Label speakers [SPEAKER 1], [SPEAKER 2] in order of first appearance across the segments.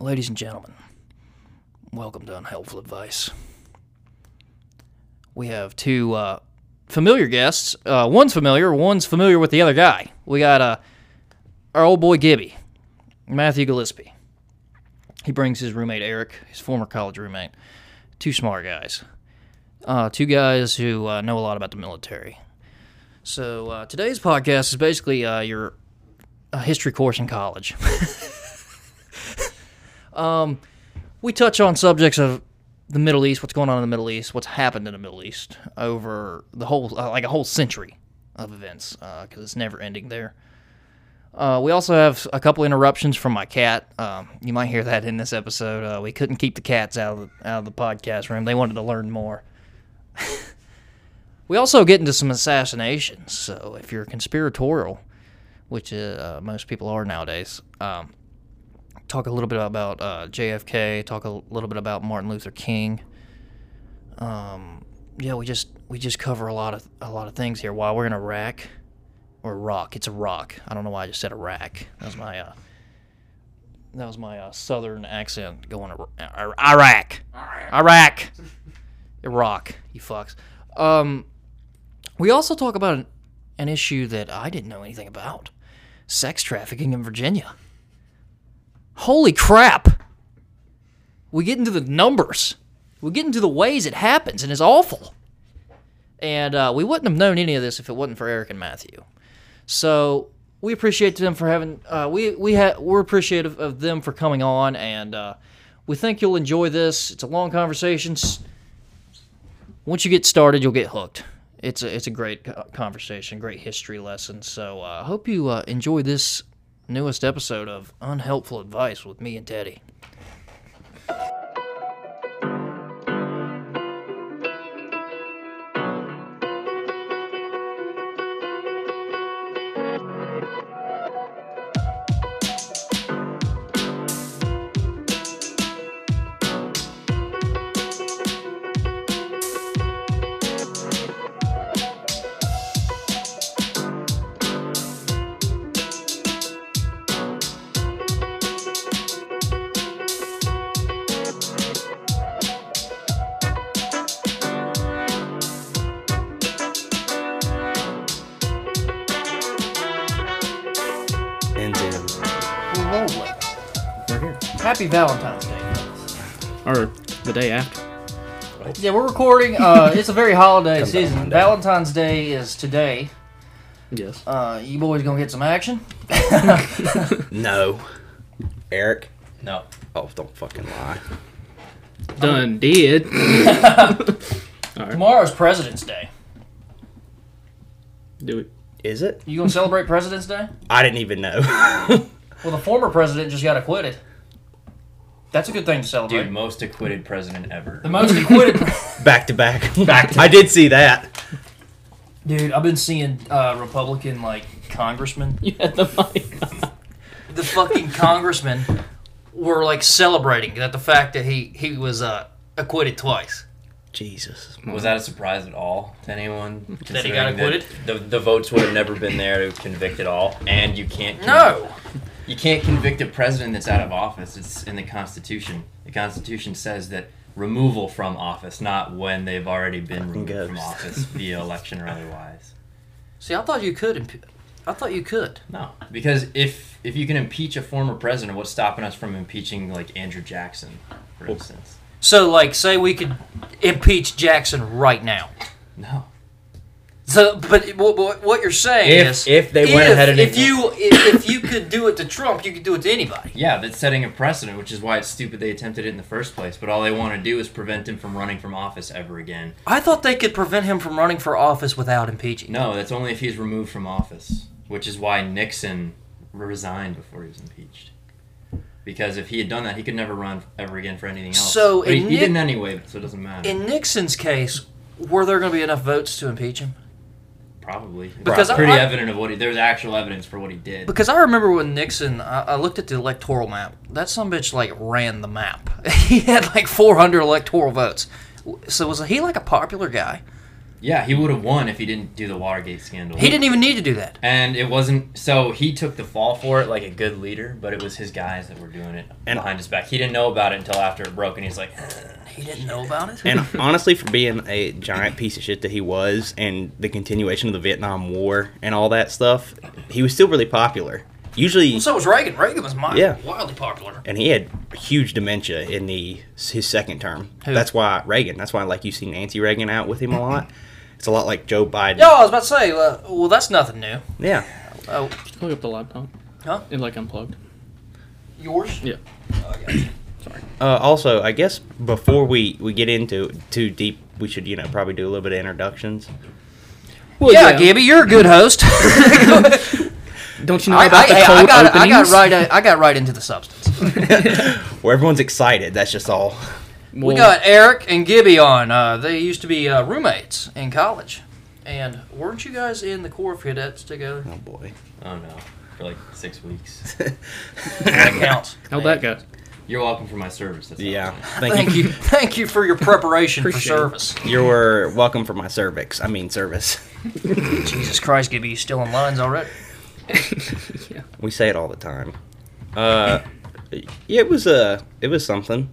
[SPEAKER 1] Ladies and gentlemen, welcome to Unhelpful Advice. We have two uh, familiar guests. Uh, one's familiar, one's familiar with the other guy. We got uh, our old boy Gibby, Matthew Gillespie. He brings his roommate Eric, his former college roommate. Two smart guys. Uh, two guys who uh, know a lot about the military. So uh, today's podcast is basically uh, your a history course in college. um, we touch on subjects of the Middle East, what's going on in the Middle East, what's happened in the Middle East over the whole, uh, like a whole century of events, because it's never ending there. Uh, we also have a couple interruptions from my cat. Um, you might hear that in this episode. Uh, we couldn't keep the cats out of the, out of the podcast room. They wanted to learn more. we also get into some assassinations. So if you're conspiratorial, which uh, most people are nowadays. Um, talk a little bit about uh, JFK. Talk a little bit about Martin Luther King. Um, yeah, we just we just cover a lot of a lot of things here. While we're in Iraq or Iraq, it's Iraq. I don't know why I just said Iraq. That was my uh, that was my uh, southern accent going to Iraq, Iraq, Iraq, Iraq. You fucks. Um, we also talk about an, an issue that I didn't know anything about sex trafficking in Virginia. Holy crap! We get into the numbers, we get into the ways it happens, and it's awful. And uh, we wouldn't have known any of this if it wasn't for Eric and Matthew. So we appreciate them for having uh, we we ha- we're appreciative of them for coming on, and uh, we think you'll enjoy this. It's a long conversation. S- once you get started, you'll get hooked. It's a it's a great co- conversation, great history lesson. So uh, I hope you uh, enjoy this newest episode of Unhelpful Advice with me and Teddy.
[SPEAKER 2] And then,
[SPEAKER 1] Roll it. We're here. Happy Valentine's Day.
[SPEAKER 3] or the day after.
[SPEAKER 1] Yeah, we're recording. Uh, it's a very holiday
[SPEAKER 2] out
[SPEAKER 1] season.
[SPEAKER 2] Monday.
[SPEAKER 1] Valentine's Day is today.
[SPEAKER 3] Yes.
[SPEAKER 1] Uh, you boys gonna get some action?
[SPEAKER 2] no. Eric?
[SPEAKER 1] No.
[SPEAKER 2] Oh, don't fucking lie.
[SPEAKER 3] Done did.
[SPEAKER 1] Tomorrow's President's Day.
[SPEAKER 3] Do it.
[SPEAKER 2] Is it?
[SPEAKER 1] You gonna celebrate President's Day?
[SPEAKER 2] I didn't even know.
[SPEAKER 1] Well, the former president just got acquitted. That's a good thing to celebrate.
[SPEAKER 4] Dude, most acquitted president ever.
[SPEAKER 1] The most acquitted.
[SPEAKER 2] back to back.
[SPEAKER 1] Back to-
[SPEAKER 2] I did see that.
[SPEAKER 1] Dude, I've been seeing uh, Republican like congressmen.
[SPEAKER 3] You had the mic.
[SPEAKER 1] The fucking congressmen were like celebrating that the fact that he he was uh, acquitted twice.
[SPEAKER 2] Jesus.
[SPEAKER 4] Was that a surprise at all to anyone?
[SPEAKER 1] That he got
[SPEAKER 4] considering that
[SPEAKER 1] acquitted?
[SPEAKER 4] The, the votes would have never been there to convict at all, and you can't. con-
[SPEAKER 1] No,
[SPEAKER 4] You can't convict a president that's out of office. It's in the Constitution. The Constitution says that removal from office, not when they've already been removed from
[SPEAKER 2] ghost.
[SPEAKER 4] office via election or otherwise.
[SPEAKER 1] see, I thought you could. Imp- I thought you could.
[SPEAKER 4] No, because if if you can impeach a former president, what's stopping us from impeaching like Andrew Jackson, for instance?
[SPEAKER 1] So, like, say we could impeach Jackson right now.
[SPEAKER 4] No.
[SPEAKER 1] So, but what, what what you're saying
[SPEAKER 4] If-
[SPEAKER 1] is,
[SPEAKER 4] if they went
[SPEAKER 1] if-
[SPEAKER 4] ahead and-
[SPEAKER 1] if you if, if you could do it to Trump, you could do it to anybody.
[SPEAKER 4] Yeah, that's setting a precedent, which is why it's stupid they attempted it in the first place. But all they want to do is prevent him from running from office ever again.
[SPEAKER 1] I thought they could prevent him from running for office without impeaching.
[SPEAKER 4] No, that's only if he's removed from office, which is why Nixon resigned before he was impeached. Because if he had done that, he could never run ever again for anything else.
[SPEAKER 1] So
[SPEAKER 4] But he,
[SPEAKER 1] in
[SPEAKER 4] he
[SPEAKER 1] Nick-
[SPEAKER 4] didn't anyway, so it doesn't matter.
[SPEAKER 1] In Nixon's case, were there going to be enough votes to impeach him?
[SPEAKER 4] Probably
[SPEAKER 1] Because
[SPEAKER 4] it's pretty
[SPEAKER 1] I-
[SPEAKER 4] evident of what he. There's actual evidence for what he did.
[SPEAKER 1] Because I remember when Nixon, I, I looked at the electoral map. That some bitch like ran the map. he had like 400 electoral votes. So was he like a popular guy?
[SPEAKER 4] Yeah, he would have won if he didn't do the Watergate scandal.
[SPEAKER 1] He didn't e- even need to do that.
[SPEAKER 4] And it wasn't so he took the fall for it like a good leader, but it was his guys that were doing it
[SPEAKER 2] And-
[SPEAKER 4] behind his back. He didn't know about it until after it broke, and he's like,
[SPEAKER 1] He didn't know about it.
[SPEAKER 2] And honestly, for being a giant piece of shit that he was, and the continuation of the Vietnam War and all that stuff, he was still really popular. Usually,
[SPEAKER 1] so was Reagan. Reagan was mine.
[SPEAKER 2] Yeah.
[SPEAKER 1] Wildly popular.
[SPEAKER 2] and he had huge dementia in the his second term.
[SPEAKER 1] Who?
[SPEAKER 2] That's why Reagan. That's why like you see Nancy Reagan out with him a lot. It's a lot like Joe Biden.
[SPEAKER 1] No, I was about to say. Uh, well, that's nothing new.
[SPEAKER 2] Yeah,
[SPEAKER 1] Oh,
[SPEAKER 3] Plug up the laptop.
[SPEAKER 1] Huh?
[SPEAKER 3] It like unplugged.
[SPEAKER 1] yours? Oh,
[SPEAKER 3] Yeah.
[SPEAKER 2] Uh, also, I guess before we, we get into it too deep, we should you know probably do a little bit of introductions.
[SPEAKER 3] Well,
[SPEAKER 1] yeah, Gibby, you're a good host.
[SPEAKER 3] Don't you know
[SPEAKER 1] I, I,
[SPEAKER 3] about the
[SPEAKER 1] hey, I
[SPEAKER 3] cold
[SPEAKER 1] got, I
[SPEAKER 3] openings?
[SPEAKER 1] got right, uh, I got right into the substance.
[SPEAKER 2] Where everyone's excited. That's just all.
[SPEAKER 1] We
[SPEAKER 3] Well,
[SPEAKER 1] got Eric and Gibby on. Uh, they used to be uh, roommates in college, and weren't you guys in the Corps of Cadets together?
[SPEAKER 2] Oh boy.
[SPEAKER 4] "Oh no," for like six weeks.
[SPEAKER 1] That counts.
[SPEAKER 3] How'd that go?
[SPEAKER 4] You're welcome for my service. That's all I'm
[SPEAKER 2] Yeah.
[SPEAKER 4] saying.
[SPEAKER 2] Thank,
[SPEAKER 1] Thank you, thank you for your preparation for
[SPEAKER 3] Appreciate it.
[SPEAKER 1] service.
[SPEAKER 2] you. are welcome for my cervix. I mean service.
[SPEAKER 1] Jesus Christ, Gibby, you still in lines already?
[SPEAKER 3] yeah.
[SPEAKER 2] We say it all the time. Uh, yeah, it was uh, it was something.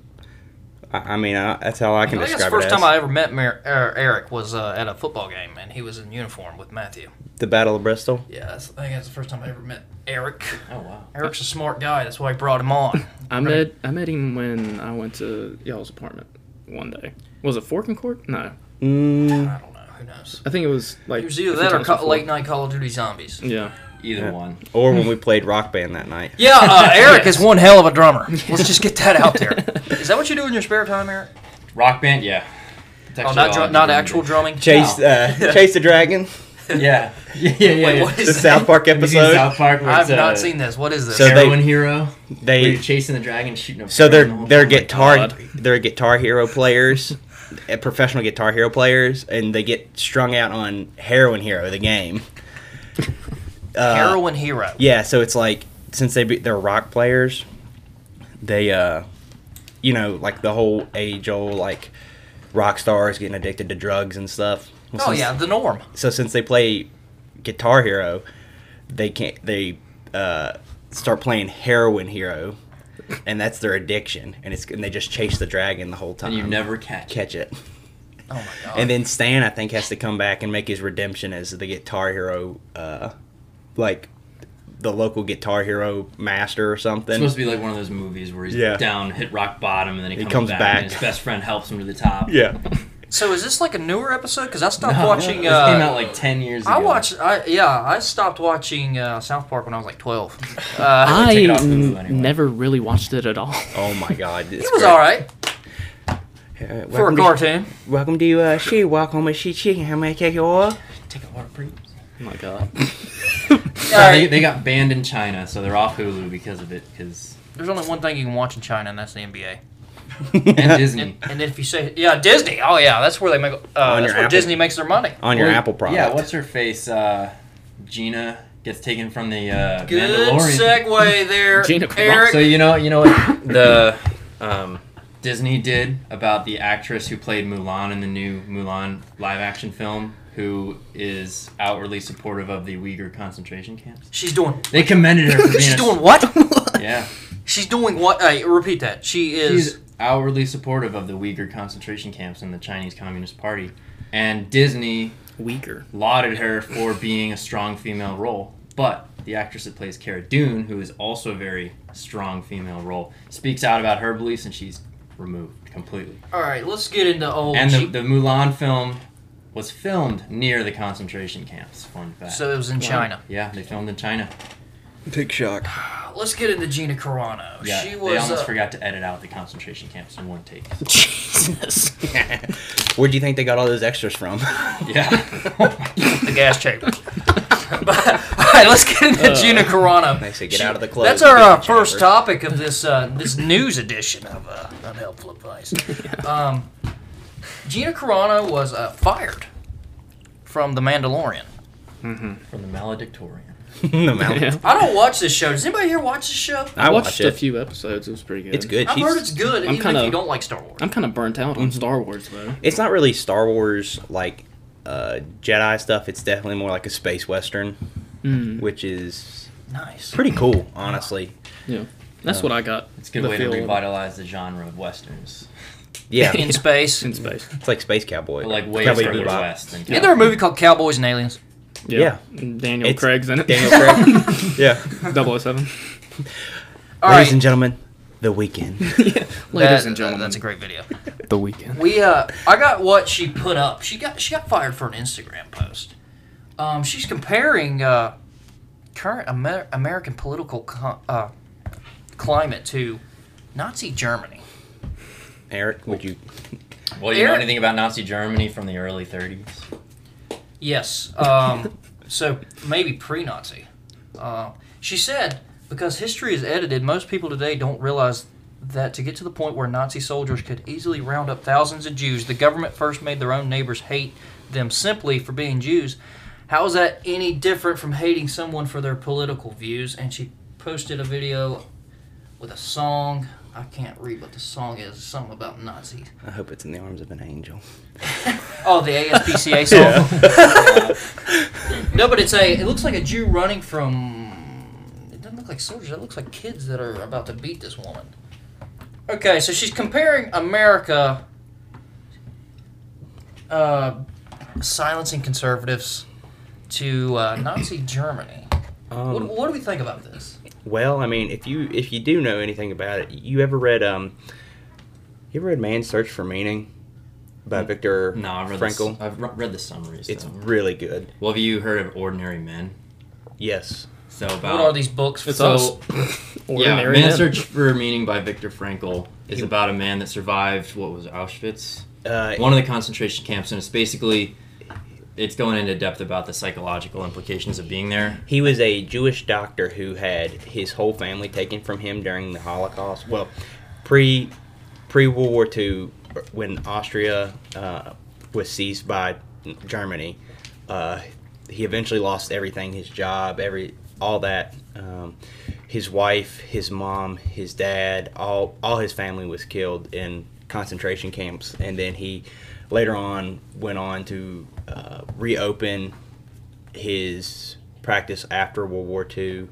[SPEAKER 2] I, I mean, I, that's how I
[SPEAKER 1] I
[SPEAKER 2] can
[SPEAKER 1] think that's the
[SPEAKER 2] describe
[SPEAKER 1] first
[SPEAKER 2] it as
[SPEAKER 1] time I ever met Mer- er, Eric was uh, at a football game, and he was in uniform with Matthew.
[SPEAKER 2] the Battle of Bristol.
[SPEAKER 1] Yeah, that's, I think that's the first time I ever met Eric.
[SPEAKER 4] Oh wow.
[SPEAKER 1] Eric's a smart guy. That's why I brought him on.
[SPEAKER 3] I met I met him when I went to y'all's apartment one day. Was it Fork and Court? No,
[SPEAKER 2] Mm,
[SPEAKER 1] I don't know. Who knows?
[SPEAKER 3] I think it was like
[SPEAKER 1] It was either
[SPEAKER 3] a few
[SPEAKER 1] that or
[SPEAKER 3] times
[SPEAKER 1] co-
[SPEAKER 3] before.
[SPEAKER 1] late night Call of Duty zombies.
[SPEAKER 3] Yeah,
[SPEAKER 4] Either
[SPEAKER 2] Yeah.
[SPEAKER 4] one.
[SPEAKER 2] or when we played Rock Band that night.
[SPEAKER 1] Yeah, uh, Eric is one hell of a drummer. Let's just get that out there. Is that what you do in your spare time, Eric?
[SPEAKER 4] Rock band, yeah. It's
[SPEAKER 1] Oh,
[SPEAKER 4] actually
[SPEAKER 1] not
[SPEAKER 4] all
[SPEAKER 1] drum,
[SPEAKER 4] I
[SPEAKER 1] not
[SPEAKER 4] dreamed
[SPEAKER 1] actual
[SPEAKER 4] of.
[SPEAKER 1] drumming.
[SPEAKER 2] Chase,
[SPEAKER 4] No.
[SPEAKER 2] uh, Chase the Dragon,
[SPEAKER 4] Yeah. Yeah, yeah, yeah.
[SPEAKER 1] Wait,
[SPEAKER 4] yeah.
[SPEAKER 1] what
[SPEAKER 2] the
[SPEAKER 1] is
[SPEAKER 2] South Park
[SPEAKER 4] Have you seen
[SPEAKER 2] episode.
[SPEAKER 4] South Park where
[SPEAKER 1] I've
[SPEAKER 4] it's, uh,
[SPEAKER 1] not seen this. What is this?
[SPEAKER 2] So they-
[SPEAKER 4] Heroin Hero. Where
[SPEAKER 2] They
[SPEAKER 4] you're chasing the dragon, shooting. a
[SPEAKER 2] So
[SPEAKER 4] barrel
[SPEAKER 2] they're
[SPEAKER 4] the whole
[SPEAKER 2] they're
[SPEAKER 4] time, like,
[SPEAKER 2] guitar
[SPEAKER 4] Oh God.
[SPEAKER 2] they're guitar hero players, uh, professional guitar hero players, and they get strung out on heroin hero the game. Uh,
[SPEAKER 1] Heroin Hero.
[SPEAKER 2] Yeah, so it's like since they be, they're rock players, they uh, you know, like the whole age old like rock stars getting addicted to drugs and stuff. Well,
[SPEAKER 1] Oh
[SPEAKER 2] since-
[SPEAKER 1] yeah, the norm.
[SPEAKER 2] so since they play Guitar Hero, they can't they uh, start playing Heroin Hero, and that's their addiction, and it's and they just chase the dragon the whole time.
[SPEAKER 4] And you never catch. it.
[SPEAKER 2] catch it.
[SPEAKER 1] Oh my god.
[SPEAKER 2] And then Stan, I think, has to come back and make his redemption as the Guitar Hero, uh, like the local Guitar Hero master or
[SPEAKER 4] It's
[SPEAKER 2] something.
[SPEAKER 4] supposed to be like one of those movies where he's
[SPEAKER 2] Yeah.
[SPEAKER 4] down, hit rock bottom, and then he, comes,
[SPEAKER 2] comes
[SPEAKER 4] back,
[SPEAKER 2] back.
[SPEAKER 4] And his best friend helps him to the top.
[SPEAKER 2] Yeah,
[SPEAKER 1] so is this like a newer episode? Because I stopped
[SPEAKER 4] No,
[SPEAKER 1] watching.
[SPEAKER 4] This
[SPEAKER 1] uh,
[SPEAKER 4] came out like ten years ago.
[SPEAKER 1] I watched. I yeah. I stopped watching uh, South Park when I was like twelve. Uh,
[SPEAKER 3] I
[SPEAKER 4] take it off the move
[SPEAKER 3] n-
[SPEAKER 4] anyway.
[SPEAKER 3] never really watched it at all.
[SPEAKER 2] Oh my God,
[SPEAKER 1] it was all right for a
[SPEAKER 2] Uh, welcome,
[SPEAKER 1] cartoon.
[SPEAKER 2] to, welcome to uh, she walk home and she chicken. How many cake you are?
[SPEAKER 4] Take a lot of breaks.
[SPEAKER 3] Oh my god,
[SPEAKER 1] All
[SPEAKER 4] Yeah, they,
[SPEAKER 1] right.
[SPEAKER 4] they got banned in China, so they're off Hulu because of it. Because
[SPEAKER 1] There's only one thing you can watch in China, and that's the NBA.
[SPEAKER 4] and Disney.
[SPEAKER 1] And, and if you say yeah, Disney. Oh yeah, that's where they make. Uh,
[SPEAKER 2] On
[SPEAKER 1] that's
[SPEAKER 2] your
[SPEAKER 1] where
[SPEAKER 2] Apple-
[SPEAKER 1] Disney makes their money.
[SPEAKER 2] on your
[SPEAKER 4] Or-
[SPEAKER 2] Apple product.
[SPEAKER 4] Yeah, what's her face? Uh, Gina gets taken from the uh,
[SPEAKER 1] Good
[SPEAKER 4] Mandalorian.
[SPEAKER 1] segue there,
[SPEAKER 3] Gina Carano.
[SPEAKER 1] Eric.
[SPEAKER 4] So you know, you know what the um, Disney did about the actress who played Mulan in the new Mulan live-action film, who is outwardly supportive of the Uyghur concentration camps.
[SPEAKER 1] She's doing.
[SPEAKER 4] They commended her for being.
[SPEAKER 1] She's
[SPEAKER 4] a-
[SPEAKER 1] doing what?
[SPEAKER 4] Yeah,
[SPEAKER 1] She's doing what? Hey, repeat that. She is.
[SPEAKER 4] she's outwardly supportive of the Uyghur concentration camps and the Chinese Communist Party, and Disney
[SPEAKER 3] weaker.
[SPEAKER 4] lauded her for being a strong female role. But the actress that plays Cara Dune, who is also a very strong female role, speaks out about her beliefs and she's removed completely.
[SPEAKER 1] All right, let's get into old.
[SPEAKER 4] And the,
[SPEAKER 1] she-
[SPEAKER 4] the Mulan film was filmed near the concentration camps. Fun fact.
[SPEAKER 1] so it was in China.
[SPEAKER 4] yeah, they filmed in China.
[SPEAKER 2] Big shock.
[SPEAKER 1] Let's get into Gina Carano.
[SPEAKER 4] Yeah,
[SPEAKER 1] she
[SPEAKER 4] they
[SPEAKER 1] was.
[SPEAKER 4] almost
[SPEAKER 1] uh,
[SPEAKER 4] forgot to edit out the concentration camps in one take.
[SPEAKER 3] Jesus.
[SPEAKER 2] Where'd you think they got all those extras from?
[SPEAKER 4] Yeah.
[SPEAKER 1] the gas chamber. all right, let's get
[SPEAKER 4] Uh,
[SPEAKER 1] into Gina Carano.
[SPEAKER 2] They say get out of the club.
[SPEAKER 1] That's our uh, first topic of this uh, this news edition of uh, Unhelpful Advice. Um, Gina Carano was uh, fired from The Mandalorian.
[SPEAKER 4] From the Maledictorian.
[SPEAKER 2] the mouth.
[SPEAKER 3] Mm-hmm. Yeah.
[SPEAKER 1] I don't watch this show. Does anybody here watch this show?
[SPEAKER 2] I
[SPEAKER 3] watched
[SPEAKER 2] watched
[SPEAKER 3] a
[SPEAKER 2] it.
[SPEAKER 3] few episodes. It was pretty good.
[SPEAKER 2] It's good.
[SPEAKER 1] I've
[SPEAKER 2] She's-
[SPEAKER 1] heard it's good, even if
[SPEAKER 3] kinda-
[SPEAKER 1] you don't like Star Wars.
[SPEAKER 4] Mm-hmm.
[SPEAKER 3] I'm kind of burnt out on Star Wars though.
[SPEAKER 2] it's not really Star Wars like uh, Jedi stuff, it's definitely more like a space western,
[SPEAKER 3] Mm,
[SPEAKER 2] which is
[SPEAKER 1] Nice.
[SPEAKER 2] pretty cool, honestly.
[SPEAKER 3] yeah, that's what I got.
[SPEAKER 4] It's a good
[SPEAKER 3] the
[SPEAKER 4] way
[SPEAKER 3] feel
[SPEAKER 4] to
[SPEAKER 3] of it.
[SPEAKER 4] revitalize the genre of westerns.
[SPEAKER 2] Yeah,
[SPEAKER 1] in space.
[SPEAKER 3] in space.
[SPEAKER 2] it's like space cowboy,
[SPEAKER 4] But like way
[SPEAKER 2] Cowboy
[SPEAKER 4] further
[SPEAKER 2] Bebop.
[SPEAKER 4] west than
[SPEAKER 1] Isn't there a movie called Cowboys and Aliens?
[SPEAKER 3] Mm-hmm.
[SPEAKER 2] Yeah.
[SPEAKER 3] And Daniel
[SPEAKER 2] It's-
[SPEAKER 3] Craig's in it.
[SPEAKER 2] Daniel Craig. yeah.
[SPEAKER 3] Double O Seven.
[SPEAKER 1] All
[SPEAKER 2] Ladies
[SPEAKER 1] right.
[SPEAKER 2] and gentlemen, the weekend.
[SPEAKER 3] Ladies
[SPEAKER 1] That-
[SPEAKER 3] and gentlemen,
[SPEAKER 1] that's a great video.
[SPEAKER 3] the weekend.
[SPEAKER 1] We uh, I got what she put up. She got she got fired for an Instagram post. Um, she's comparing uh, current Amer- American political co- uh, climate to Nazi Germany.
[SPEAKER 2] Eric, would you?
[SPEAKER 4] Well, do you know
[SPEAKER 1] Eric-
[SPEAKER 4] anything about Nazi Germany from the early 30s?
[SPEAKER 1] Yes. Um, so maybe pre-Nazi. Uh, she said because history is edited, most people today don't realize that to get to the point where Nazi soldiers could easily round up thousands of Jews, the government first made their own neighbors hate them simply for being Jews. How is that any different from hating someone for their political views? And she posted a video with a song. I can't read what the song is. Something about Nazis.
[SPEAKER 2] I hope it's in the arms of an angel.
[SPEAKER 1] Oh, the ASPCA song. no, but it's a. It looks like a Jew running from. It doesn't look like soldiers. It looks like kids that are about to beat this woman. Okay, so she's comparing America. Uh, silencing conservatives to uh, Nazi Germany. what,
[SPEAKER 2] Um,
[SPEAKER 1] what do we think about this?
[SPEAKER 2] well, I mean, if you if you do know anything about it, you ever read um, you ever read Man's Search for Meaning by Victor
[SPEAKER 4] No, I've read,
[SPEAKER 2] Frankl?
[SPEAKER 4] The, I've re- read the summaries.
[SPEAKER 2] It's
[SPEAKER 4] though.
[SPEAKER 2] really good.
[SPEAKER 4] well, have you heard of Ordinary Men?
[SPEAKER 2] Yes.
[SPEAKER 4] So about
[SPEAKER 1] What are these books?
[SPEAKER 3] It's
[SPEAKER 4] So-
[SPEAKER 3] us.
[SPEAKER 4] yeah,
[SPEAKER 3] Ordinary
[SPEAKER 4] Man's
[SPEAKER 3] men.
[SPEAKER 4] Search for Meaning by Viktor Frankl is about a man that survived what was it, Auschwitz,
[SPEAKER 2] Uh,
[SPEAKER 4] one of the concentration camps, and it's basically it's going into depth about the psychological implications of being there.
[SPEAKER 2] He was a Jewish doctor who had his whole family taken from him during the Holocaust. Well, pre pre World War II, when Austria uh, was seized by Germany, uh, he eventually lost everything: his job, every all that. Um, his wife, his mom, his dad, all all his family was killed in concentration camps, and then he later on went on to uh, reopen his practice after World War II,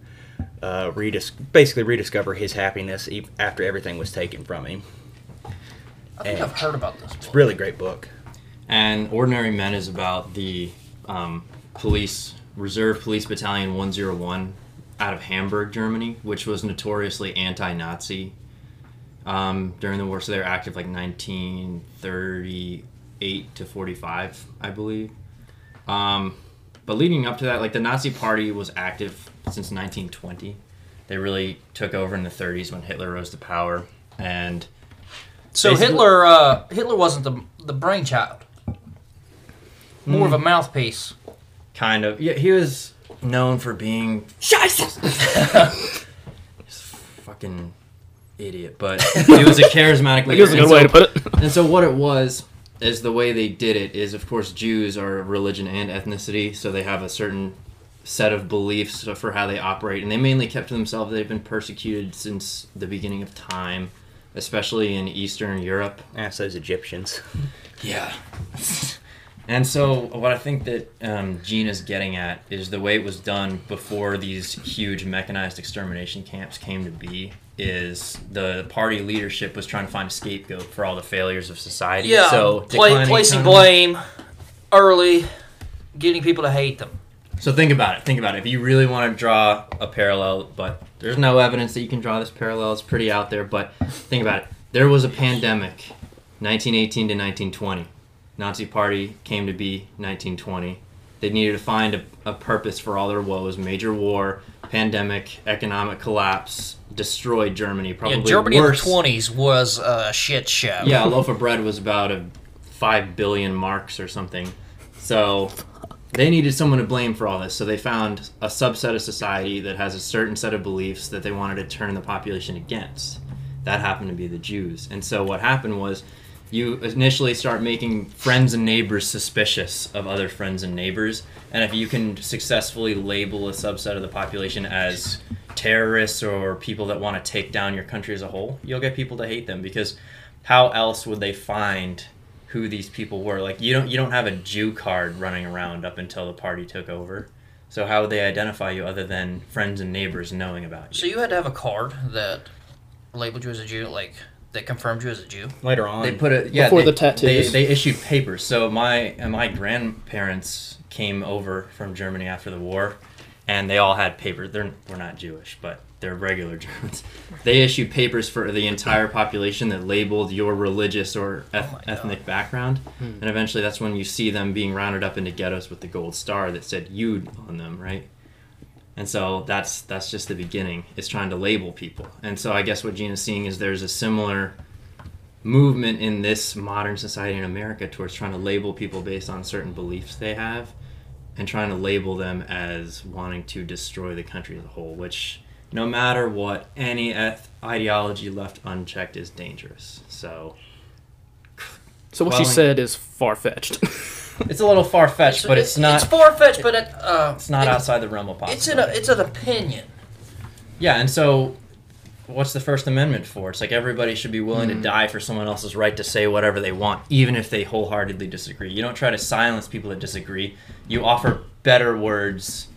[SPEAKER 2] uh, redis- basically rediscover his happiness e- after everything was taken from him.
[SPEAKER 1] I think I've heard about this. Book.
[SPEAKER 2] Really great book.
[SPEAKER 4] And Ordinary Men is about the um, police reserve police battalion 101 out of Hamburg, Germany, which was notoriously anti-Nazi um, during the war. So they were active like 1938 to 45, I believe. Um, but leading up to that, like the Nazi Party was active since 1920. They really took over in the 30s when Hitler rose to power, and
[SPEAKER 1] So
[SPEAKER 4] Basically-
[SPEAKER 1] Hitler, uh, Hitler wasn't the the brainchild. More of a mouthpiece.
[SPEAKER 4] kind of yeah he was known for being fucking idiot but he was a charismatic leader
[SPEAKER 3] It was a good
[SPEAKER 4] and, so,
[SPEAKER 3] way to put it.
[SPEAKER 4] and so what it was is the way they did it is of course jews are a religion and ethnicity so they have a certain set of beliefs for how they operate and they mainly kept to themselves they've been persecuted since the beginning of time especially in eastern europe
[SPEAKER 2] Ask those Ah, Egyptians.
[SPEAKER 4] yeah. and so, what I think that um, Gene is getting at is the way it was done before these huge mechanized extermination camps came to be. Is the party leadership was trying to find a scapegoat for all the failures of society?
[SPEAKER 1] Yeah,
[SPEAKER 4] So
[SPEAKER 1] pla-
[SPEAKER 4] declining
[SPEAKER 1] placing
[SPEAKER 4] economy-
[SPEAKER 1] blame early, getting people to hate them.
[SPEAKER 4] So think about it. Think about it. If you really want to draw a parallel, but there's no evidence that you can draw this parallel. It's pretty out there. But think about it. There was a pandemic, 1918 to 1920. Nazi Party came to be 1920. They needed to find a, a purpose for all their woes. Major war, pandemic, economic collapse, destroyed Germany. Probably
[SPEAKER 1] yeah, Germany
[SPEAKER 4] worse.
[SPEAKER 1] in the twenties was a shit show.
[SPEAKER 4] Yeah, a loaf of bread was about a five billion marks or something. So they needed someone to blame for all this. So they found a subset of society that has a certain set of beliefs that they wanted to turn the population against. That happened to be the Jews. And so what happened was you initially start making friends and neighbors suspicious of other friends and neighbors. And if you can successfully label a subset of the population as terrorists or people that want to take down your country as a whole, you'll get people to hate them because how else would they find who these people were. Like you don't you don't have a Jew card running around up until the party took over. So how would they identify you other than friends and neighbors knowing about you?
[SPEAKER 1] So you had to have a card that labeled you as a Jew, like that confirmed you as a Jew.
[SPEAKER 2] Later on,
[SPEAKER 4] They put it yeah
[SPEAKER 3] Before
[SPEAKER 4] they,
[SPEAKER 3] the tattoos.
[SPEAKER 4] They, they issued papers. So my and my grandparents came over from Germany after the war, and they all had papers. They're we're not Jewish, but they're regular Germans. They issued papers for the entire population that labeled your religious or eth-
[SPEAKER 1] Oh my God. Hmm.
[SPEAKER 4] ethnic background, and eventually that's when you see them being rounded up into ghettos with the gold star that said "Yud" on them, right? And so that's that's just the beginning. It's trying to label people. And so I guess what Gina's seeing is there's a similar movement in this modern society in America towards trying to label people based on certain beliefs they have and trying to label them as wanting to destroy the country as a whole, which no matter what any eth- ideology left unchecked is dangerous. So
[SPEAKER 3] So what she
[SPEAKER 4] Dwelling.
[SPEAKER 3] said is far fetched.
[SPEAKER 4] it's a little far fetched, but it's not
[SPEAKER 1] It's
[SPEAKER 4] it's,
[SPEAKER 1] far fetched, but it, uh,
[SPEAKER 4] not
[SPEAKER 1] it-
[SPEAKER 4] outside the realm of possibility.
[SPEAKER 1] It's an it's an opinion.
[SPEAKER 4] Yeah, and so what's the First Amendment for? It's like everybody should be willing
[SPEAKER 3] Hmm.
[SPEAKER 4] to die for someone else's right to say whatever they want, even if they wholeheartedly disagree. You don't try to silence people that disagree. You offer better words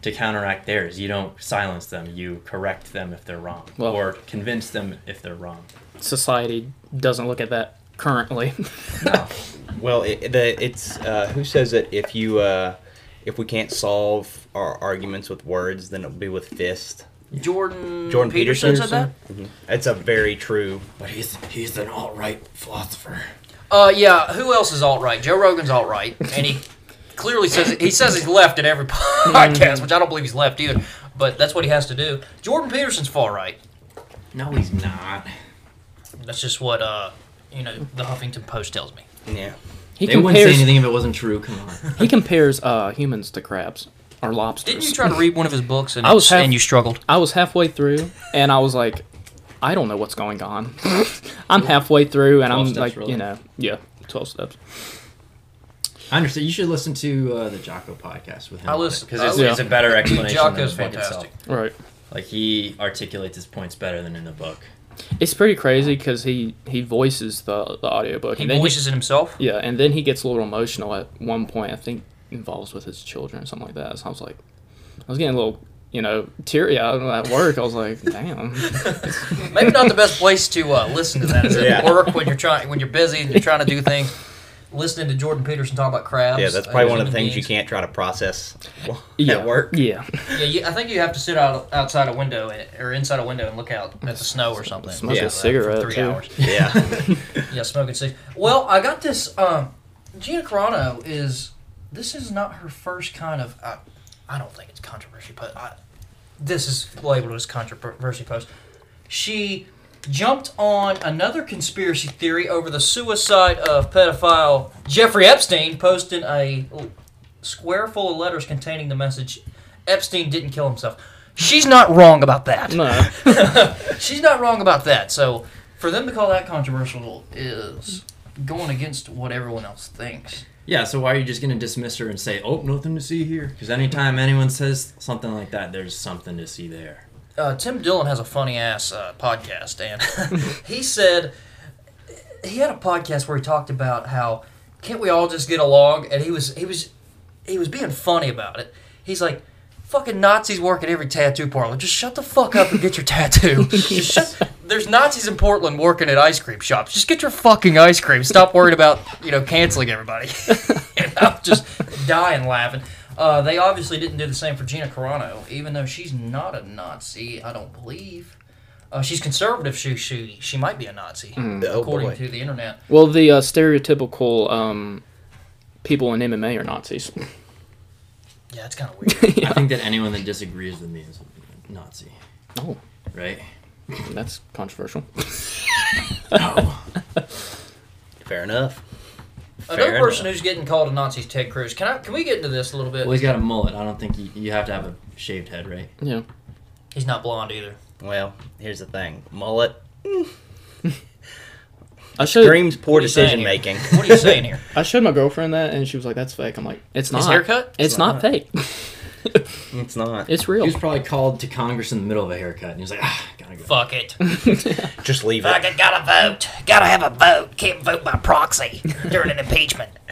[SPEAKER 4] to counteract theirs. You don't silence them. You correct them if they're wrong,
[SPEAKER 3] Well-
[SPEAKER 4] or convince them if they're wrong.
[SPEAKER 3] Society doesn't look at that currently.
[SPEAKER 2] Well, it, the, it's uh, who says that if you uh, if we can't solve our arguments with words, then it'll be with fist.
[SPEAKER 1] Mm-hmm. Jordan
[SPEAKER 2] Jordan
[SPEAKER 1] Peterson,
[SPEAKER 2] Peterson,
[SPEAKER 1] said
[SPEAKER 2] That's a very true.
[SPEAKER 4] But he's he's an all right philosopher.
[SPEAKER 1] that. Uh, yeah. Who else is alt right? Joe Rogan's alt right, and he clearly says he says he's left at every podcast, which I don't believe he's left either. But that's what he has to do. Jordan Peterson's far right.
[SPEAKER 4] No, he's not.
[SPEAKER 1] That's just what uh, you know, the Huffington Post tells me.
[SPEAKER 2] Yeah.
[SPEAKER 3] He
[SPEAKER 4] They wouldn't say
[SPEAKER 3] compares
[SPEAKER 4] anything if it wasn't true. Come on.
[SPEAKER 3] he compares uh, humans to crabs or lobsters.
[SPEAKER 1] Didn't you try to read one of his books and
[SPEAKER 3] I was half-
[SPEAKER 1] and you struggled?
[SPEAKER 3] I was halfway through and I was like, I don't know what's going on. I'm halfway through and
[SPEAKER 4] 12
[SPEAKER 3] I'm
[SPEAKER 4] steps,
[SPEAKER 3] like,
[SPEAKER 4] really.
[SPEAKER 3] you know, yeah, twelve steps.
[SPEAKER 4] I understand. You should listen to uh, the Jocko podcast with him.
[SPEAKER 1] I
[SPEAKER 4] on it,
[SPEAKER 1] listen- I
[SPEAKER 4] it's,
[SPEAKER 3] listen-
[SPEAKER 4] it's a better explanation. than the
[SPEAKER 1] Jocko's
[SPEAKER 4] book itself.
[SPEAKER 1] fantastic.
[SPEAKER 3] Right.
[SPEAKER 4] Like he articulates his points better than in the book.
[SPEAKER 3] It's pretty crazy because he he voices the the audiobook.
[SPEAKER 1] He
[SPEAKER 3] and then
[SPEAKER 1] voices it himself.
[SPEAKER 3] yeah, and then he gets a little emotional at one point. I think involves with his children or something like that. So I was like, I was getting a little. You know, teary eyed at work. I was like, "Damn,
[SPEAKER 1] Maybe not the best place to uh, listen to that is at
[SPEAKER 2] Yeah.
[SPEAKER 1] work when you're trying when you're busy and you're trying to do things. Listening to Jordan Peterson talk about crabs.
[SPEAKER 2] Yeah, that's
[SPEAKER 1] uh,
[SPEAKER 2] probably one of the
[SPEAKER 1] human
[SPEAKER 2] things you
[SPEAKER 1] beings.
[SPEAKER 2] can't try to process w-
[SPEAKER 3] yeah,
[SPEAKER 2] at work.
[SPEAKER 3] Yeah,
[SPEAKER 1] Yeah, you, I think you have to sit out outside a window and- or inside a window and look out at the snow or something.
[SPEAKER 3] Smoke
[SPEAKER 2] a
[SPEAKER 1] Yeah,
[SPEAKER 3] cigarette,
[SPEAKER 1] for three
[SPEAKER 3] too.
[SPEAKER 1] hours.
[SPEAKER 2] Yeah.
[SPEAKER 1] Yeah, smoking six. Well, I got this. Um, Gina Carano is. This is not her first kind of. I, I don't think it's controversy, but I, this is labeled as controversy post. She jumped on another conspiracy theory over the suicide of pedophile Jeffrey Epstein, posting a l- square full of letters containing the message Epstein didn't kill himself. She's not wrong about that.
[SPEAKER 3] no,
[SPEAKER 1] She's not wrong about that. So for them to call that controversial is going against what everyone else thinks.
[SPEAKER 4] Yeah, so why are you just gonna dismiss her and say, "Oh, nothing to see here"? Because anytime anyone says something like that, there's something to see there.
[SPEAKER 1] Uh, Tim Dillon has a funny ass uh, podcast, and he said he had a podcast where he talked about how can't we all just get along? And he was he was he was being funny about it. He's like. Fucking Nazis work at every tattoo parlor. Just shut the fuck up and get your tattoo. Just shut, there's Nazis in Portland working at ice cream shops. Just get your fucking ice cream. Stop worrying about you know canceling everybody. and I'm just dying laughing. Uh, they obviously didn't do the same for Gina Carano, even though she's not a Nazi. I don't believe. Uh, she's conservative. She she she might be a Nazi
[SPEAKER 2] Oh,
[SPEAKER 1] according
[SPEAKER 2] boy.
[SPEAKER 1] to the internet.
[SPEAKER 3] Well, the uh, stereotypical um, people in MMA are Nazis.
[SPEAKER 1] Yeah, it's kind of weird.
[SPEAKER 4] I think that anyone that disagrees with me is a Nazi,
[SPEAKER 3] oh,
[SPEAKER 4] right?
[SPEAKER 3] that's controversial.
[SPEAKER 4] No.
[SPEAKER 2] Fair enough.
[SPEAKER 1] Another
[SPEAKER 2] Fair
[SPEAKER 1] person
[SPEAKER 2] enough.
[SPEAKER 1] who's getting called a Nazi is Ted Cruz. Can I can we get into this a little bit?
[SPEAKER 4] well, he's got a mullet. I don't think you, you have to have a shaved head, right?
[SPEAKER 3] Yeah.
[SPEAKER 1] He's not blonde either.
[SPEAKER 2] Well, here's the thing. Mullet
[SPEAKER 3] I showed
[SPEAKER 2] screams poor
[SPEAKER 1] What are you saying
[SPEAKER 2] decision
[SPEAKER 1] here?
[SPEAKER 2] making.
[SPEAKER 1] What are you saying here?
[SPEAKER 3] I showed my girlfriend that, and she was like, "That's fake." I'm like, "It's not."
[SPEAKER 1] His haircut?
[SPEAKER 3] It's not, fake.
[SPEAKER 2] It's not.
[SPEAKER 3] It's
[SPEAKER 4] He
[SPEAKER 3] real.
[SPEAKER 4] was probably called to Congress in the middle of a haircut, and he was like, ah, gotta go.
[SPEAKER 1] Fuck it.
[SPEAKER 2] Just leave it.
[SPEAKER 1] Fucking gotta vote. Gotta have a vote. Can't vote by proxy during an impeachment.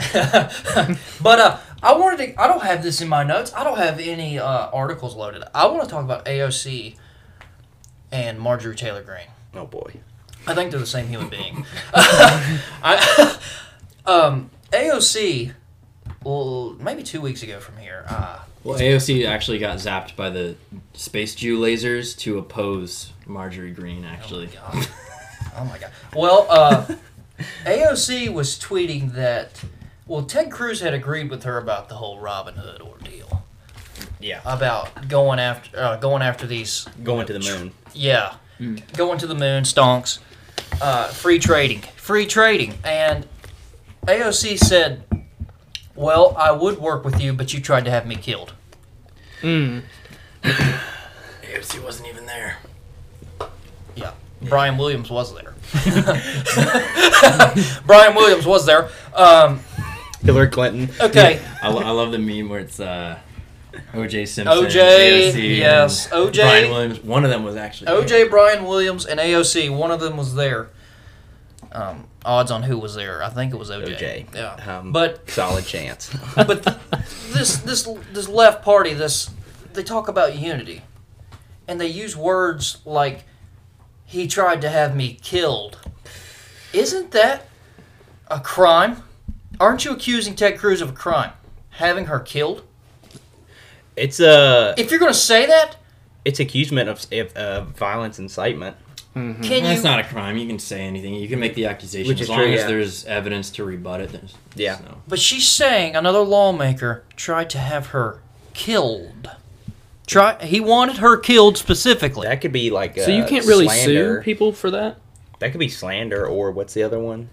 [SPEAKER 1] but uh, I wanted to. I don't have this in my notes. I don't have any uh, articles loaded. I want to talk about AOC and Marjorie Taylor Greene.
[SPEAKER 2] Oh boy.
[SPEAKER 1] I think they're the same human being. I, um, AOC, well, maybe two weeks ago from here. Uh,
[SPEAKER 4] Well, AOC actually got zapped by the Space Jew lasers to oppose Marjorie Green, actually.
[SPEAKER 1] God. Oh my god. Well, uh, AOC was tweeting that. Well, Ted Cruz had agreed with her about the whole Robin Hood ordeal,
[SPEAKER 2] Yeah.
[SPEAKER 1] about going after uh, going after these.
[SPEAKER 2] Going to the moon.
[SPEAKER 1] Yeah, going to the moon, stonks. Uh, free trading, free trading, and AOC said, "Well, I would work with you, but you tried to have me killed."
[SPEAKER 3] Mm.
[SPEAKER 4] AOC wasn't even there.
[SPEAKER 1] Yeah. Brian Williams was there. Brian Williams was there. Um,
[SPEAKER 2] Hillary Clinton.
[SPEAKER 1] okay.
[SPEAKER 4] I, lo- I love the meme where it's uh, OJ Simpson,
[SPEAKER 1] OJ,
[SPEAKER 4] AOC, and
[SPEAKER 1] yes, OJ.
[SPEAKER 4] Brian Williams. One of them was actually
[SPEAKER 1] OJ, Brian Williams, and AOC. One of them was there. Um, odds on who was there? I think it was OJ.
[SPEAKER 2] OJ.
[SPEAKER 1] Yeah.
[SPEAKER 2] Um,
[SPEAKER 1] but
[SPEAKER 2] solid chance.
[SPEAKER 1] but th- this this this left party this they talk about unity, and they use words like he tried to have me killed. Isn't that a crime? Aren't you accusing Ted Cruz of a crime? Having her killed?
[SPEAKER 2] It's a
[SPEAKER 1] If you're going to say that,
[SPEAKER 2] it's accusation of of uh, violence incitement.
[SPEAKER 1] can
[SPEAKER 4] Mm, That's
[SPEAKER 1] you?
[SPEAKER 4] not a crime. You can say anything. You can make the accusation
[SPEAKER 2] Which is
[SPEAKER 4] as long
[SPEAKER 2] true,
[SPEAKER 4] as
[SPEAKER 2] yeah.
[SPEAKER 4] there's evidence to rebut it. There's,
[SPEAKER 2] Yeah.
[SPEAKER 4] there's no-
[SPEAKER 1] But she's saying another lawmaker tried to have her killed. Try he wanted her killed specifically.
[SPEAKER 2] That could be like
[SPEAKER 3] So you
[SPEAKER 2] uh,
[SPEAKER 3] can't really
[SPEAKER 2] slander.
[SPEAKER 3] sue people for that.
[SPEAKER 2] That could be slander or what's the other one?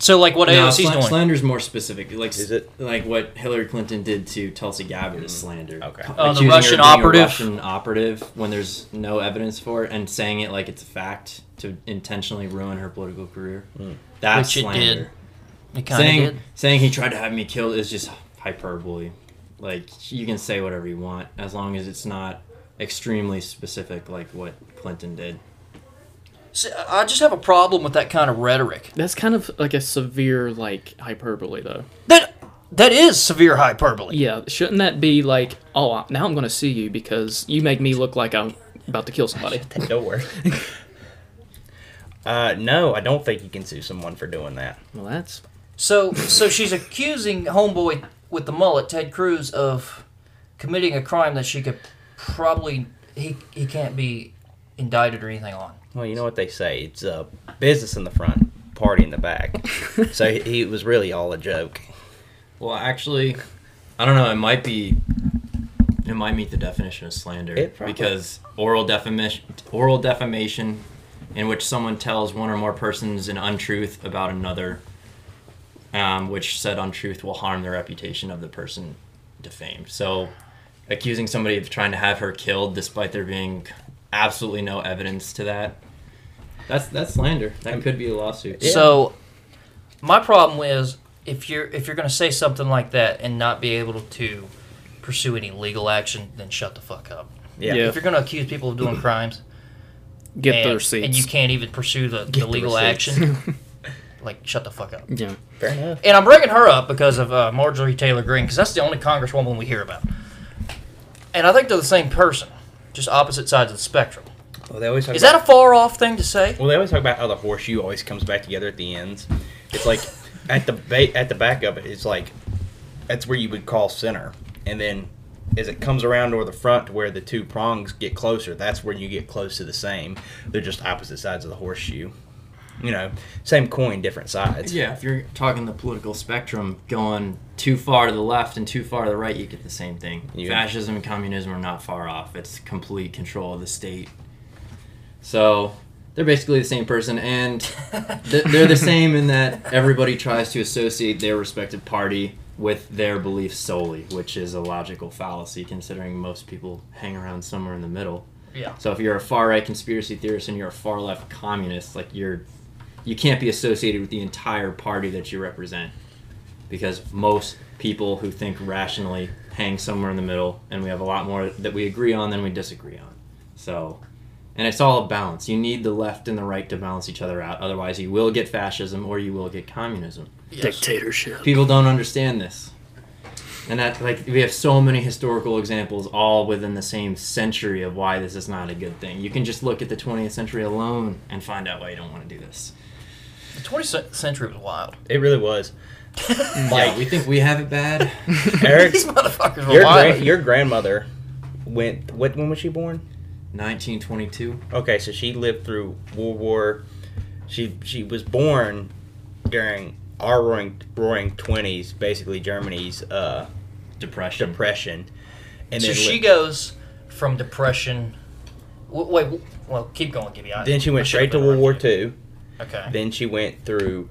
[SPEAKER 1] So like what
[SPEAKER 4] No,
[SPEAKER 1] AOC's
[SPEAKER 4] slan-
[SPEAKER 1] doing.
[SPEAKER 4] slander's more specific. Like
[SPEAKER 2] Is it? Mm.
[SPEAKER 4] like what Hillary Clinton did to Tulsi Gabbard is slander?
[SPEAKER 2] Okay.
[SPEAKER 4] Like,
[SPEAKER 1] Oh, the
[SPEAKER 4] accusing her
[SPEAKER 1] Russian
[SPEAKER 4] of being a
[SPEAKER 1] operative.
[SPEAKER 4] Russian operative when there's no evidence for it, and saying it like it's a fact to intentionally ruin her political career.
[SPEAKER 2] Mm.
[SPEAKER 4] That's
[SPEAKER 1] Which it
[SPEAKER 4] slander.
[SPEAKER 1] did. It kinda
[SPEAKER 4] Saying
[SPEAKER 1] did.
[SPEAKER 4] saying he tried to have me killed is just hyperbole. Like you can say whatever you want as long as it's not extremely specific, like what Clinton did.
[SPEAKER 1] See, I just have a problem with that kind of rhetoric.
[SPEAKER 3] That's kind of like a severe like hyperbole though.
[SPEAKER 1] That that is severe hyperbole.
[SPEAKER 3] Yeah, shouldn't that be like, oh, I- now I'm going to sue you because you make me look like I'm about to kill somebody?
[SPEAKER 2] Don't worry. uh, no, I don't think you can sue someone for doing that.
[SPEAKER 3] Well, that's
[SPEAKER 1] So so she's accusing homeboy with the mullet Ted Cruz of committing a crime that she could probably he he can't be indicted or anything on.
[SPEAKER 2] Well, you know what they say. It's uh, business in the front, party in the back. so he, he was really all a joke.
[SPEAKER 4] Well, actually, I don't know. It might be. It might meet the definition of slander
[SPEAKER 2] It probably-
[SPEAKER 4] because oral defamation, oral defamation, in which someone tells one or more persons an untruth about another, um, which said untruth will harm the reputation of the person defamed. So, accusing somebody of trying to have her killed, despite there being absolutely no evidence to that, that's that's slander. That could be a lawsuit.
[SPEAKER 1] So my problem is if you're if you're going to say something like that and not be able to pursue any legal action, then shut the fuck up.
[SPEAKER 2] Yeah.
[SPEAKER 3] Yeah.
[SPEAKER 1] If you're going to accuse people of doing crimes
[SPEAKER 3] get
[SPEAKER 1] and,
[SPEAKER 3] the
[SPEAKER 1] and you
[SPEAKER 3] receipts.
[SPEAKER 1] can't even pursue the, the legal action, like shut the fuck up.
[SPEAKER 3] yeah,
[SPEAKER 2] Fair enough.
[SPEAKER 1] And I'm bringing her up because of uh, Marjorie Taylor Greene because that's the only Congresswoman we hear about. And I think they're the same person, just opposite sides of the spectrum.
[SPEAKER 2] Well, they always talk
[SPEAKER 1] Is
[SPEAKER 2] about,
[SPEAKER 1] that a far off thing to say?
[SPEAKER 2] well, they always talk about how the horseshoe always comes back together at the ends. It's like at the ba- at the back of it, it's like that's where you would call center, and then as it comes around or the front to where the two prongs get closer, that's where you get close to the same. They're just opposite sides of the horseshoe. You know, same coin, different sides.
[SPEAKER 4] Yeah, if you're talking the political spectrum, going too far to the left and too far to the right, you get the same thing.
[SPEAKER 2] Yeah.
[SPEAKER 4] Fascism and communism are not far off. It's complete control of the state. So they're basically the same person, and th- they're the same in that everybody tries to associate their respective party with their beliefs solely, which is a logical fallacy considering most people hang around somewhere in the middle.
[SPEAKER 1] Yeah.
[SPEAKER 4] So if you're a far right conspiracy theorist and you're a far left communist, like you're you can't be associated with the entire party that you represent because most people who think rationally hangs somewhere in the middle, and we have a lot more that we agree on than we disagree on. So, and it's all a balance. You need the left and the right to balance each other out. Otherwise, you will get fascism or you will get communism.
[SPEAKER 1] Dictatorship.
[SPEAKER 4] People don't understand this. And that, like, we have so many historical examples all within the same century of why this is not a good thing. You can just look at the 20th century alone and find out why you don't want to do this.
[SPEAKER 1] The 20th century was wild.
[SPEAKER 2] It really was.
[SPEAKER 4] Like, we think we have it bad.
[SPEAKER 2] Eric,
[SPEAKER 1] These motherfuckers were
[SPEAKER 2] your,
[SPEAKER 1] wild.
[SPEAKER 2] gran- your grandmother went. What? When was she born?
[SPEAKER 4] 1922.
[SPEAKER 2] Okay, so she lived through World War. She she was born during our roaring roaring twenties, basically Germany's uh,
[SPEAKER 4] Depression.
[SPEAKER 2] depression. And
[SPEAKER 1] so
[SPEAKER 2] then
[SPEAKER 1] she
[SPEAKER 2] li-
[SPEAKER 1] goes from depression. W- wait, w- well, keep going, Gibby. I-
[SPEAKER 2] then she
[SPEAKER 1] I
[SPEAKER 2] went
[SPEAKER 1] should've
[SPEAKER 2] straight to World War
[SPEAKER 1] interrupted
[SPEAKER 2] Two.
[SPEAKER 1] you. Okay.
[SPEAKER 2] Then she went through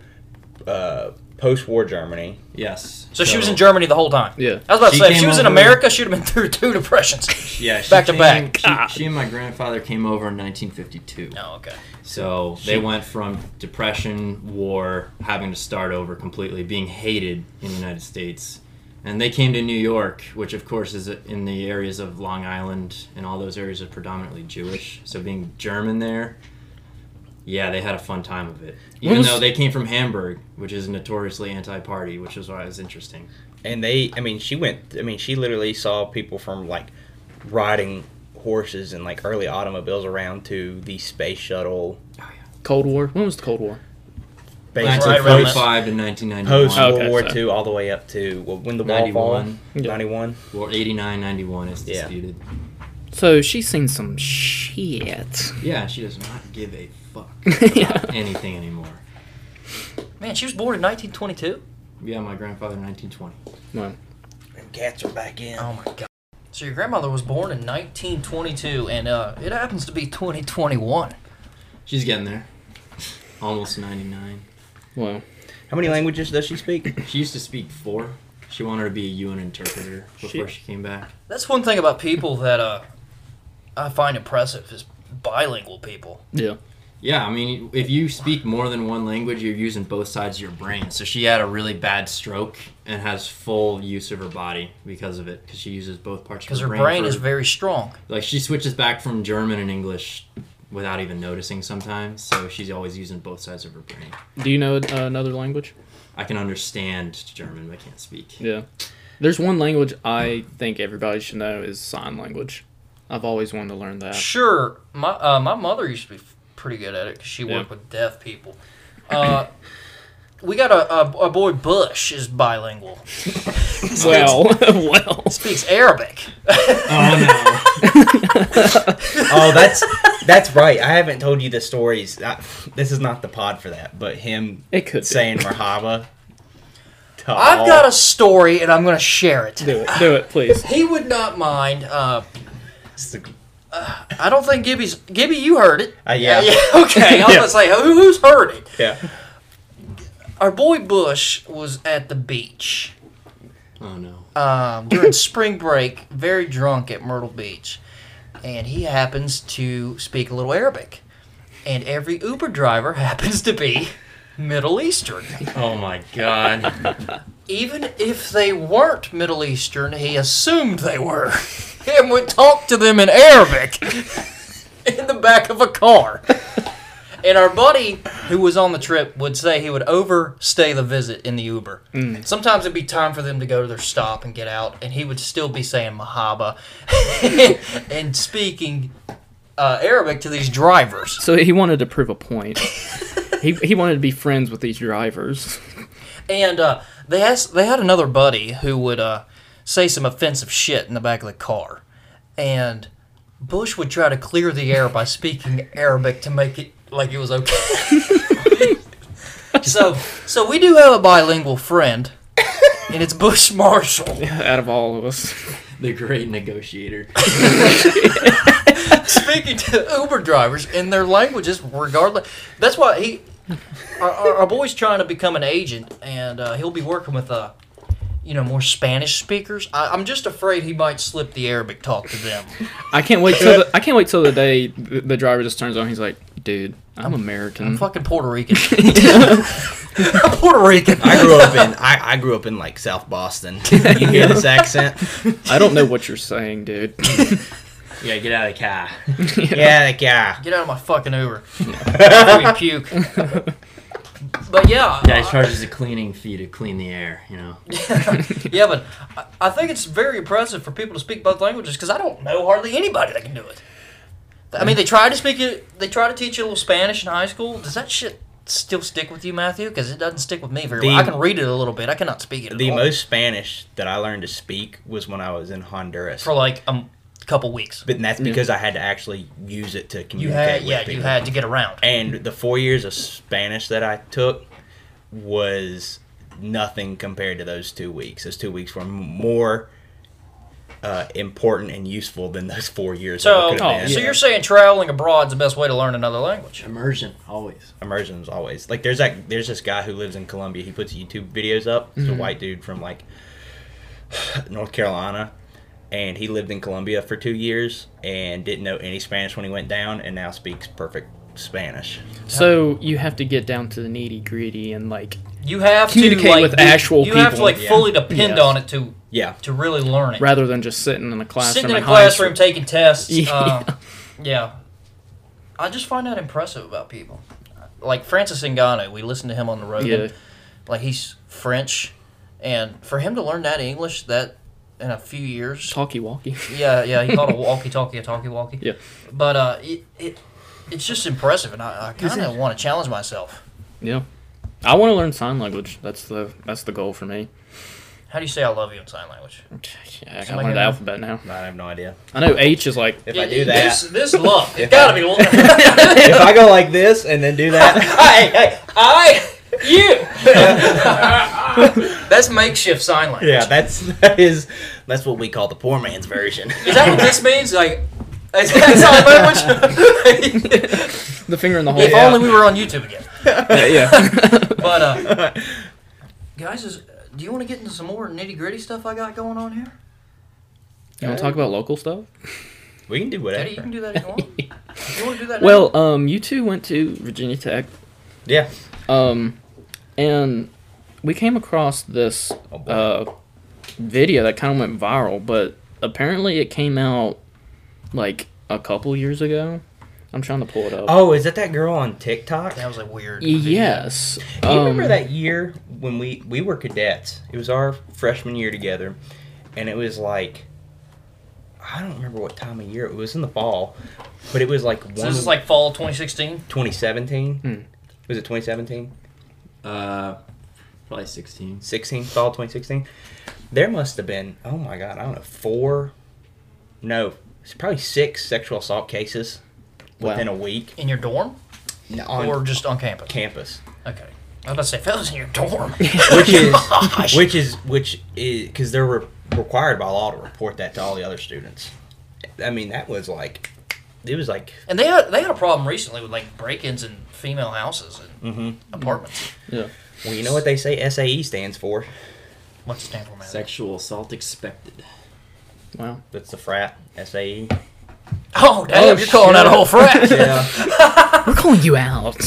[SPEAKER 2] uh, post-war Germany.
[SPEAKER 4] yes.
[SPEAKER 1] so, she was in Germany the whole time.
[SPEAKER 3] Yeah.
[SPEAKER 1] I was about
[SPEAKER 4] She
[SPEAKER 1] to say, if
[SPEAKER 4] came
[SPEAKER 1] she was in
[SPEAKER 4] over-
[SPEAKER 1] America, she'd have been through two depressions.
[SPEAKER 4] Yeah, she
[SPEAKER 1] back to
[SPEAKER 4] came-
[SPEAKER 1] back.
[SPEAKER 4] she- She, and my grandfather came over in 1952.
[SPEAKER 1] Oh, okay.
[SPEAKER 4] So they went from depression, war, having to start over completely, being hated in the United States. And they came to New York, which of course is in the areas of Long Island and all those areas are predominantly Jewish. So being German there, yeah, they had a fun time of it. Even
[SPEAKER 3] was-
[SPEAKER 4] though they came from Hamburg, which is notoriously anti-party, which is why it was interesting.
[SPEAKER 2] and they i mean she went i mean she literally saw people from like riding horses and like early automobiles around to the space shuttle
[SPEAKER 3] Cold War. When was the Cold War?
[SPEAKER 2] basically
[SPEAKER 1] Right around
[SPEAKER 2] post,
[SPEAKER 4] 1945 to
[SPEAKER 2] post
[SPEAKER 4] 1991.
[SPEAKER 2] world
[SPEAKER 3] Okay,
[SPEAKER 2] war
[SPEAKER 3] so-
[SPEAKER 2] ii all the way up to well, when the wall fall
[SPEAKER 4] 91.
[SPEAKER 2] 91
[SPEAKER 4] Well, 89, 91 is
[SPEAKER 2] Yeah.
[SPEAKER 4] disputed.
[SPEAKER 3] So she's seen some shit.
[SPEAKER 4] Yeah, she does not give a fuck
[SPEAKER 3] Yeah.
[SPEAKER 4] about anything anymore.
[SPEAKER 1] Man, she was born in 1922.
[SPEAKER 4] Yeah, my grandfather, 1920.
[SPEAKER 3] Well,
[SPEAKER 2] and cats are back in
[SPEAKER 1] Oh my god. So your grandmother was born in 1922, and uh, it happens to be 2021.
[SPEAKER 4] She's getting there. Almost 99.
[SPEAKER 3] well.
[SPEAKER 2] how many languages does she speak
[SPEAKER 4] She used to speak four. She wanted to be a UN interpreter before
[SPEAKER 2] Shit.
[SPEAKER 4] she came back.
[SPEAKER 1] That's one thing about people that uh, I find impressive is bilingual people.
[SPEAKER 3] Yeah.
[SPEAKER 4] Yeah, I mean, if you speak more than one language, you're using both sides of your brain. So she had a really bad stroke and has full use of her body because of it, because she uses both parts of
[SPEAKER 1] Because
[SPEAKER 4] her,
[SPEAKER 1] her brain
[SPEAKER 4] for-
[SPEAKER 1] is very strong.
[SPEAKER 4] like she switches back from German and English without even noticing sometimes. So she's always using both sides of her brain.
[SPEAKER 3] Do you know uh, another language?
[SPEAKER 4] I can understand German, but I can't speak.
[SPEAKER 3] Yeah. There's one language I think everybody should know is sign language. I've always wanted to learn that.
[SPEAKER 1] Sure, my uh, my mother used to be f- pretty good at it 'cause she worked with deaf people. Uh, we got a, a, a boy Bush is bilingual,
[SPEAKER 3] Well, well.
[SPEAKER 1] speaks Arabic.
[SPEAKER 4] Oh no!
[SPEAKER 2] oh that's that's right i haven't told you the stories I, this is not the pod for that but him
[SPEAKER 3] It could be.
[SPEAKER 2] saying marhaba to all-
[SPEAKER 1] I've got a story and I'm gonna share it.
[SPEAKER 3] Do it. Do it, please.
[SPEAKER 1] He would not mind. Uh,
[SPEAKER 2] It's the-
[SPEAKER 1] I don't think Gibby's Gibby. You heard it.
[SPEAKER 2] Uh, yeah.
[SPEAKER 1] okay, I was
[SPEAKER 2] Yeah.
[SPEAKER 1] gonna say who, who's heard it.
[SPEAKER 2] yeah
[SPEAKER 1] Our boy Bush was at the beach.
[SPEAKER 4] Oh no!
[SPEAKER 1] um, during spring break, very drunk at Myrtle Beach, and he happens to speak a little Arabic, and every Uber driver happens to be Middle Eastern.
[SPEAKER 4] Oh my God!
[SPEAKER 1] Even if they weren't Middle Eastern, he assumed they were, and would talk to them in Arabic in the back of a car. And our buddy who was on the trip would say he would overstay the visit in the Uber. Sometimes it'd be time for them to go to their stop and get out, and he would still be saying Mahaba and speaking uh, Arabic to these drivers.
[SPEAKER 3] So he wanted to prove a point. he, he wanted to be friends with these drivers.
[SPEAKER 1] And uh, they asked, they had another buddy who would uh, say some offensive shit in the back of the car, and Bush would try to clear the air by speaking Arabic to make it like it was okay. so, so we do have a bilingual friend, and it's Bush Marshall.
[SPEAKER 3] Out of all of us.
[SPEAKER 4] The great negotiator.
[SPEAKER 1] speaking to Uber drivers in their languages, regardless. That's why he, our, our, our boy's trying to become an agent, and uh, he'll be working with uh, you know, more Spanish speakers. I, I'm just afraid he might slip the Arabic talk to them.
[SPEAKER 3] I can't wait till the, I can't wait till the day the, the driver just turns on. He's like, "Dude, I'm American.
[SPEAKER 1] Fucking Puerto Rican. Puerto Rican.
[SPEAKER 2] I grew up in I, I grew up in like South Boston. You hear this accent?
[SPEAKER 3] I don't know what you're saying, dude.
[SPEAKER 4] Yeah, get out of the car.
[SPEAKER 2] Yeah, that guy.
[SPEAKER 1] Get out of my fucking Uber. Before you puke. But yeah,
[SPEAKER 4] Yeah, he
[SPEAKER 1] I-
[SPEAKER 4] charges a cleaning fee to clean the air. You know.
[SPEAKER 1] yeah, but I- I think it's very impressive for people to speak both languages because I don't know hardly anybody that can do it. I mean, they try to speak it. They try to teach you a little Spanish in high school. Does that shit still stick with you, Matthew? Because it doesn't stick with me very
[SPEAKER 2] The-
[SPEAKER 1] well. I can read it a little bit. I cannot speak it. At
[SPEAKER 2] The
[SPEAKER 1] all
[SPEAKER 2] most Spanish that I learned to speak was when I was in Honduras.
[SPEAKER 1] for like a m- couple weeks.
[SPEAKER 2] But that's because I had to actually use it to
[SPEAKER 1] You
[SPEAKER 2] communicate
[SPEAKER 1] had,
[SPEAKER 2] with
[SPEAKER 1] yeah,
[SPEAKER 2] people.
[SPEAKER 1] you had to get around.
[SPEAKER 2] And the four years of Spanish that I took was nothing compared to those two weeks. Those two weeks were m- more uh, important and useful than those four years.
[SPEAKER 1] So, oh,
[SPEAKER 2] ever could have been.
[SPEAKER 1] so you're saying traveling abroad is the best way to learn another language?
[SPEAKER 4] Immersion always.
[SPEAKER 2] immersion is always like there's that there's this guy who lives in Colombia. He puts YouTube videos up. He's
[SPEAKER 1] Mm-hmm.
[SPEAKER 2] a white dude from like North Carolina, and he lived in Colombia for two years and didn't know any Spanish when he went down, and now speaks perfect Spanish.
[SPEAKER 3] So you have to get down to the nitty gritty and like
[SPEAKER 1] You have to
[SPEAKER 3] Communicate
[SPEAKER 1] like,
[SPEAKER 3] with
[SPEAKER 1] be-
[SPEAKER 3] actual
[SPEAKER 1] You have to
[SPEAKER 3] people.
[SPEAKER 1] like
[SPEAKER 2] Yeah.
[SPEAKER 1] fully depend
[SPEAKER 3] Yes.
[SPEAKER 1] on it to
[SPEAKER 2] Yeah,
[SPEAKER 1] to really learn it.
[SPEAKER 3] rather than just sitting in a classroom.
[SPEAKER 1] sitting in a
[SPEAKER 3] and high
[SPEAKER 1] classroom taking tests.
[SPEAKER 3] Yeah.
[SPEAKER 1] Uh, yeah. I just find that impressive about people. Like Francis Ngannou, we listened to him on the road.
[SPEAKER 3] school. Yeah,
[SPEAKER 1] Like he's French, and for him to learn that English that in a few years,
[SPEAKER 3] talkie walkie.
[SPEAKER 1] yeah, yeah, he called a walkie-talkie a talkie-walkie.
[SPEAKER 3] Yeah.
[SPEAKER 1] But uh, it, it it's just impressive, and I, I kind of want to challenge myself.
[SPEAKER 3] Yeah, I want to learn sign language. That's the that's the goal for me.
[SPEAKER 1] How do you say "I love you" in sign language?
[SPEAKER 3] Yeah, I gotta
[SPEAKER 1] Somebody
[SPEAKER 3] learn the
[SPEAKER 1] know?
[SPEAKER 3] alphabet now.
[SPEAKER 2] I have no idea.
[SPEAKER 3] I know H is like
[SPEAKER 2] If
[SPEAKER 1] Yeah,
[SPEAKER 2] I do
[SPEAKER 1] This,
[SPEAKER 2] that,
[SPEAKER 1] this love,
[SPEAKER 2] If
[SPEAKER 1] it's gotta
[SPEAKER 2] I-
[SPEAKER 1] be one.
[SPEAKER 2] if I go like this and then do that,
[SPEAKER 1] hey, hey, I, you. That's makeshift sign language.
[SPEAKER 2] yeah, that's that is that's what we call the poor man's version.
[SPEAKER 1] Is that what this means? Like, is that sign language?
[SPEAKER 3] the finger in the hole.
[SPEAKER 1] if only we were on YouTube again.
[SPEAKER 3] yeah. yeah.
[SPEAKER 1] But, uh, guys, is, do you want to get into some more nitty gritty stuff I got going on here?
[SPEAKER 3] you want to talk about local stuff?
[SPEAKER 2] We can do
[SPEAKER 1] Eddie, you
[SPEAKER 2] whatever.
[SPEAKER 1] can do that if you want. You want to do that? now?
[SPEAKER 3] Well, um, you two went to Virginia Tech,
[SPEAKER 2] Yeah.
[SPEAKER 3] um, and we came across this
[SPEAKER 2] Oh, boy.
[SPEAKER 3] uh, video that kind of went viral, but apparently it came out like a couple years ago. I'm trying to pull it up.
[SPEAKER 2] oh, is that that girl on TikTok?
[SPEAKER 1] that was a weird.
[SPEAKER 3] yes.
[SPEAKER 2] Do you remember
[SPEAKER 3] um,
[SPEAKER 2] that year when we we were cadets? It was our freshman year together, and it was like I don't remember what time of year it was in the fall, but it was like one
[SPEAKER 1] So this is like fall 2016.
[SPEAKER 2] 2017.
[SPEAKER 3] Hmm.
[SPEAKER 2] Was it 2017?
[SPEAKER 4] Uh, probably sixteen.
[SPEAKER 2] 16 fall 2016. There must have been oh my god I don't know four, no it's probably six sexual assault cases
[SPEAKER 3] Wow.
[SPEAKER 2] within a week
[SPEAKER 1] In your dorm
[SPEAKER 2] n- on
[SPEAKER 1] or just on campus?
[SPEAKER 2] campus.
[SPEAKER 1] Okay. I was about to say, if that was in your dorm.
[SPEAKER 2] which is
[SPEAKER 1] Gosh.
[SPEAKER 2] which is which is because they're re- required by law to report that to all the other students. I mean, that was like it was like
[SPEAKER 1] And they had they had a problem recently with like break-ins in female houses and apartments.
[SPEAKER 3] Yeah.
[SPEAKER 2] well, you know what they say SAE stands for.
[SPEAKER 1] What's it stand for, man?
[SPEAKER 4] Sexual assault expected.
[SPEAKER 3] Wow.
[SPEAKER 2] That's the frat E. SAE.
[SPEAKER 1] Oh damn!
[SPEAKER 3] Oh,
[SPEAKER 1] you're calling out a
[SPEAKER 3] shit.
[SPEAKER 1] whole frat.
[SPEAKER 2] Yeah,
[SPEAKER 3] We're calling you out.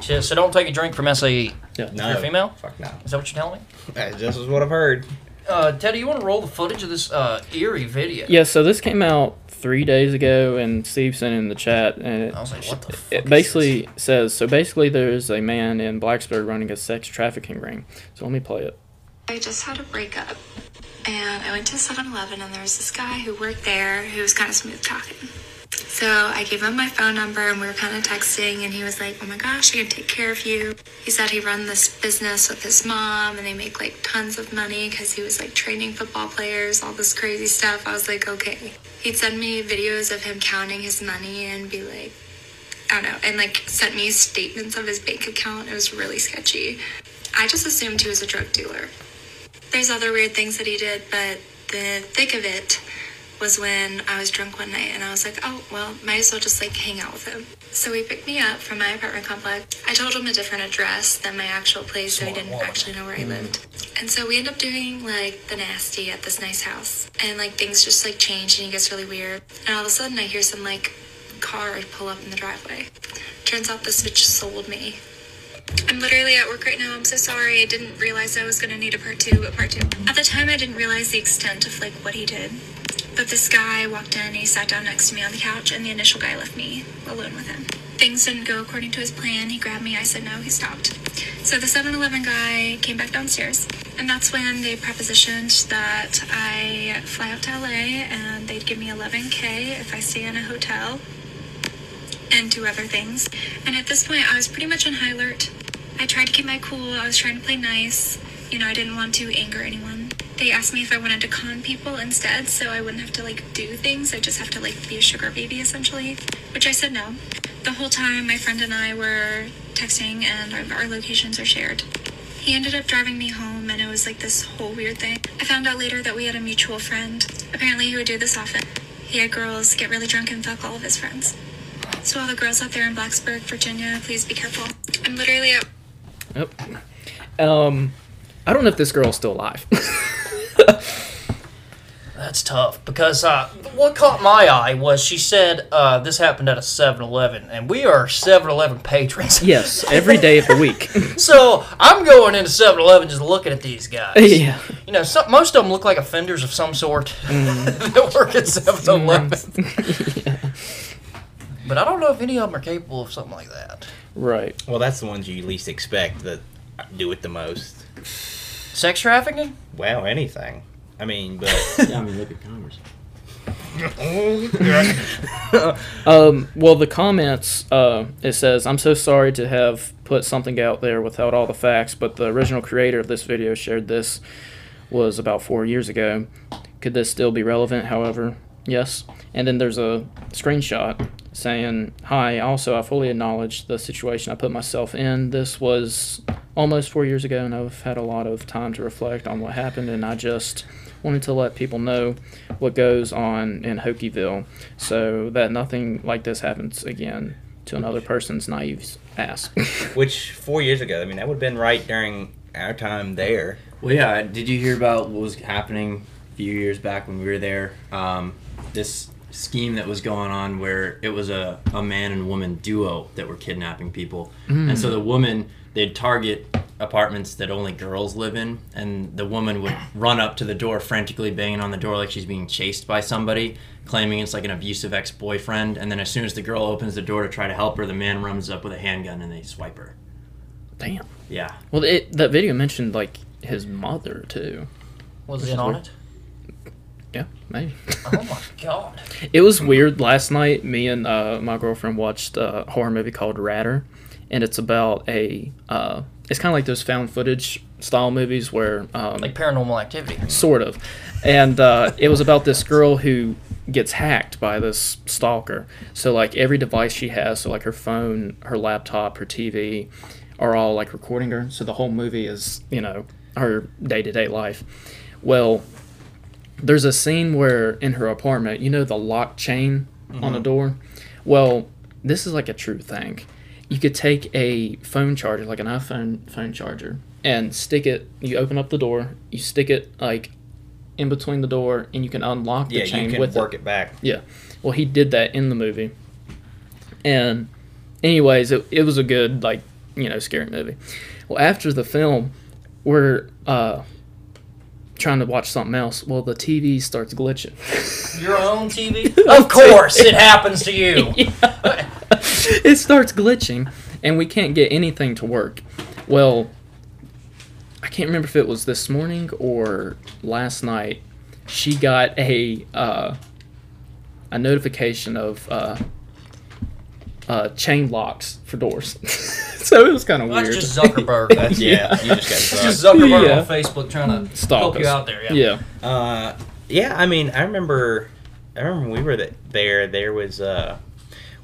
[SPEAKER 1] Shit, So don't take a drink from SAE.
[SPEAKER 2] no,
[SPEAKER 1] You're female?
[SPEAKER 2] Fuck no.
[SPEAKER 1] Is that what you're telling me?
[SPEAKER 2] That's just is what I've heard.
[SPEAKER 1] Uh, Teddy, you want to roll the footage of this uh, eerie video?
[SPEAKER 3] yeah. So this came out three days ago, and Steve sent it in the chat, and it,
[SPEAKER 1] I was like, what the? Fuck
[SPEAKER 3] it
[SPEAKER 1] is
[SPEAKER 3] basically says so. Basically, there's a man in Blacksburg running a sex trafficking ring. So let me play it.
[SPEAKER 5] I just had a breakup and I went to 7 Eleven and there was this guy who worked there who was kind of smooth talking. So I gave him my phone number and we were kind of texting and he was like, oh my gosh, I can take care of you. He said he run this business with his mom and they make like tons of money because he was like training football players, all this crazy stuff. I was like, okay. He'd send me videos of him counting his money and be like, I don't know, and like sent me statements of his bank account. It was really sketchy. I just assumed he was a drug dealer there's other weird things that he did, but the thick of it was when I was drunk one night and I was like, oh, well, might as well just like hang out with him. So he picked me up from my apartment complex. I told him a different address than my actual place, so he didn't actually know where I lived. And so we end up doing like the nasty at this nice house. And like things just like change and he gets really weird. And all of a sudden I hear some like car pull up in the driveway. Turns out this bitch sold me. I'm literally at work right now. I'm so sorry. I didn't realize I was gonna need a part two, but part two. At the time, I didn't realize the extent of like what he did. But this guy walked in and he sat down next to me on the couch, and the initial guy left me alone with him. Things didn't go according to his plan. He grabbed me. I said no. He stopped. So the 7 Eleven guy came back downstairs, and that's when they propositioned that I fly out to LA and they'd give me 11K if I stay in a hotel and do other things. And at this point, I was pretty much on high alert. I tried to keep my cool, I was trying to play nice. You know, I didn't want to anger anyone. They asked me if I wanted to con people instead, so I wouldn't have to like do things. I just have to like be a sugar baby essentially, which I said no. The whole time, my friend and I were texting, and our, our locations are shared. He ended up driving me home, and it was like this whole weird thing. I found out later that we had a mutual friend. Apparently, he would do this often. He had girls get really drunk and fuck all of his friends. So all the girls out there in Blacksburg, Virginia, please be careful. I'm literally at
[SPEAKER 3] Yep. Um, I don't know if this girl's still alive.
[SPEAKER 1] That's tough because uh, what caught my eye was she said uh, this happened at a 7 Eleven, and we are 7 Eleven patrons.
[SPEAKER 3] yes, every day of the week.
[SPEAKER 1] So I'm going into 7 Eleven just looking at these guys.
[SPEAKER 3] yeah.
[SPEAKER 1] You know, some, most of them look like offenders of some sort
[SPEAKER 3] Mm.
[SPEAKER 1] that work at 7 Eleven. But I don't know if any of them are capable of something like that.
[SPEAKER 3] Right.
[SPEAKER 2] Well, that's the ones you least expect that do it the most.
[SPEAKER 1] Sex trafficking?
[SPEAKER 2] Well, anything. I mean, but
[SPEAKER 4] Yeah, I mean, look at Congress.
[SPEAKER 3] Um, well, the comments, uh, it says, I'm so sorry to have put something out there without all the facts, but the original creator of this video shared this was about four years ago. Could this still be relevant, however? Yes. And then there's a screenshot saying, Hi, also, I fully acknowledge the situation I put myself in. This was almost four years ago, and I've had a lot of time to reflect on what happened, and I just wanted to let people know what goes on in Hokieville so that nothing like this happens again to another person's naive ass.
[SPEAKER 2] which four years ago? I mean, that would have been right during our time there.
[SPEAKER 4] Well, yeah. Did you hear about what was happening a few years back when we were there? Um, this scheme that was going on where it was a, a man and woman duo that were kidnapping people. And so the woman, they'd target apartments that only girls live in, and the woman would run up to the door frantically banging on the door like she's being chased by somebody, claiming it's like an abusive ex boyfriend. And then as soon as the girl opens the door to try to help her, the man runs up with a handgun and they swipe her.
[SPEAKER 3] Damn.
[SPEAKER 4] Yeah.
[SPEAKER 3] Well, it, that video mentioned, like, his mother, too.
[SPEAKER 1] Was in on it?
[SPEAKER 3] Yeah, maybe.
[SPEAKER 1] Oh my god.
[SPEAKER 3] It was weird. Last night, me and uh, my girlfriend watched a horror movie called Ratter, and it's about a. Uh, it's kind of like those found footage style movies where, um,
[SPEAKER 1] Like paranormal activity.
[SPEAKER 3] sort of, and uh, it was about this girl who gets hacked by this stalker. So like every device she has, so like her phone, her laptop, her TV, are all like recording her. So the whole movie is you know her day to day life. Well, there's a scene where in her apartment, you know, the lock chain
[SPEAKER 2] Mm-hmm.
[SPEAKER 3] on a door. Well, this is like a true thing. You could take a phone charger, like an iPhone phone charger, and stick it. You open up the door, you stick it like in between the door, and you can unlock the
[SPEAKER 2] Yeah,
[SPEAKER 3] chain
[SPEAKER 2] you can
[SPEAKER 3] with
[SPEAKER 2] work it back.
[SPEAKER 3] yeah. Well, he did that in the movie. And, anyways, it, it was a good, like, you know, scary movie. Well, after the film, we're uh, trying to watch something else. Well, the TV starts glitching.
[SPEAKER 1] Your own TV? of course, it happens to you.
[SPEAKER 3] it starts glitching, and we can't get anything to work. Well, I can't remember if it was this morning or last night. She got a uh, a notification of uh, uh, chain locks for doors, so it was kind of
[SPEAKER 1] That's
[SPEAKER 3] weird.
[SPEAKER 1] just Zuckerberg.
[SPEAKER 2] That's, yeah. you just got
[SPEAKER 1] It's just Zuckerberg on
[SPEAKER 3] Yeah.
[SPEAKER 1] Facebook trying to
[SPEAKER 3] Stalk
[SPEAKER 1] help you
[SPEAKER 3] us.
[SPEAKER 1] out there. Yeah.
[SPEAKER 3] yeah,
[SPEAKER 2] Uh, yeah, I mean, I remember, I remember when we were th- there. There was uh,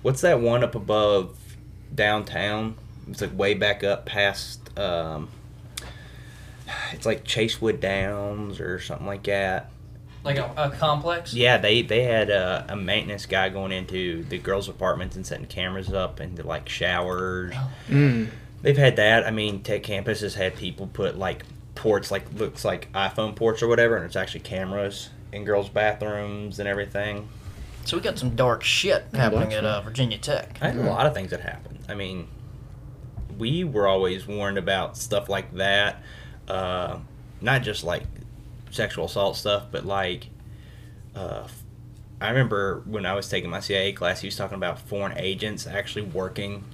[SPEAKER 2] what's that one up above downtown? It's like way back up past. Um, it's like Chasewood Downs or something like that.
[SPEAKER 1] Like a, a complex.
[SPEAKER 2] Yeah, they they had a, a maintenance guy going into the girls' apartments and setting cameras up into like showers.
[SPEAKER 3] Mm.
[SPEAKER 2] They've had that. I mean, Tech Campus has had people put like ports, like looks like iPhone ports or whatever, and it's actually cameras in girls' bathrooms and everything.
[SPEAKER 1] So we got some dark shit happening
[SPEAKER 3] that's
[SPEAKER 1] at uh, Virginia Tech.
[SPEAKER 2] I had a lot of things that happened. I mean, we were always warned about stuff like that. Uh, not just like sexual assault stuff, but like uh, I remember when I was taking my CIA class, he was talking about foreign agents actually working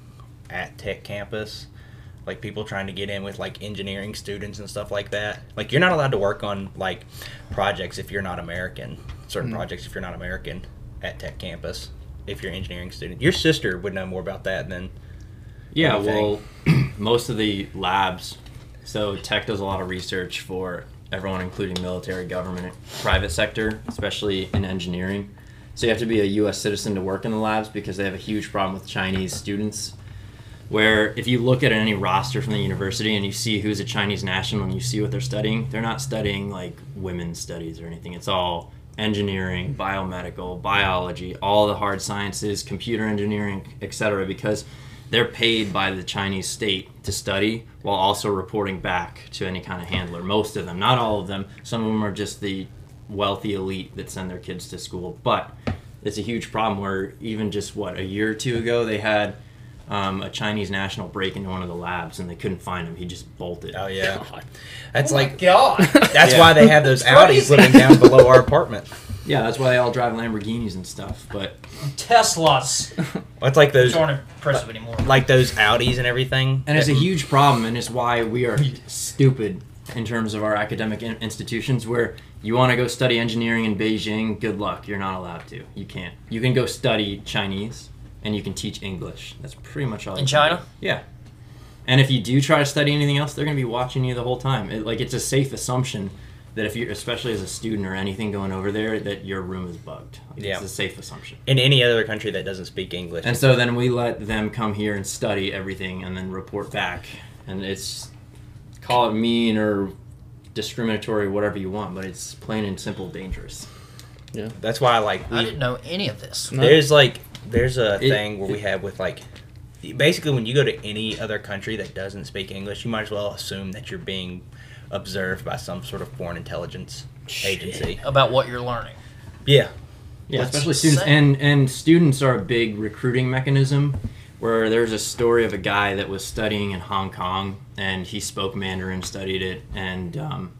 [SPEAKER 2] at tech campus, like people trying to get in with like engineering students and stuff like that. Like you're not allowed to work on like projects if you're not American, certain projects if you're not American at tech campus. If you're an engineering student, your sister would know more about that than
[SPEAKER 4] Yeah,
[SPEAKER 2] anything.
[SPEAKER 4] well, most of the labs. So tech does a lot of research for everyone, including military, government, private sector, especially in engineering. So you have to be a U.S. citizen to work in the labs because they have a huge problem with Chinese students. Where if you look at any roster from the university and you see who's a Chinese national and you see what they're studying, they're not studying like women's studies or anything. It's all engineering, biomedical, biology, all the hard sciences, computer engineering, etc. Because they're paid by the Chinese state to study while also reporting back to any kind of handler. Most of them, not all of them. Some of them are just the wealthy elite that send their kids to school. But it's a huge problem where even just what a year or two ago they had um, a Chinese national break into one of the labs and they couldn't find him. He just bolted.
[SPEAKER 2] Oh yeah, that's like
[SPEAKER 6] God.
[SPEAKER 2] that's why they have those Audis living down below our apartment.
[SPEAKER 4] Yeah, that's why they all drive Lamborghinis and stuff. But
[SPEAKER 6] Teslas
[SPEAKER 2] That's like those
[SPEAKER 6] aren't impressive anymore.
[SPEAKER 2] like those Audis and everything.
[SPEAKER 4] and it's a huge problem, and it's why we are stupid in terms of our academic in- institutions. Where you want to go study engineering in Beijing, good luck. You're not allowed to. You can't. You can go study Chinese, and you can teach English. That's pretty much all. you
[SPEAKER 6] In
[SPEAKER 4] can
[SPEAKER 6] China?
[SPEAKER 4] do. Yeah. And if you do try to study anything else, they're going to be watching you the whole time. It, like it's a safe assumption that if you, are especially as a student or anything going over there, that your room is bugged. Like,
[SPEAKER 2] Yeah.
[SPEAKER 4] It's a safe assumption.
[SPEAKER 2] in any other country that doesn't speak English.
[SPEAKER 4] And so then we let them come here and study everything and then report back. And it's call it mean or discriminatory, whatever you want, but it's plain and simple dangerous.
[SPEAKER 2] That's why like
[SPEAKER 6] I
[SPEAKER 2] we,
[SPEAKER 6] didn't know any of this.
[SPEAKER 2] there's like there's a
[SPEAKER 4] It-
[SPEAKER 2] thing where we have with like basically when you go to any other country that doesn't speak English, you might as well assume that you're being observed by some sort of foreign intelligence agency.
[SPEAKER 6] About what you're learning.
[SPEAKER 2] Yeah.
[SPEAKER 4] Yeah,
[SPEAKER 6] That's
[SPEAKER 4] especially students.
[SPEAKER 6] insane.
[SPEAKER 4] And and students are a big recruiting mechanism. Where there's a story of a guy that was studying in Hong Kong and he spoke Mandarin, studied it, and um,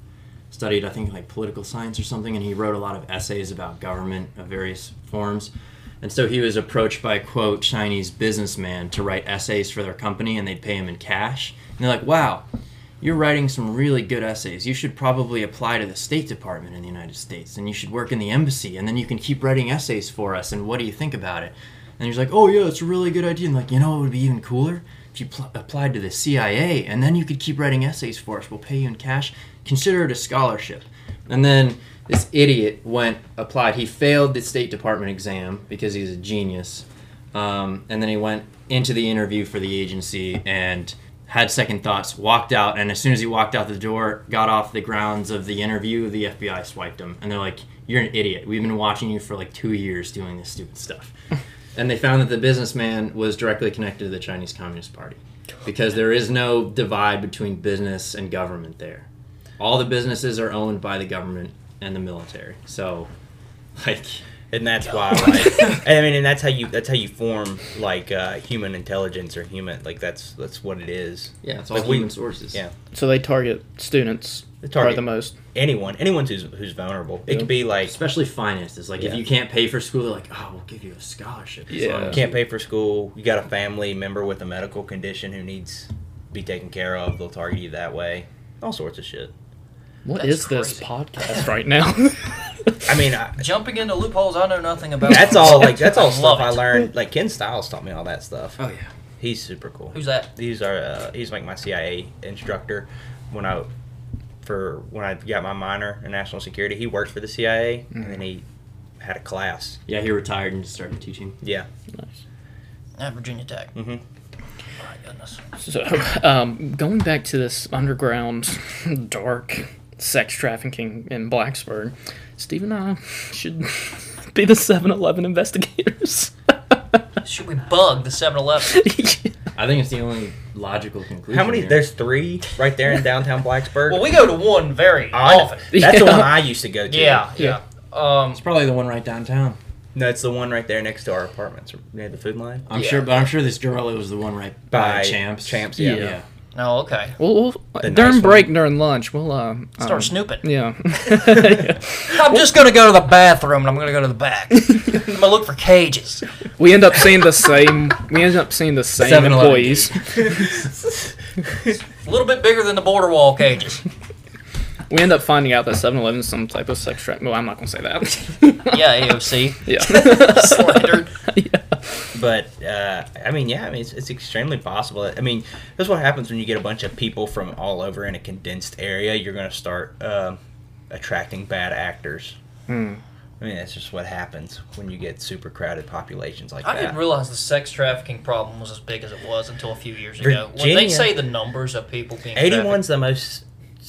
[SPEAKER 4] studied I think like political science or something, and he wrote a lot of essays about government of various forms. And so he was approached by quote Chinese businessman to write essays for their company, and they'd pay him in cash. And they're like, "Wow, you're writing some really good essays. You should probably apply to the State Department in the United States, and you should work in the embassy, and then you can keep writing essays for us. And what do you think about it? And he's like, "Oh yeah, it's a really good idea." And like, you know, what would be even cooler if you pl- applied to the CIA, and then you could keep writing essays for us. We'll pay you in cash. Consider it a scholarship. And then this idiot went applied. He failed the State Department exam because he's a genius. Um, and then he went into the interview for the agency and had second thoughts, walked out, and as soon as he walked out the door, got off the grounds of the interview, the FBI swiped him. And they're like, You're an idiot. We've been watching you for like two years doing this stupid stuff. and they found that the businessman was directly connected to the Chinese Communist Party because there is no divide between business and government there. All the businesses are owned by the government and the military. So, like,
[SPEAKER 2] And that's why like and I mean and that's how you that's how you form like uh, human intelligence or human like that's that's what it is.
[SPEAKER 4] yeah, it's all
[SPEAKER 2] Like we-
[SPEAKER 4] human sources.
[SPEAKER 2] yeah.
[SPEAKER 3] So they target students
[SPEAKER 2] They
[SPEAKER 3] target.
[SPEAKER 2] target-
[SPEAKER 3] the most. anyone
[SPEAKER 2] Anyone anyone who's who's vulnerable. It
[SPEAKER 3] Yeah.
[SPEAKER 2] could be like
[SPEAKER 4] especially finances. Like if
[SPEAKER 2] Yeah.
[SPEAKER 4] you can't pay for school, they're like, "Oh, we'll give you a scholarship." as
[SPEAKER 3] Yeah.
[SPEAKER 4] long as
[SPEAKER 2] can't pay for school. You got a family member with a medical condition who needs to be taken care of. They'll target you that way. All sorts of shit.
[SPEAKER 3] What
[SPEAKER 6] That's
[SPEAKER 3] is this
[SPEAKER 6] crazy.
[SPEAKER 3] podcast right now?
[SPEAKER 2] I mean, I,
[SPEAKER 6] Jumping into loopholes I know nothing about.
[SPEAKER 2] that's all. Like that's all stuff
[SPEAKER 6] love
[SPEAKER 2] I
[SPEAKER 6] it.
[SPEAKER 2] learned. Like Ken Styles taught me all that stuff.
[SPEAKER 4] Oh yeah.
[SPEAKER 2] He's super cool.
[SPEAKER 6] Who's that?
[SPEAKER 2] He's our. Uh, he's like my CIA instructor. When I for when I got my minor in national security, he worked for the CIA,
[SPEAKER 6] Mm.
[SPEAKER 2] and then he had a class.
[SPEAKER 4] Yeah, he retired and just started teaching.
[SPEAKER 2] Yeah.
[SPEAKER 6] At Virginia Tech.
[SPEAKER 2] Mm-hmm.
[SPEAKER 6] My goodness.
[SPEAKER 3] so, um, going back to this underground, dark sex trafficking in Blacksburg, Steve and I should be the 7 Eleven investigators.
[SPEAKER 6] Should we bug the 7 Eleven?
[SPEAKER 4] I think it's the only logical conclusion.
[SPEAKER 2] How many?
[SPEAKER 4] here.
[SPEAKER 2] There's three right there in downtown Blacksburg.
[SPEAKER 6] Well, we go to one very
[SPEAKER 2] I-
[SPEAKER 6] often.
[SPEAKER 2] that's the
[SPEAKER 3] Yeah.
[SPEAKER 2] one I used to go to.
[SPEAKER 6] Yeah, yeah. Um,
[SPEAKER 4] It's probably the one right downtown.
[SPEAKER 2] No, it's the one right there next to our apartments, near the food line.
[SPEAKER 4] I'm
[SPEAKER 1] Yeah.
[SPEAKER 4] sure, but I'm sure this Jarella was the one right by,
[SPEAKER 2] By
[SPEAKER 4] Champs.
[SPEAKER 2] Champs, yeah.
[SPEAKER 4] yeah.
[SPEAKER 1] Oh, okay.
[SPEAKER 3] We'll,
[SPEAKER 2] The
[SPEAKER 3] we'll during
[SPEAKER 2] nice
[SPEAKER 3] break, during lunch, we'll uh,
[SPEAKER 1] Start
[SPEAKER 3] um,
[SPEAKER 1] snooping.
[SPEAKER 3] Yeah,
[SPEAKER 1] I'm just gonna go to the bathroom and I'm gonna go to the back. I'm gonna look for cages.
[SPEAKER 3] we end up seeing the same. We end up seeing the same
[SPEAKER 4] 7-Eleven
[SPEAKER 3] employees.
[SPEAKER 1] A little bit bigger than the border wall cages.
[SPEAKER 3] We end up finding out that 7-Eleven is some type of sex trafficking. Well, I'm not gonna say that.
[SPEAKER 1] Yeah, AOC.
[SPEAKER 3] yeah.
[SPEAKER 1] Slandered.
[SPEAKER 2] But uh, I mean, yeah, I mean, it's, it's extremely possible. I mean, that's what happens when you get a bunch of people from all over in a condensed area. You're going to start um attracting bad actors. I mean, that's just what happens when you get super crowded populations like
[SPEAKER 1] I
[SPEAKER 2] that.
[SPEAKER 1] didn't realize the sex trafficking problem was as big as it was until a few years ago. When they
[SPEAKER 2] Virginia-
[SPEAKER 1] say the numbers of people being
[SPEAKER 2] 81's the most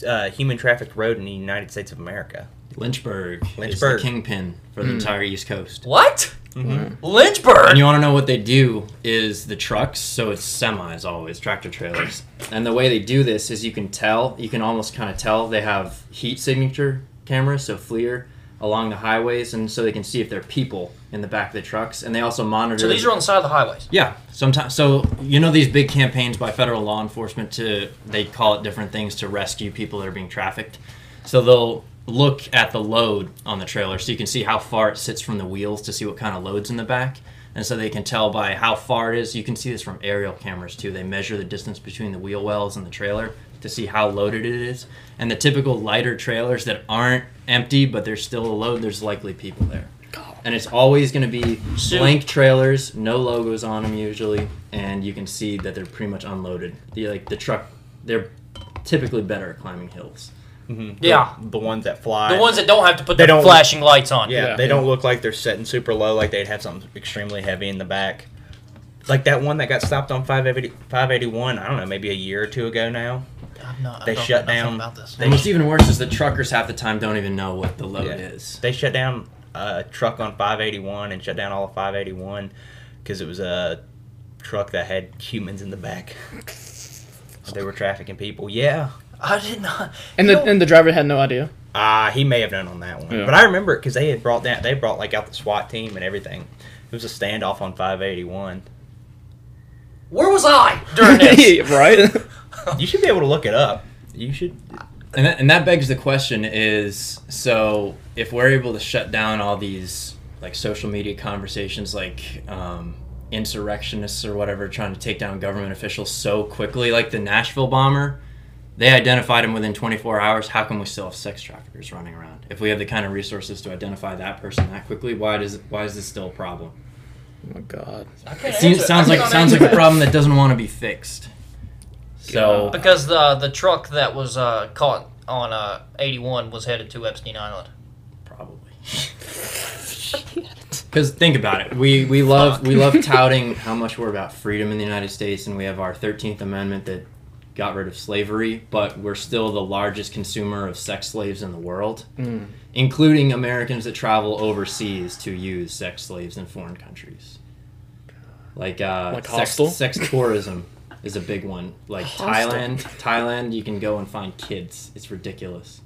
[SPEAKER 2] uh, human trafficked road in the United States of America.
[SPEAKER 4] Lynchburg. Is the
[SPEAKER 2] Lynchburg.
[SPEAKER 4] kingpin for the entire East Coast.
[SPEAKER 1] What?
[SPEAKER 4] And
[SPEAKER 1] Mm-hmm. Lynchburg.
[SPEAKER 4] you want to know what they do is the trucks, so it's semis always, tractor trailers. And the way they do this is you can tell, you can almost kind of tell they have heat signature cameras, so FLIR, along the highways, and so they can see if there are people in the back of the trucks. And they also monitor.
[SPEAKER 1] So these are on the side of the highways.
[SPEAKER 4] Yeah, sometimes. So you know these big campaigns by federal law enforcement to they call it different things to rescue people that are being trafficked. So they'll look at the load on the trailer so you can see how far it sits from the wheels to see what kind of loads in the back. And so they can tell by how far it is. You can see this from aerial cameras too. They measure the distance between the wheel wells and the trailer to see how loaded it is. And the typical lighter trailers that aren't empty but there's still a load, there's likely people there and it's always going to be
[SPEAKER 1] So-
[SPEAKER 4] blank trailers, no logos on them usually, and you can see that they're pretty much unloaded. The like the truck, they're typically better at climbing hills.
[SPEAKER 1] Yeah.
[SPEAKER 2] The ones that fly.
[SPEAKER 1] The ones that don't have to put
[SPEAKER 2] They
[SPEAKER 1] the
[SPEAKER 2] don't-
[SPEAKER 1] flashing lights on.
[SPEAKER 2] Yeah,
[SPEAKER 3] Yeah.
[SPEAKER 2] they don't look like they're sitting super low, like they'd have something extremely heavy in the back. Like that one that got stopped on 580, 581, I don't know, maybe a year or two ago now.
[SPEAKER 1] I'm not, I
[SPEAKER 2] They
[SPEAKER 1] don't
[SPEAKER 2] shut
[SPEAKER 1] know nothing
[SPEAKER 2] down-
[SPEAKER 1] about this.
[SPEAKER 4] And what's even worse is the truckers half the time don't even know what the load
[SPEAKER 2] Yeah.
[SPEAKER 4] is.
[SPEAKER 2] They shut down a truck on 581 and shut down all of 581 because it was a truck that had humans in the back. they were trafficking people. Yeah.
[SPEAKER 1] I did not.
[SPEAKER 3] and
[SPEAKER 1] you
[SPEAKER 3] the
[SPEAKER 1] know-
[SPEAKER 3] and the driver had no idea.
[SPEAKER 2] Ah, he may have known on that one,
[SPEAKER 3] Yeah.
[SPEAKER 2] but I remember it because they had brought down, they brought like out the SWAT team and everything. It was a standoff on 581.
[SPEAKER 1] where was I during this?
[SPEAKER 3] right? Oh
[SPEAKER 1] Oh.
[SPEAKER 2] You should be able to look it up. You should.
[SPEAKER 4] And that, and that begs the question: Is so if we're able to shut down all these like social media conversations, like um, insurrectionists or whatever, trying to take down government officials so quickly, like the Nashville bomber, they identified him within 24 hours. How can we still have sex traffickers running around if we have the kind of resources to identify that person that quickly? Why does why is this still a problem?
[SPEAKER 3] Oh my god.
[SPEAKER 1] I can't
[SPEAKER 4] It seems,
[SPEAKER 1] answer
[SPEAKER 4] sounds
[SPEAKER 1] I
[SPEAKER 4] like
[SPEAKER 1] cannot
[SPEAKER 4] sounds like
[SPEAKER 1] answer
[SPEAKER 4] a problem that doesn't want to be fixed. So
[SPEAKER 1] Because the the truck that was uh, caught on uh, 81 was headed to Epstein Island.
[SPEAKER 4] Probably. Because think about it, we we love we love touting how much we're about freedom in the United States, and we have our Thirteenth Amendment that got rid of slavery, but we're still the largest consumer of sex slaves in the world,
[SPEAKER 3] Hmm.
[SPEAKER 4] including Americans that travel overseas to use sex slaves in foreign countries. Like uh,
[SPEAKER 3] Like
[SPEAKER 4] sex,
[SPEAKER 3] hostel?
[SPEAKER 4] sex tourism is a big one. Like Thailand, Thailand, you can go and find kids. It's ridiculous.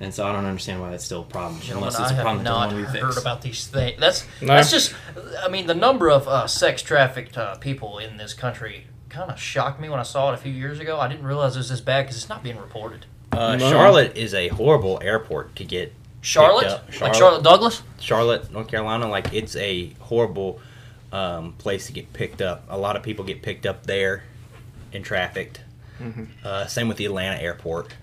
[SPEAKER 4] And so I don't understand why that's still a problem,
[SPEAKER 1] Gentlemen,
[SPEAKER 4] unless
[SPEAKER 1] I
[SPEAKER 4] it's a
[SPEAKER 1] have
[SPEAKER 4] problem that
[SPEAKER 1] not
[SPEAKER 4] doesn't want to be
[SPEAKER 1] heard
[SPEAKER 4] fixed.
[SPEAKER 1] about these things. That's
[SPEAKER 3] No.
[SPEAKER 1] that's just. I mean, the number of uh, sex trafficked uh, people in this country kind of shocked me when I saw it a few years ago. I didn't realize it was this bad because it's not being reported.
[SPEAKER 2] Uh,
[SPEAKER 3] No.
[SPEAKER 2] Charlotte is a horrible airport to get.
[SPEAKER 1] Charlotte,
[SPEAKER 2] up.
[SPEAKER 1] like
[SPEAKER 2] Charlotte.
[SPEAKER 1] Charlotte Douglas.
[SPEAKER 2] Charlotte, North Carolina, like it's a horrible um, place to get picked up. A lot of people get picked up there and trafficked.
[SPEAKER 3] Mm-hmm.
[SPEAKER 2] Uh, same with the Atlanta airport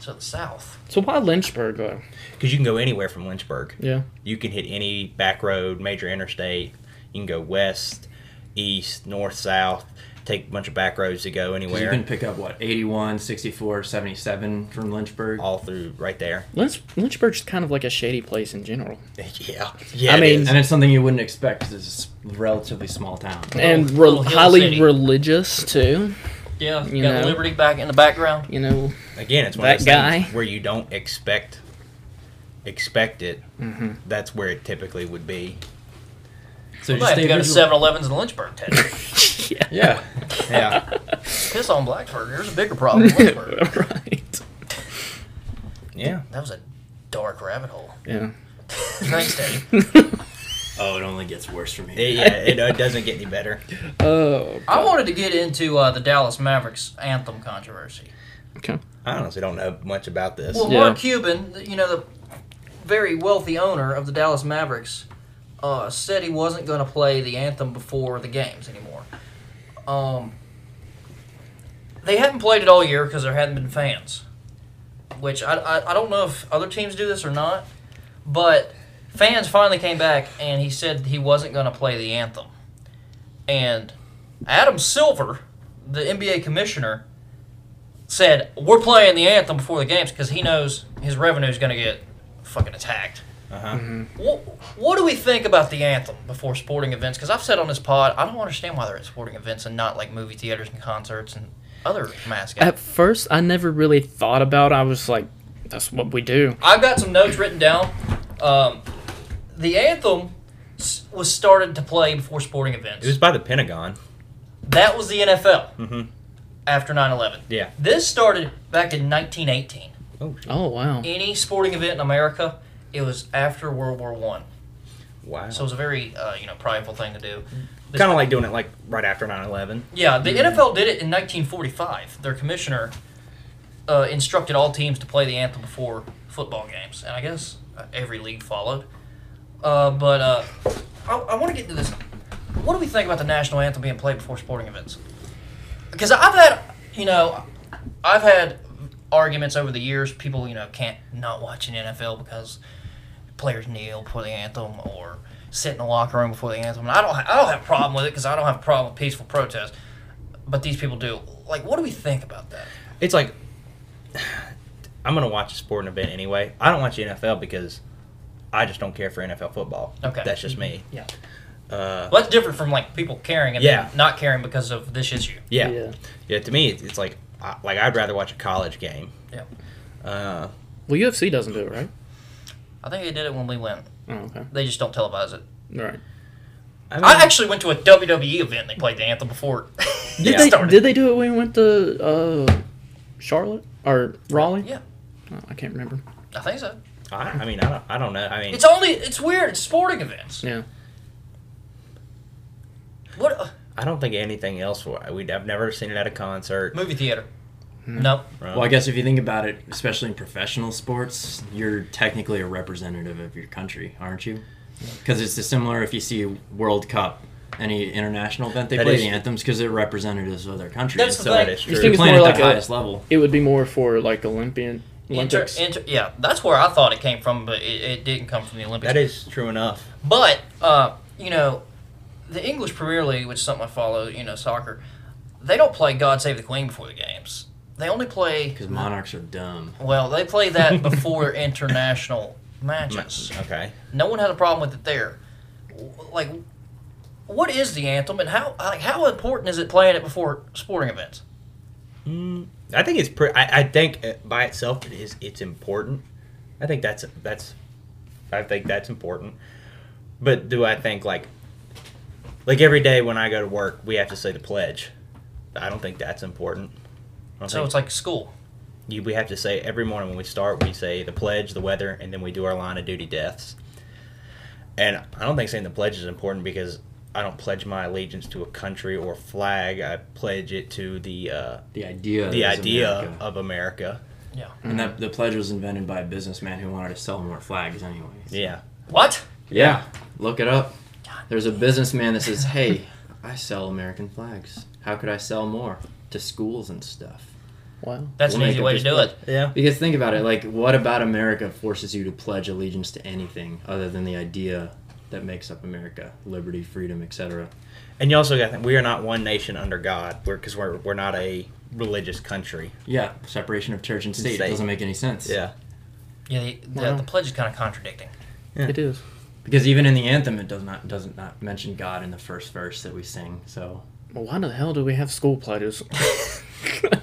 [SPEAKER 1] So the South.
[SPEAKER 3] So why Lynchburg though?
[SPEAKER 2] because you can go anywhere from Lynchburg.
[SPEAKER 3] Yeah.
[SPEAKER 2] You can hit any back road, major interstate. You can go west, east, north, south. Take a bunch of back roads to go
[SPEAKER 4] 'Cause You
[SPEAKER 2] anywhere.
[SPEAKER 4] can pick up what 81, 64, 77 from Lynchburg.
[SPEAKER 2] all through right there.
[SPEAKER 3] Lynch, Lynchburg's kind of like a shady place in general.
[SPEAKER 2] Yeah. Yeah.
[SPEAKER 3] I
[SPEAKER 2] it
[SPEAKER 3] mean-
[SPEAKER 2] is.
[SPEAKER 4] And it's something you wouldn't expect because it's a s- relatively small town.
[SPEAKER 3] and
[SPEAKER 1] little
[SPEAKER 3] re-
[SPEAKER 1] hill
[SPEAKER 3] highly
[SPEAKER 1] Oh, city.
[SPEAKER 3] religious too.
[SPEAKER 1] Yeah, you
[SPEAKER 3] You
[SPEAKER 1] got
[SPEAKER 3] know.
[SPEAKER 1] Liberty back in the background.
[SPEAKER 3] You know,
[SPEAKER 2] again, it's one
[SPEAKER 3] That
[SPEAKER 2] of those things
[SPEAKER 3] guy.
[SPEAKER 2] where you don't expect expect it. That's where it typically would be.
[SPEAKER 4] So
[SPEAKER 1] You might have to
[SPEAKER 4] stay
[SPEAKER 1] go to
[SPEAKER 4] vigilant.
[SPEAKER 1] 7 Elevens in Lynchburg, Ted.
[SPEAKER 4] Yeah.
[SPEAKER 2] Yeah,
[SPEAKER 1] Piss on Blacksburg. There's a bigger problem. in Lynchburg.
[SPEAKER 3] right?
[SPEAKER 2] yeah.
[SPEAKER 1] that was a dark rabbit hole.
[SPEAKER 3] Yeah.
[SPEAKER 1] Thanks, Daddy.
[SPEAKER 4] Oh, it only gets worse from here.
[SPEAKER 2] It- yeah, it, it doesn't get any better.
[SPEAKER 3] Oh,
[SPEAKER 1] I wanted to get into uh, the Dallas Mavericks anthem controversy.
[SPEAKER 3] okay.
[SPEAKER 2] I honestly don't know much about this.
[SPEAKER 1] Well,
[SPEAKER 3] Yeah.
[SPEAKER 1] Mark Cuban, you know, the very wealthy owner of the Dallas Mavericks, uh, said he wasn't going to play the anthem before the games anymore. Um, they hadn't played it all year because there hadn't been fans, which I, I, I don't know if other teams do this or not, but fans finally came back and he said he wasn't going to play the anthem. And Adam Silver, the NBA commissioner, said we're playing the anthem before the games because he knows his revenue is going to get fucking attacked.
[SPEAKER 2] Uh-huh.
[SPEAKER 1] What, what do we think about the anthem before sporting events? Because I've said on this pod, I don't understand why they're at sporting events and not like movie theaters and concerts and other mass gatherings.
[SPEAKER 3] At first, I never really thought about. it. I was like, that's what we do.
[SPEAKER 1] I've got some notes written down. Um, the anthem s- was started to play before sporting events.
[SPEAKER 2] It was by the Pentagon.
[SPEAKER 1] that was the NFL after 9 11.
[SPEAKER 2] Mm-hmm. Yeah.
[SPEAKER 1] This started back in 1918.
[SPEAKER 2] Oh, shit.
[SPEAKER 3] Oh wow.
[SPEAKER 1] Any sporting event in America, it was after World War One.
[SPEAKER 2] wow.
[SPEAKER 1] So it was a very uh, you know prideful thing to do. This-
[SPEAKER 2] kind of like doing it like right after 9/11.
[SPEAKER 1] yeah, the NFL did it in 1945. Their commissioner uh, instructed all teams to play the anthem before football games, and I guess uh, every league followed. Uh, but uh, I, I want to get into this. What do we think about the national anthem being played before sporting events? Because I've had you know I've had arguments over the years. People you know can't not watch an NFL because players kneel before the anthem or sit in the locker room before the anthem. And I don't, I don't have a problem with it because I don't have a problem with peaceful protest, but these people do. Like, what do we think about that?
[SPEAKER 2] It's like I'm gonna watch a sporting event anyway. I don't watch the NFL because I just don't care for NFL football.
[SPEAKER 1] Okay.
[SPEAKER 2] that's just me.
[SPEAKER 1] Yeah,
[SPEAKER 2] Uh,
[SPEAKER 1] well, that's different from like people caring and then
[SPEAKER 2] Yeah.
[SPEAKER 1] not caring because of this issue.
[SPEAKER 2] yeah. yeah,
[SPEAKER 3] Yeah.
[SPEAKER 2] To me, it's, it's like I, like I'd rather watch a college game.
[SPEAKER 1] Yeah,
[SPEAKER 2] Uh,
[SPEAKER 3] Well, UFC doesn't do it, right?
[SPEAKER 1] I think they did it when we went.
[SPEAKER 3] Oh, okay.
[SPEAKER 1] They just don't televise it.
[SPEAKER 3] Right.
[SPEAKER 2] I, mean,
[SPEAKER 1] I actually went to a WWE event. and They played the anthem before. it
[SPEAKER 2] Yeah.
[SPEAKER 3] Did they,
[SPEAKER 1] started.
[SPEAKER 3] did they do it when we went to uh, Charlotte or Raleigh?
[SPEAKER 1] Yeah,
[SPEAKER 3] Oh, I can't remember.
[SPEAKER 1] I think so.
[SPEAKER 2] I, I mean, I don't, I don't know. I mean,
[SPEAKER 1] It's only it's weird. It's sporting events.
[SPEAKER 3] Yeah.
[SPEAKER 1] What uh,
[SPEAKER 2] I don't think anything else. will- We'd, I've never seen it at a concert.
[SPEAKER 1] movie theater?
[SPEAKER 2] Hmm.
[SPEAKER 1] No.
[SPEAKER 4] Well, I guess if you think about it, especially in professional sports, you're technically a representative of your country, aren't you? Because it's similar if you see World Cup, any international event, they
[SPEAKER 2] That
[SPEAKER 4] play
[SPEAKER 2] is-
[SPEAKER 4] the anthems because they're representatives of their country.
[SPEAKER 1] That's
[SPEAKER 4] And
[SPEAKER 1] the
[SPEAKER 4] so
[SPEAKER 1] thing.
[SPEAKER 2] It's
[SPEAKER 4] You're
[SPEAKER 2] true.
[SPEAKER 3] think it's
[SPEAKER 4] playing
[SPEAKER 3] more
[SPEAKER 4] at
[SPEAKER 3] like
[SPEAKER 4] the
[SPEAKER 3] a-
[SPEAKER 4] highest level.
[SPEAKER 3] It would be more for like Olympian
[SPEAKER 1] Inter,
[SPEAKER 3] Olympics.
[SPEAKER 1] inter, yeah, that's where I thought it came from, but it, it didn't come from the Olympics.
[SPEAKER 2] That is true enough.
[SPEAKER 1] But uh, you know, the English Premier League, which is something I follow, you know, soccer, they don't play "God Save the Queen" before the games. They only play
[SPEAKER 4] Because monarchs are dumb.
[SPEAKER 1] well, they play that before international matches.
[SPEAKER 2] Okay.
[SPEAKER 1] No one had a problem with it there. W- Like, what is the anthem, and how like how important is it playing it before sporting events?
[SPEAKER 2] I think it's pretty. I, I think uh, by itself it is. It's important. I think that's that's. I think that's important. But do I think like, like every day when I go to work, we have to say the pledge. I don't think that's important. I don't
[SPEAKER 1] So
[SPEAKER 2] think-
[SPEAKER 1] it's like school.
[SPEAKER 2] you, we have to say every morning when we start, we say the pledge, the weather, and then we do our line of duty deaths. And I don't think saying the pledge is important because I don't pledge my allegiance to a country or flag. I pledge it to the uh,
[SPEAKER 4] The idea.
[SPEAKER 2] the
[SPEAKER 4] is
[SPEAKER 2] idea
[SPEAKER 4] America.
[SPEAKER 2] of America.
[SPEAKER 1] Yeah.
[SPEAKER 4] And that the pledge was invented by a businessman who wanted to sell more flags, anyways.
[SPEAKER 2] Yeah.
[SPEAKER 1] What?
[SPEAKER 4] Yeah, look it up. There's a businessman that says, "Hey, I sell American flags. How could I sell more to schools and stuff?"
[SPEAKER 3] wow.
[SPEAKER 1] That's
[SPEAKER 4] We'll
[SPEAKER 1] an
[SPEAKER 4] make
[SPEAKER 1] easy
[SPEAKER 4] it
[SPEAKER 1] way to
[SPEAKER 4] just
[SPEAKER 1] do
[SPEAKER 4] play.
[SPEAKER 1] it.
[SPEAKER 2] Yeah.
[SPEAKER 4] Because think about it, like what about America forces you to pledge allegiance to anything other than the idea that makes up America, liberty, freedom, etc.
[SPEAKER 2] And you also got to think we are not one nation under God. We're because we're we're not a religious country.
[SPEAKER 4] Yeah, separation of church and state,
[SPEAKER 2] State.
[SPEAKER 4] It doesn't make any sense.
[SPEAKER 1] Yeah, the, the,
[SPEAKER 3] Wow.
[SPEAKER 1] the pledge is kind of contradicting.
[SPEAKER 2] Yeah.
[SPEAKER 3] It is.
[SPEAKER 4] Because even in the anthem it does not doesn't not mention God in the first verse that we sing. So,
[SPEAKER 3] Well, why the hell do we have school pledges?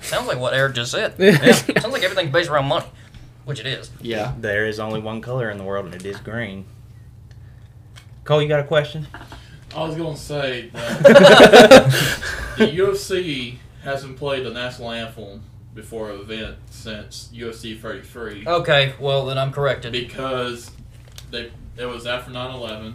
[SPEAKER 1] Sounds like what Eric just said. Sounds like everything's based around money, which it is.
[SPEAKER 4] yeah.
[SPEAKER 2] There is only one color in the world, and it is green. Cole, you got a question?
[SPEAKER 7] I was going to say that the UFC hasn't played the national anthem before an event since UFC 33
[SPEAKER 1] Oh. Okay, well then I'm corrected.
[SPEAKER 7] because they It was after 9/11,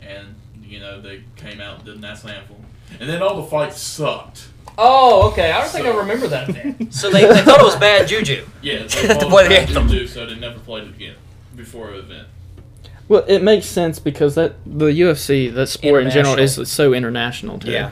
[SPEAKER 7] and you know they came out and did national anthem, and then all the fights sucked.
[SPEAKER 1] Oh, okay. I don't think I
[SPEAKER 7] So-
[SPEAKER 1] remember that then. So they, they thought it was bad juju.
[SPEAKER 7] Yeah,
[SPEAKER 1] To
[SPEAKER 7] they all
[SPEAKER 1] play the
[SPEAKER 7] back
[SPEAKER 1] anthem.
[SPEAKER 7] into, so they never played it again before the event.
[SPEAKER 3] Well, it makes sense because that the UFC, that sport in general, is
[SPEAKER 1] International.
[SPEAKER 3] so international too.
[SPEAKER 2] Yeah.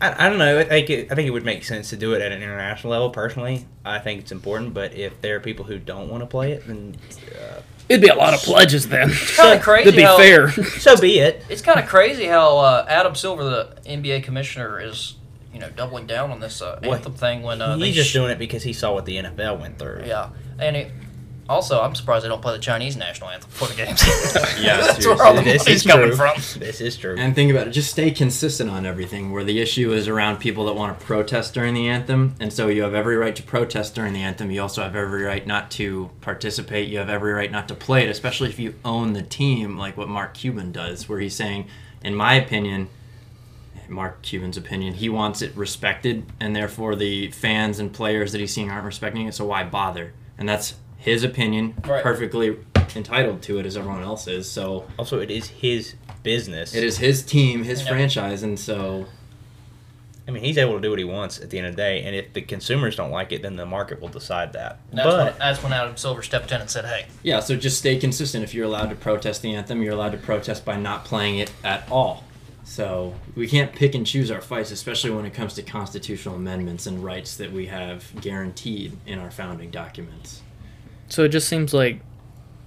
[SPEAKER 2] I, I don't know. I think it, I think it would make sense to do it at an international level. Personally, I think it's important. But if there are people who don't want to play it, then uh,
[SPEAKER 3] it'd be a lot of pledges then.
[SPEAKER 1] kinda crazy
[SPEAKER 3] To be
[SPEAKER 1] how-
[SPEAKER 3] fair,
[SPEAKER 2] so be it.
[SPEAKER 1] It's kind of crazy how uh, Adam Silver, the NBA commissioner, is you know doubling down on this uh,
[SPEAKER 2] What?
[SPEAKER 1] anthem thing when uh, they
[SPEAKER 2] He's just
[SPEAKER 1] sh-
[SPEAKER 2] doing it because he saw what the NFL went through.
[SPEAKER 1] yeah. And it, also, I'm surprised they don't play the Chinese national anthem for the games.
[SPEAKER 4] Yeah,
[SPEAKER 1] that's where all the
[SPEAKER 2] seriously,
[SPEAKER 1] money's
[SPEAKER 2] this is
[SPEAKER 1] coming
[SPEAKER 2] true.
[SPEAKER 1] from.
[SPEAKER 2] This is true.
[SPEAKER 4] And think about it. Just stay consistent on everything. Where the issue is around people that want to protest during the anthem, and so you have every right to protest during the anthem. You also have every right not to participate. You have every right not to play it, especially if you own the team, like what Mark Cuban does, where he's saying, in my opinion, in Mark Cuban's opinion, he wants it respected, and therefore the fans and players that he's seeing aren't respecting it. So why bother? And that's his opinion,
[SPEAKER 1] Right.
[SPEAKER 4] perfectly entitled to it as everyone else is. So.
[SPEAKER 2] also, it is his business.
[SPEAKER 4] It is his team, his
[SPEAKER 1] Yeah.
[SPEAKER 4] franchise, and so
[SPEAKER 2] I mean, he's able to do what he wants at the end of the day. And if the consumers don't like it, then the market will decide that.
[SPEAKER 1] That's,
[SPEAKER 2] but
[SPEAKER 1] when, that's when Adam Silver stepped in and said, "Hey,
[SPEAKER 4] yeah. So just stay consistent. If you're allowed to protest the anthem, you're allowed to protest by not playing it at all. So we can't pick and choose our fights, especially when it comes to constitutional amendments and rights that we have guaranteed in our founding documents.
[SPEAKER 3] so it just seems like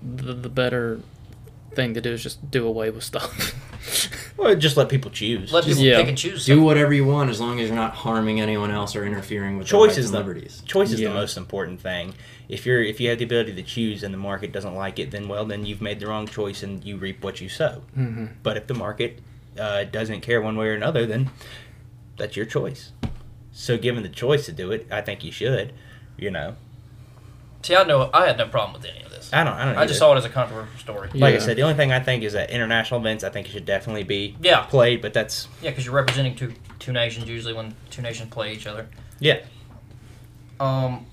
[SPEAKER 3] the, the better thing to do is just do away with stuff.
[SPEAKER 2] well, just let people choose.
[SPEAKER 1] let people
[SPEAKER 3] Yeah.
[SPEAKER 1] pick and choose."
[SPEAKER 4] Do whatever you want, as long as you're not harming anyone else or interfering with their
[SPEAKER 2] Choice
[SPEAKER 4] rights
[SPEAKER 2] is
[SPEAKER 4] and
[SPEAKER 2] the-
[SPEAKER 4] liberties.
[SPEAKER 2] choice is
[SPEAKER 3] Yeah.
[SPEAKER 2] the most important thing. If you're if you have the ability to choose and the market doesn't like it, then well, then you've made the wrong choice and you reap what you sow.
[SPEAKER 3] hmm
[SPEAKER 2] But if the market uh, doesn't care one way or another, then that's your choice. So, given the choice to do it, I think you should. You know,
[SPEAKER 1] See, I know I had no problem with any of this.
[SPEAKER 2] I don't. I don't.
[SPEAKER 1] I just
[SPEAKER 2] either.
[SPEAKER 1] saw it as a controversial story. Yeah,
[SPEAKER 2] Like I
[SPEAKER 3] Yeah.
[SPEAKER 2] said, the only thing I think is that international events, I think it should definitely be
[SPEAKER 1] Yeah.
[SPEAKER 2] played. But that's
[SPEAKER 1] because you're representing two two nations usually when two nations play each other.
[SPEAKER 2] yeah.
[SPEAKER 1] Um,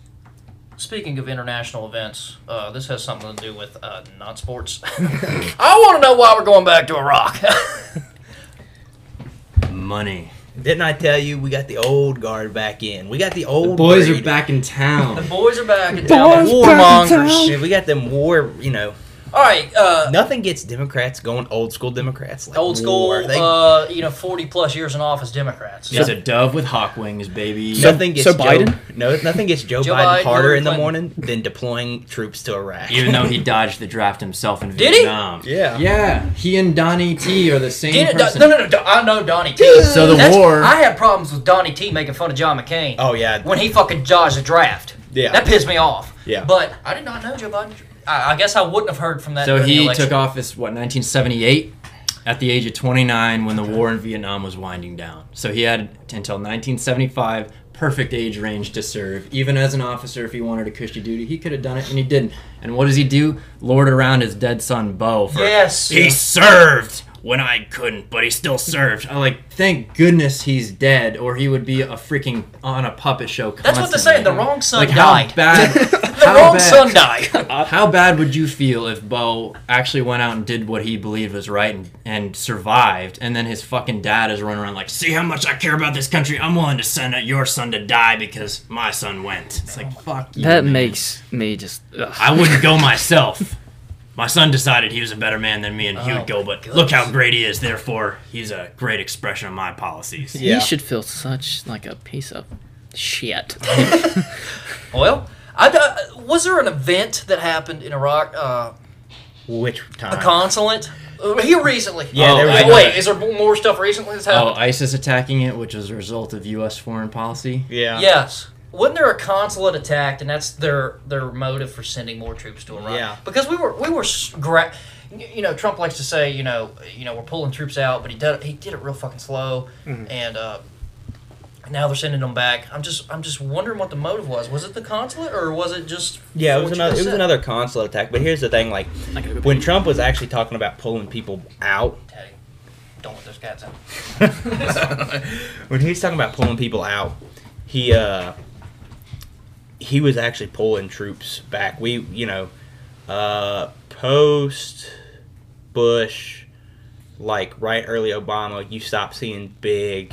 [SPEAKER 1] speaking of international events, uh, this has something to do with uh, not sports. I want to know why we're going back to Iraq.
[SPEAKER 4] Money.
[SPEAKER 2] Didn't I tell you we got the old guard back in? We got the old
[SPEAKER 4] Boys are
[SPEAKER 2] breed.
[SPEAKER 4] back in
[SPEAKER 1] the
[SPEAKER 4] town.
[SPEAKER 1] boys are back in town.
[SPEAKER 3] Boys back in
[SPEAKER 2] warmongers.
[SPEAKER 3] town.
[SPEAKER 2] Yeah, we got them war. You know,
[SPEAKER 1] All right, uh,
[SPEAKER 2] nothing gets Democrats going old school Democrats like
[SPEAKER 1] old school,
[SPEAKER 2] war. They-
[SPEAKER 1] uh, you know, forty plus years in office Democrats.
[SPEAKER 4] It's a dove with hawk wings, baby.
[SPEAKER 3] So-
[SPEAKER 2] nothing gets Joe,
[SPEAKER 3] Biden?
[SPEAKER 2] No, nothing gets Joe,
[SPEAKER 1] Joe
[SPEAKER 2] Biden,
[SPEAKER 1] Biden,
[SPEAKER 2] harder
[SPEAKER 1] Hillary
[SPEAKER 2] in the
[SPEAKER 1] Clinton.
[SPEAKER 2] morning than deploying troops to Iraq.
[SPEAKER 4] even though he dodged the draft himself in
[SPEAKER 1] Did he?
[SPEAKER 4] Vietnam.
[SPEAKER 2] Yeah.
[SPEAKER 4] Yeah. He and Donnie T are the same
[SPEAKER 1] Did it,
[SPEAKER 4] person.
[SPEAKER 1] no, no, no, no. I know Donnie T.
[SPEAKER 4] So the war-
[SPEAKER 1] I had problems with Donnie T making fun of John McCain.
[SPEAKER 2] Oh yeah,
[SPEAKER 1] when he fucking dodged the draft.
[SPEAKER 2] Yeah.
[SPEAKER 1] That pissed me off.
[SPEAKER 2] Yeah.
[SPEAKER 1] But I did not know Joe Biden. I, I guess I wouldn't have heard from that.
[SPEAKER 4] So
[SPEAKER 1] during the
[SPEAKER 4] he
[SPEAKER 1] election.
[SPEAKER 4] took office what 1978 at the age of 29 when the war in Vietnam was winding down. So he had until 1975 perfect age range to serve. Even as an officer if he wanted a cushy duty, he could have done it and he didn't. And what does he do? Lord around his dead son Bo for
[SPEAKER 1] Yes.
[SPEAKER 4] He served when I couldn't, but he still served. I'm like, thank goodness he's dead, or he would be a freaking on a puppet show. Constantly.
[SPEAKER 1] That's what they're saying. The wrong son
[SPEAKER 4] like
[SPEAKER 1] died.
[SPEAKER 4] how bad.
[SPEAKER 1] the wrong son died.
[SPEAKER 4] How bad would you feel if Bo actually went out and did what he believed was right and, and survived, and then his fucking dad is running around like, "See how much I care about this country? I'm willing to send out your son to die because my son went." It's like, fuck you.
[SPEAKER 3] That
[SPEAKER 4] man.
[SPEAKER 3] makes me just. ugh.
[SPEAKER 4] I wouldn't go myself. My son decided he was a better man than me, and he
[SPEAKER 1] Oh,
[SPEAKER 4] would go. But
[SPEAKER 1] goodness.
[SPEAKER 4] look how great he is. Therefore, he's a great expression of my policies.
[SPEAKER 2] Yeah.
[SPEAKER 3] He should feel such like a piece of shit.
[SPEAKER 1] well, I, d- uh, was there an event that happened in Iraq? Uh,
[SPEAKER 2] which
[SPEAKER 1] a
[SPEAKER 2] time?
[SPEAKER 1] consulate uh, here recently.
[SPEAKER 2] Yeah,
[SPEAKER 4] Oh,
[SPEAKER 2] there was
[SPEAKER 4] I
[SPEAKER 1] Oh,
[SPEAKER 4] know
[SPEAKER 1] wait,
[SPEAKER 2] another-
[SPEAKER 1] is there more stuff recently that's
[SPEAKER 4] Oh,
[SPEAKER 1] happened?
[SPEAKER 4] ISIS attacking it, which was a result of U.S. foreign policy.
[SPEAKER 2] Yeah.
[SPEAKER 1] Yes. Wasn't there a consulate attacked, and that's their their motive for sending more troops to Iraq?
[SPEAKER 2] Yeah.
[SPEAKER 1] Because we were we were s- gra- you know Trump likes to say you know you know we're pulling troops out, but he did he did it real fucking slow,
[SPEAKER 2] Mm-hmm.
[SPEAKER 1] and uh, now they're sending them back. I'm just I'm just wondering what the motive was. Was it the consulate or was it just
[SPEAKER 2] Yeah, it was
[SPEAKER 1] what you
[SPEAKER 2] another.
[SPEAKER 1] just
[SPEAKER 2] It was
[SPEAKER 1] said?
[SPEAKER 2] another consular attack. But here's the thing: like, when Trump was actually talking about pulling people out,
[SPEAKER 1] Teddy, don't let those cats out.
[SPEAKER 2] when he was talking about pulling people out, he uh, he was actually pulling troops back. We, you know, uh, post Bush, like right early Obama, you stop seeing big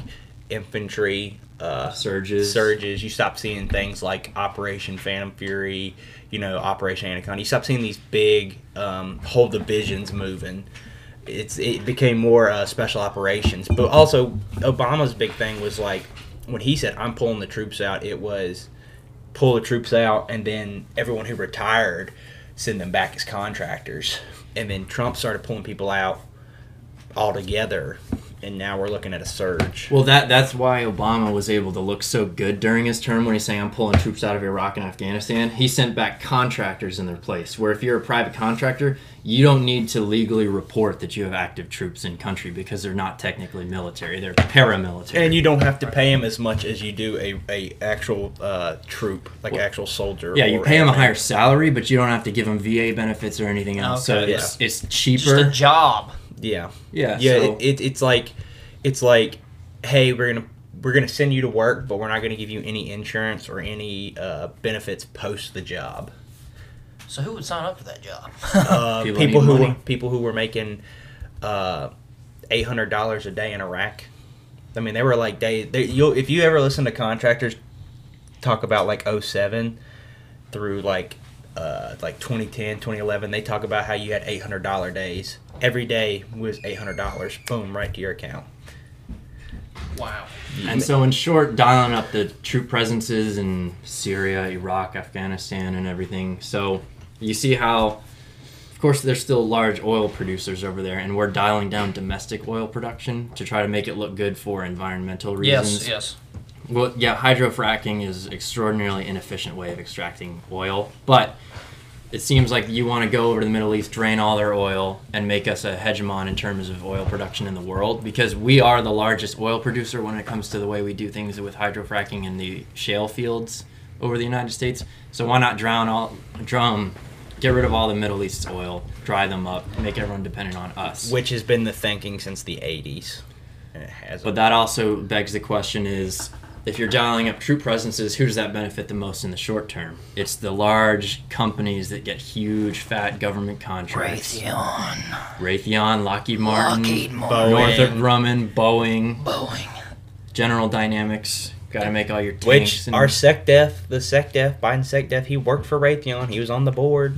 [SPEAKER 2] infantry uh,
[SPEAKER 4] Surges.
[SPEAKER 2] Surges. You stop seeing things like Operation Phantom Fury, you know, Operation Anaconda. You stop seeing these big um, whole divisions moving. It's it became more uh, special operations, but also Obama's big thing was like when he said, "I'm pulling the troops out." It was pull the troops out, and then everyone who retired send them back as contractors. And then Trump started pulling people out altogether, and now we're looking at a surge.
[SPEAKER 4] Well, that that's why Obama was able to look so good during his term when he's saying I'm pulling troops out of Iraq and Afghanistan. He sent back contractors in their place. Where if you're a private contractor, you don't need to legally report that you have active troops in country because they're not technically military; they're paramilitary.
[SPEAKER 2] And you don't have to pay them as much as you do a, a actual uh, troop, like
[SPEAKER 4] Well,
[SPEAKER 2] actual soldier.
[SPEAKER 4] yeah, you
[SPEAKER 2] or
[SPEAKER 4] pay them a
[SPEAKER 2] airman.
[SPEAKER 4] higher salary, but you don't have to give them VA benefits or anything else. so
[SPEAKER 6] Okay.
[SPEAKER 4] it's it's
[SPEAKER 6] Just a
[SPEAKER 4] cheaper.
[SPEAKER 6] job.
[SPEAKER 2] Yeah,
[SPEAKER 4] Yeah,
[SPEAKER 2] yeah.
[SPEAKER 4] so-
[SPEAKER 2] It, it, it's like, it's like, hey, we're gonna we're gonna send you to work, but we're not gonna give you any insurance or any uh, benefits post the job.
[SPEAKER 6] So who would sign up for that job?
[SPEAKER 2] Uh,
[SPEAKER 4] People
[SPEAKER 2] people,
[SPEAKER 4] need
[SPEAKER 2] who
[SPEAKER 4] money.
[SPEAKER 2] were, people who were making uh, eight hundred dollars a day in Iraq. I mean, they were like they. they you'll, if you ever listen to contractors talk about like 07 through like uh, like 2010, 2011, they talk about how you had eight hundred dollar days. Every day was eight hundred dollars. Boom, right to your account.
[SPEAKER 7] Wow.
[SPEAKER 4] And so, in short, dialing up the troop presences in Syria, Iraq, Afghanistan, and everything. So, you see how, of course, there's still large oil producers over there, and we're dialing down domestic oil production to try to make it look good for environmental reasons.
[SPEAKER 6] yes, yes.
[SPEAKER 4] Well, yeah, hydrofracking is extraordinarily inefficient way of extracting oil, but it seems like you want to go over to the Middle East, drain all their oil, and make us a hegemon in terms of oil production in the world because we are the largest oil producer when it comes to the way we do things with hydrofracking in the shale fields over the United States. So why not drown all drum, get rid of all the Middle East's oil, dry them up, make everyone dependent on us.
[SPEAKER 2] Which has been the thinking since the eighties. And it has.
[SPEAKER 4] But that also begs the question is if you're dialing up troop presences, who does that benefit the most in the short term? It's the large companies that get huge fat government contracts.
[SPEAKER 6] Raytheon,
[SPEAKER 4] Raytheon, Lockheed Martin,
[SPEAKER 6] Lockheed Martin,
[SPEAKER 4] Northrop
[SPEAKER 2] Boeing.
[SPEAKER 4] Grumman, Boeing,
[SPEAKER 6] Boeing.
[SPEAKER 4] General Dynamics. Got to make all your tanks.
[SPEAKER 2] Which
[SPEAKER 4] and-
[SPEAKER 2] our sec def, the sec def, Biden sec def, he worked for Raytheon. He was on the board.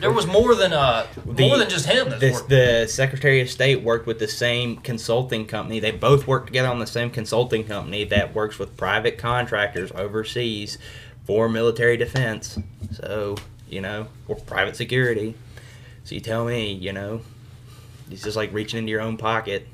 [SPEAKER 6] There was more than uh,
[SPEAKER 2] The-
[SPEAKER 6] more than just him. That's
[SPEAKER 2] This,
[SPEAKER 6] working.
[SPEAKER 2] the Secretary of State worked with the same consulting company. They both work together on the same consulting company that works with private contractors overseas for military defense. So, you know, or private security. So you tell me, you know, it's just like reaching into your own pocket.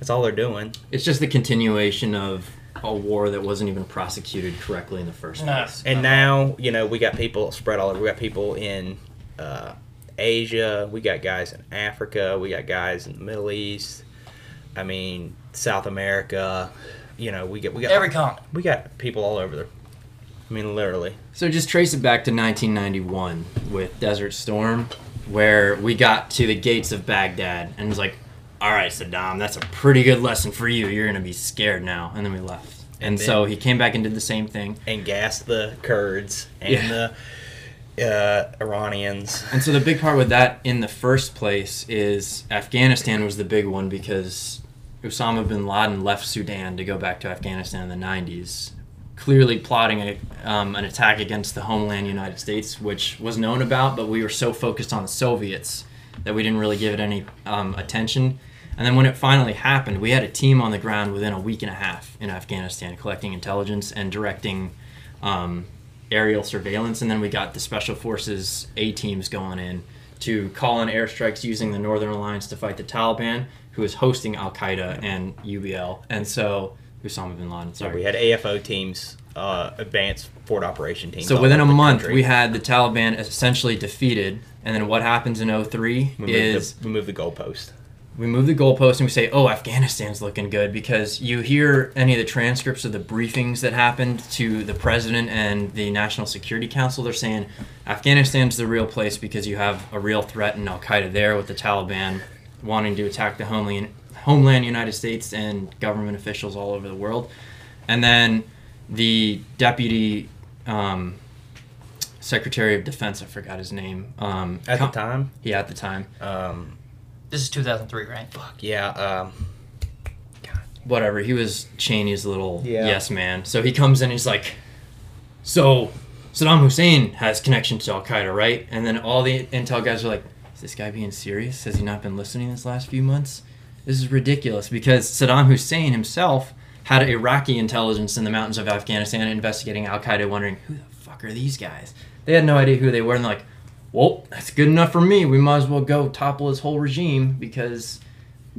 [SPEAKER 2] That's all they're doing.
[SPEAKER 4] It's just the continuation of a war that wasn't even prosecuted correctly in the first
[SPEAKER 6] Nah.
[SPEAKER 4] place.
[SPEAKER 2] And now, you know, we got people spread all over. We got people in uh, Asia. We got guys in Africa. We got guys in the Middle East. I mean, South America. You know, we got
[SPEAKER 1] Uh,
[SPEAKER 2] we got
[SPEAKER 6] Every continent.
[SPEAKER 2] we got people all over there. I mean, literally.
[SPEAKER 4] So just trace it back to 1991 with Desert Storm, where we got to the gates of Baghdad and was like, "All right, Saddam, that's a pretty good lesson for you. You're gonna be scared now." And then we left. And,
[SPEAKER 2] And then-
[SPEAKER 4] so he came back and did the same thing.
[SPEAKER 2] And gassed the Kurds and
[SPEAKER 4] Yeah.
[SPEAKER 2] the uh, Iranians.
[SPEAKER 4] And so the big part with that in the first place is Afghanistan was the big one because Osama bin Laden left Sudan to go back to Afghanistan in the 90s, clearly plotting a, um, an attack against the homeland United States, which was known about, but we were so focused on the Soviets that we didn't really give it any um, attention. And then when it finally happened, we had a team on the ground within a week and a half in Afghanistan collecting intelligence and directing um, aerial surveillance, and then we got the special forces A teams going in to call in airstrikes using the Northern Alliance to fight the Taliban, who is hosting Al Qaeda and UBL, and so Osama bin Laden. Sorry,
[SPEAKER 2] We had AFO teams, uh, advanced forward operation teams.
[SPEAKER 4] so
[SPEAKER 2] all
[SPEAKER 4] within a
[SPEAKER 2] over the
[SPEAKER 4] month,
[SPEAKER 2] country.
[SPEAKER 4] we had the Taliban essentially defeated, and then what happens in 03
[SPEAKER 2] we moved,
[SPEAKER 4] is
[SPEAKER 2] the, we moved the goalpost.
[SPEAKER 4] we move the goalpost and we say, "Oh, Afghanistan's looking good," because you hear any of the transcripts of the briefings that happened to the president and the National Security Council. They're saying Afghanistan's the real place because you have a real threat in Al Qaeda there with the Taliban wanting to attack the homeland, homeland United States and government officials all over the world. And then the deputy um, secretary of defense, I forgot his name. Um,
[SPEAKER 2] At
[SPEAKER 4] com-
[SPEAKER 2] the time,
[SPEAKER 4] yeah, at the time.
[SPEAKER 2] um,
[SPEAKER 1] This is 2003, right?
[SPEAKER 2] Yeah. Um,
[SPEAKER 4] whatever. He was Cheney's little
[SPEAKER 2] Yeah.
[SPEAKER 4] yes man. So he comes in, he's like, "So Saddam Hussein has connections to Al Qaeda, right?" And then all the intel guys are like, "Is this guy being serious? Has he not been listening this last few months? This is ridiculous." Because Saddam Hussein himself had Iraqi intelligence in the mountains of Afghanistan investigating Al Qaeda, wondering who the fuck are these guys. They had no idea who they were, and they're like, "Well, that's good enough for me. We might as well go topple his whole regime because."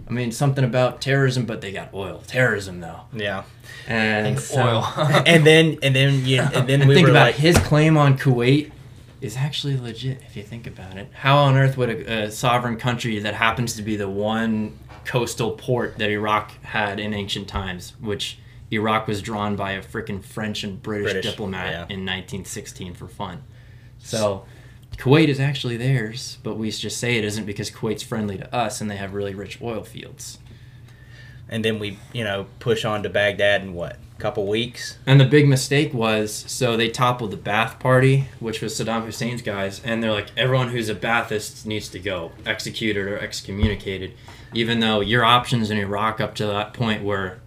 [SPEAKER 4] I mean, something about terrorism, but they got oil. Terrorism, though.
[SPEAKER 2] yeah.
[SPEAKER 4] And so-
[SPEAKER 1] Oil.
[SPEAKER 2] And then and then yeah and then
[SPEAKER 4] and
[SPEAKER 2] we
[SPEAKER 4] think
[SPEAKER 2] were
[SPEAKER 4] about
[SPEAKER 2] like,
[SPEAKER 4] it, his claim on Kuwait is actually legit if you think about it. How on earth would a, a sovereign country that happens to be the one coastal port that Iraq had in ancient times, which Iraq was drawn by a freaking French and British,
[SPEAKER 2] British,
[SPEAKER 4] diplomat
[SPEAKER 2] yeah.
[SPEAKER 4] in 1916 for fun. So Kuwait is actually theirs, but we just say it isn't because Kuwait's friendly to us and they have really rich oil fields.
[SPEAKER 2] and then we you know push on to Baghdad in what couple weeks.
[SPEAKER 4] And the big mistake was so they toppled the Ba'ath Party, which was Saddam Hussein's guys, and they're like, everyone who's a Ba'athist needs to go executed or excommunicated, even though your options in Iraq up to that point were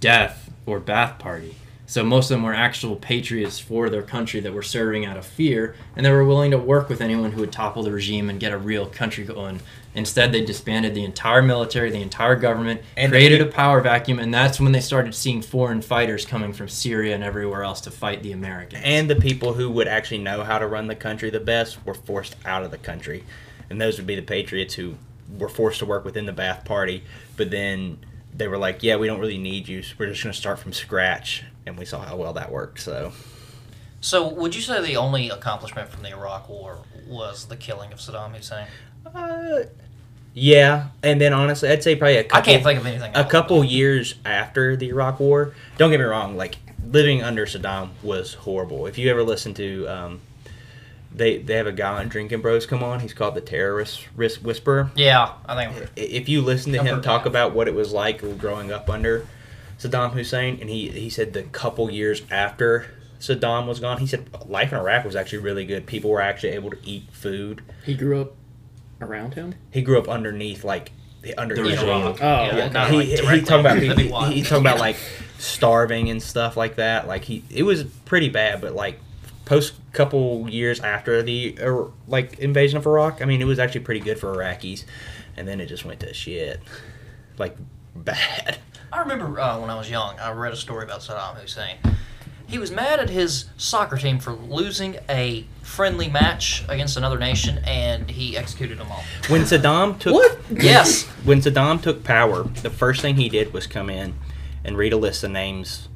[SPEAKER 4] death or Ba'ath Party. So most of them were actual patriots for their country that were serving out of fear, and they were willing to work with anyone who would topple the regime and get a real country going. Instead, they disbanded the entire military, the entire government,
[SPEAKER 2] And
[SPEAKER 4] created
[SPEAKER 2] they-
[SPEAKER 4] a power vacuum, and that's when they started seeing foreign fighters coming from Syria and everywhere else to fight the Americans.
[SPEAKER 2] And the people who would actually know how to run the country the best were forced out of the country, and those would be the patriots who were forced to work within the Ba'ath Party. But then they were like, yeah, we don't really need you. so We're just going to start from scratch, and we saw how well that worked. So
[SPEAKER 1] so, would you say the only accomplishment from the Iraq War was the killing of Saddam Hussein?
[SPEAKER 2] Uh, yeah, and then honestly, I'd say probably a couple.
[SPEAKER 1] I can't think of anything.
[SPEAKER 2] a
[SPEAKER 1] else.
[SPEAKER 2] couple years after the Iraq War. Don't get me wrong, like living under Saddam was horrible. If you ever listen to, um, they they have a guy on Drinking Bros come on. He's called the Terrorist Risk Whisperer.
[SPEAKER 1] Yeah, I think.
[SPEAKER 2] I- If you listen to
[SPEAKER 1] I've
[SPEAKER 2] him
[SPEAKER 1] heard
[SPEAKER 2] talk
[SPEAKER 1] that.
[SPEAKER 2] about what it was like growing up under Saddam Hussein, and he he said the couple years after Saddam was gone, he said life in Iraq was actually really good. People were actually able to eat food.
[SPEAKER 3] He grew up around him.
[SPEAKER 2] He grew up underneath like the under
[SPEAKER 4] The
[SPEAKER 2] you know,
[SPEAKER 4] regime.
[SPEAKER 3] Oh,
[SPEAKER 1] Yeah,
[SPEAKER 3] okay.
[SPEAKER 1] not
[SPEAKER 2] he,
[SPEAKER 1] like
[SPEAKER 2] he
[SPEAKER 1] directly.
[SPEAKER 2] talking about
[SPEAKER 1] That'd
[SPEAKER 2] he,
[SPEAKER 1] be
[SPEAKER 2] he,
[SPEAKER 1] wild.
[SPEAKER 2] he talking about like starving and stuff like that. Like he, it was pretty bad. But like post couple years after the uh, like invasion of Iraq, I mean, it was actually pretty good for Iraqis, and then it just went to shit, like bad.
[SPEAKER 1] I remember uh, when I was young, I read a story about Saddam Hussein. He was mad at his soccer team for losing a friendly match against another nation, and he executed them all.
[SPEAKER 2] When Saddam took
[SPEAKER 1] Yes,
[SPEAKER 2] when Saddam took power, the first thing he did was come in and read a list of names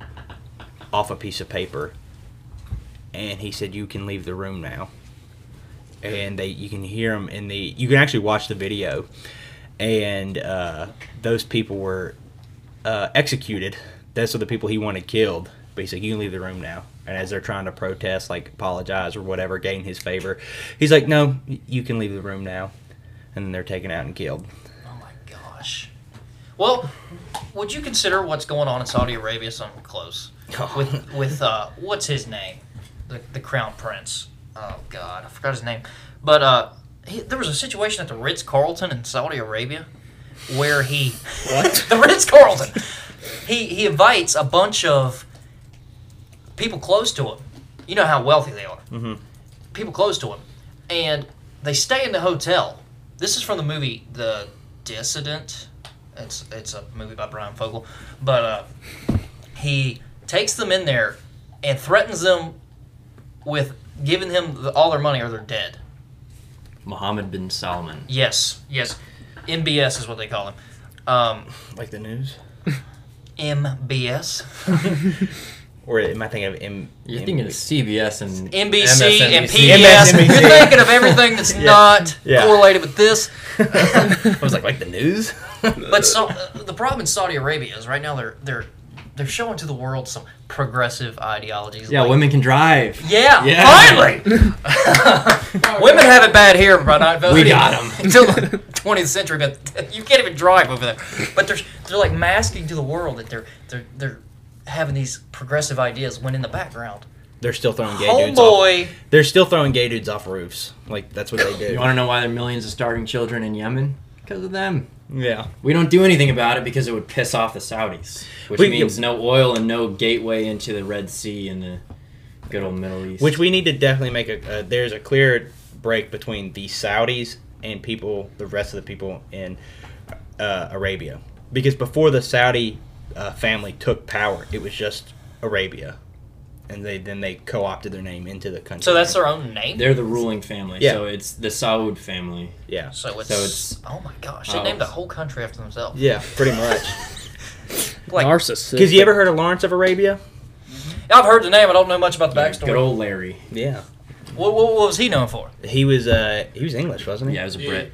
[SPEAKER 2] off a piece of paper, and he said, "You can leave the room now." And they, you can hear them in the, you can actually watch the video, and uh, those people were uh, executed. Those are the people he wanted killed. But he's like, "You can leave the room now." And as they're trying to protest, like apologize or whatever, gain his favor, he's like, "No, y- you can leave the room now." And then they're taken out and killed.
[SPEAKER 1] Oh my gosh. Well, would you consider what's going on in Saudi Arabia something close? With with uh, what's his name, the the crown prince. Oh God, I forgot his name. But uh, he, there was a situation at the Ritz Carlton in Saudi Arabia where he what the Ritz Carlton. He he invites a bunch of people close to him. You know how wealthy they are. Mm-hmm. People close to him, and they stay in the hotel. This is from the movie The Dissident. It's it's a movie by Brian Fogel, but uh, he takes them in there and threatens them with giving him the, all their money or they're dead.
[SPEAKER 4] Mohammed bin Salman.
[SPEAKER 1] Yes, yes, MBS is what they call him. Um,
[SPEAKER 2] Like the news?
[SPEAKER 1] MBS,
[SPEAKER 2] Or am I thinking of M?
[SPEAKER 4] You're
[SPEAKER 2] M-
[SPEAKER 4] thinking of CBS and
[SPEAKER 1] NBC, and
[SPEAKER 4] MSNBC.
[SPEAKER 1] PBS.
[SPEAKER 2] MSNBC.
[SPEAKER 1] You're thinking of everything that's not
[SPEAKER 2] Yeah.
[SPEAKER 1] correlated with this.
[SPEAKER 2] I was like, like the news?
[SPEAKER 1] But so uh, the problem in Saudi Arabia is right now they're they're they're showing to the world some progressive ideologies.
[SPEAKER 4] Yeah,
[SPEAKER 1] like-
[SPEAKER 4] women can drive.
[SPEAKER 1] Yeah,
[SPEAKER 4] Yeah.
[SPEAKER 1] finally. Women have it bad here by not voting.
[SPEAKER 4] We got 'em.
[SPEAKER 1] until the 20th century, but you can't even drive over there. But they're they're like masking to the world that they're they're they're having these progressive ideas when in the background.
[SPEAKER 2] They're still throwing gay dudes off.
[SPEAKER 1] Homeboy,
[SPEAKER 2] They're still throwing gay dudes off roofs. Like that's what they do.
[SPEAKER 4] You want to know why there are millions of starving children in Yemen? Because of them.
[SPEAKER 2] Yeah.
[SPEAKER 4] We don't do anything about it because it would piss off the Saudis, which
[SPEAKER 2] We-
[SPEAKER 4] means no oil and no gateway into the Red Sea and the good old Middle East.
[SPEAKER 2] Which we need to definitely make a. Uh, there's a clear break between the Saudis and people, the rest of the people in uh, Arabia, because before the Saudi uh, family took power, it was just Arabia, and they then they co-opted their name into the country.
[SPEAKER 6] So that's their own name.
[SPEAKER 4] they're the ruling family,
[SPEAKER 2] Yeah.
[SPEAKER 4] so it's the Saud family.
[SPEAKER 2] yeah,
[SPEAKER 6] so it's,
[SPEAKER 4] it's-
[SPEAKER 6] oh my gosh, they
[SPEAKER 4] Oh.
[SPEAKER 6] named the whole country after themselves.
[SPEAKER 2] yeah, pretty much.
[SPEAKER 6] Like
[SPEAKER 3] Narcissistic.
[SPEAKER 2] Because you ever heard of Lawrence of Arabia?
[SPEAKER 6] I've heard the name, I don't know much about the
[SPEAKER 4] Good
[SPEAKER 6] backstory.
[SPEAKER 4] old Larry.
[SPEAKER 2] Yeah,
[SPEAKER 6] What, what, what was he known for?
[SPEAKER 2] he was uh he was English, wasn't he?
[SPEAKER 4] Yeah, it was a
[SPEAKER 7] Yeah.
[SPEAKER 4] Brit.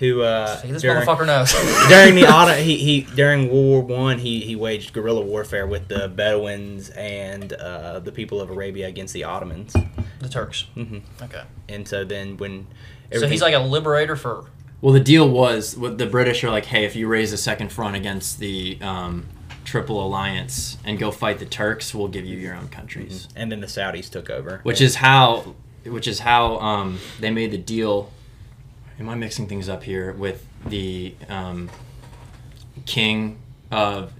[SPEAKER 2] Who uh
[SPEAKER 6] See, this
[SPEAKER 2] during-
[SPEAKER 6] motherfucker knows.
[SPEAKER 2] during the autumn, he, he during World War One, he, he waged guerrilla warfare with the Bedouins and uh, the people of Arabia against the Ottomans.
[SPEAKER 6] the Turks.
[SPEAKER 2] Mhm.
[SPEAKER 6] Okay.
[SPEAKER 2] And so then when
[SPEAKER 6] So he's like a liberator for.
[SPEAKER 4] Well, the deal was what the British are like, hey, if you raise a second front against the um, Triple Alliance and go fight the Turks, we'll give you your own countries.
[SPEAKER 2] and then the Saudis took over,
[SPEAKER 4] which is how which is how um, they made the deal am i mixing things up here with the um, king of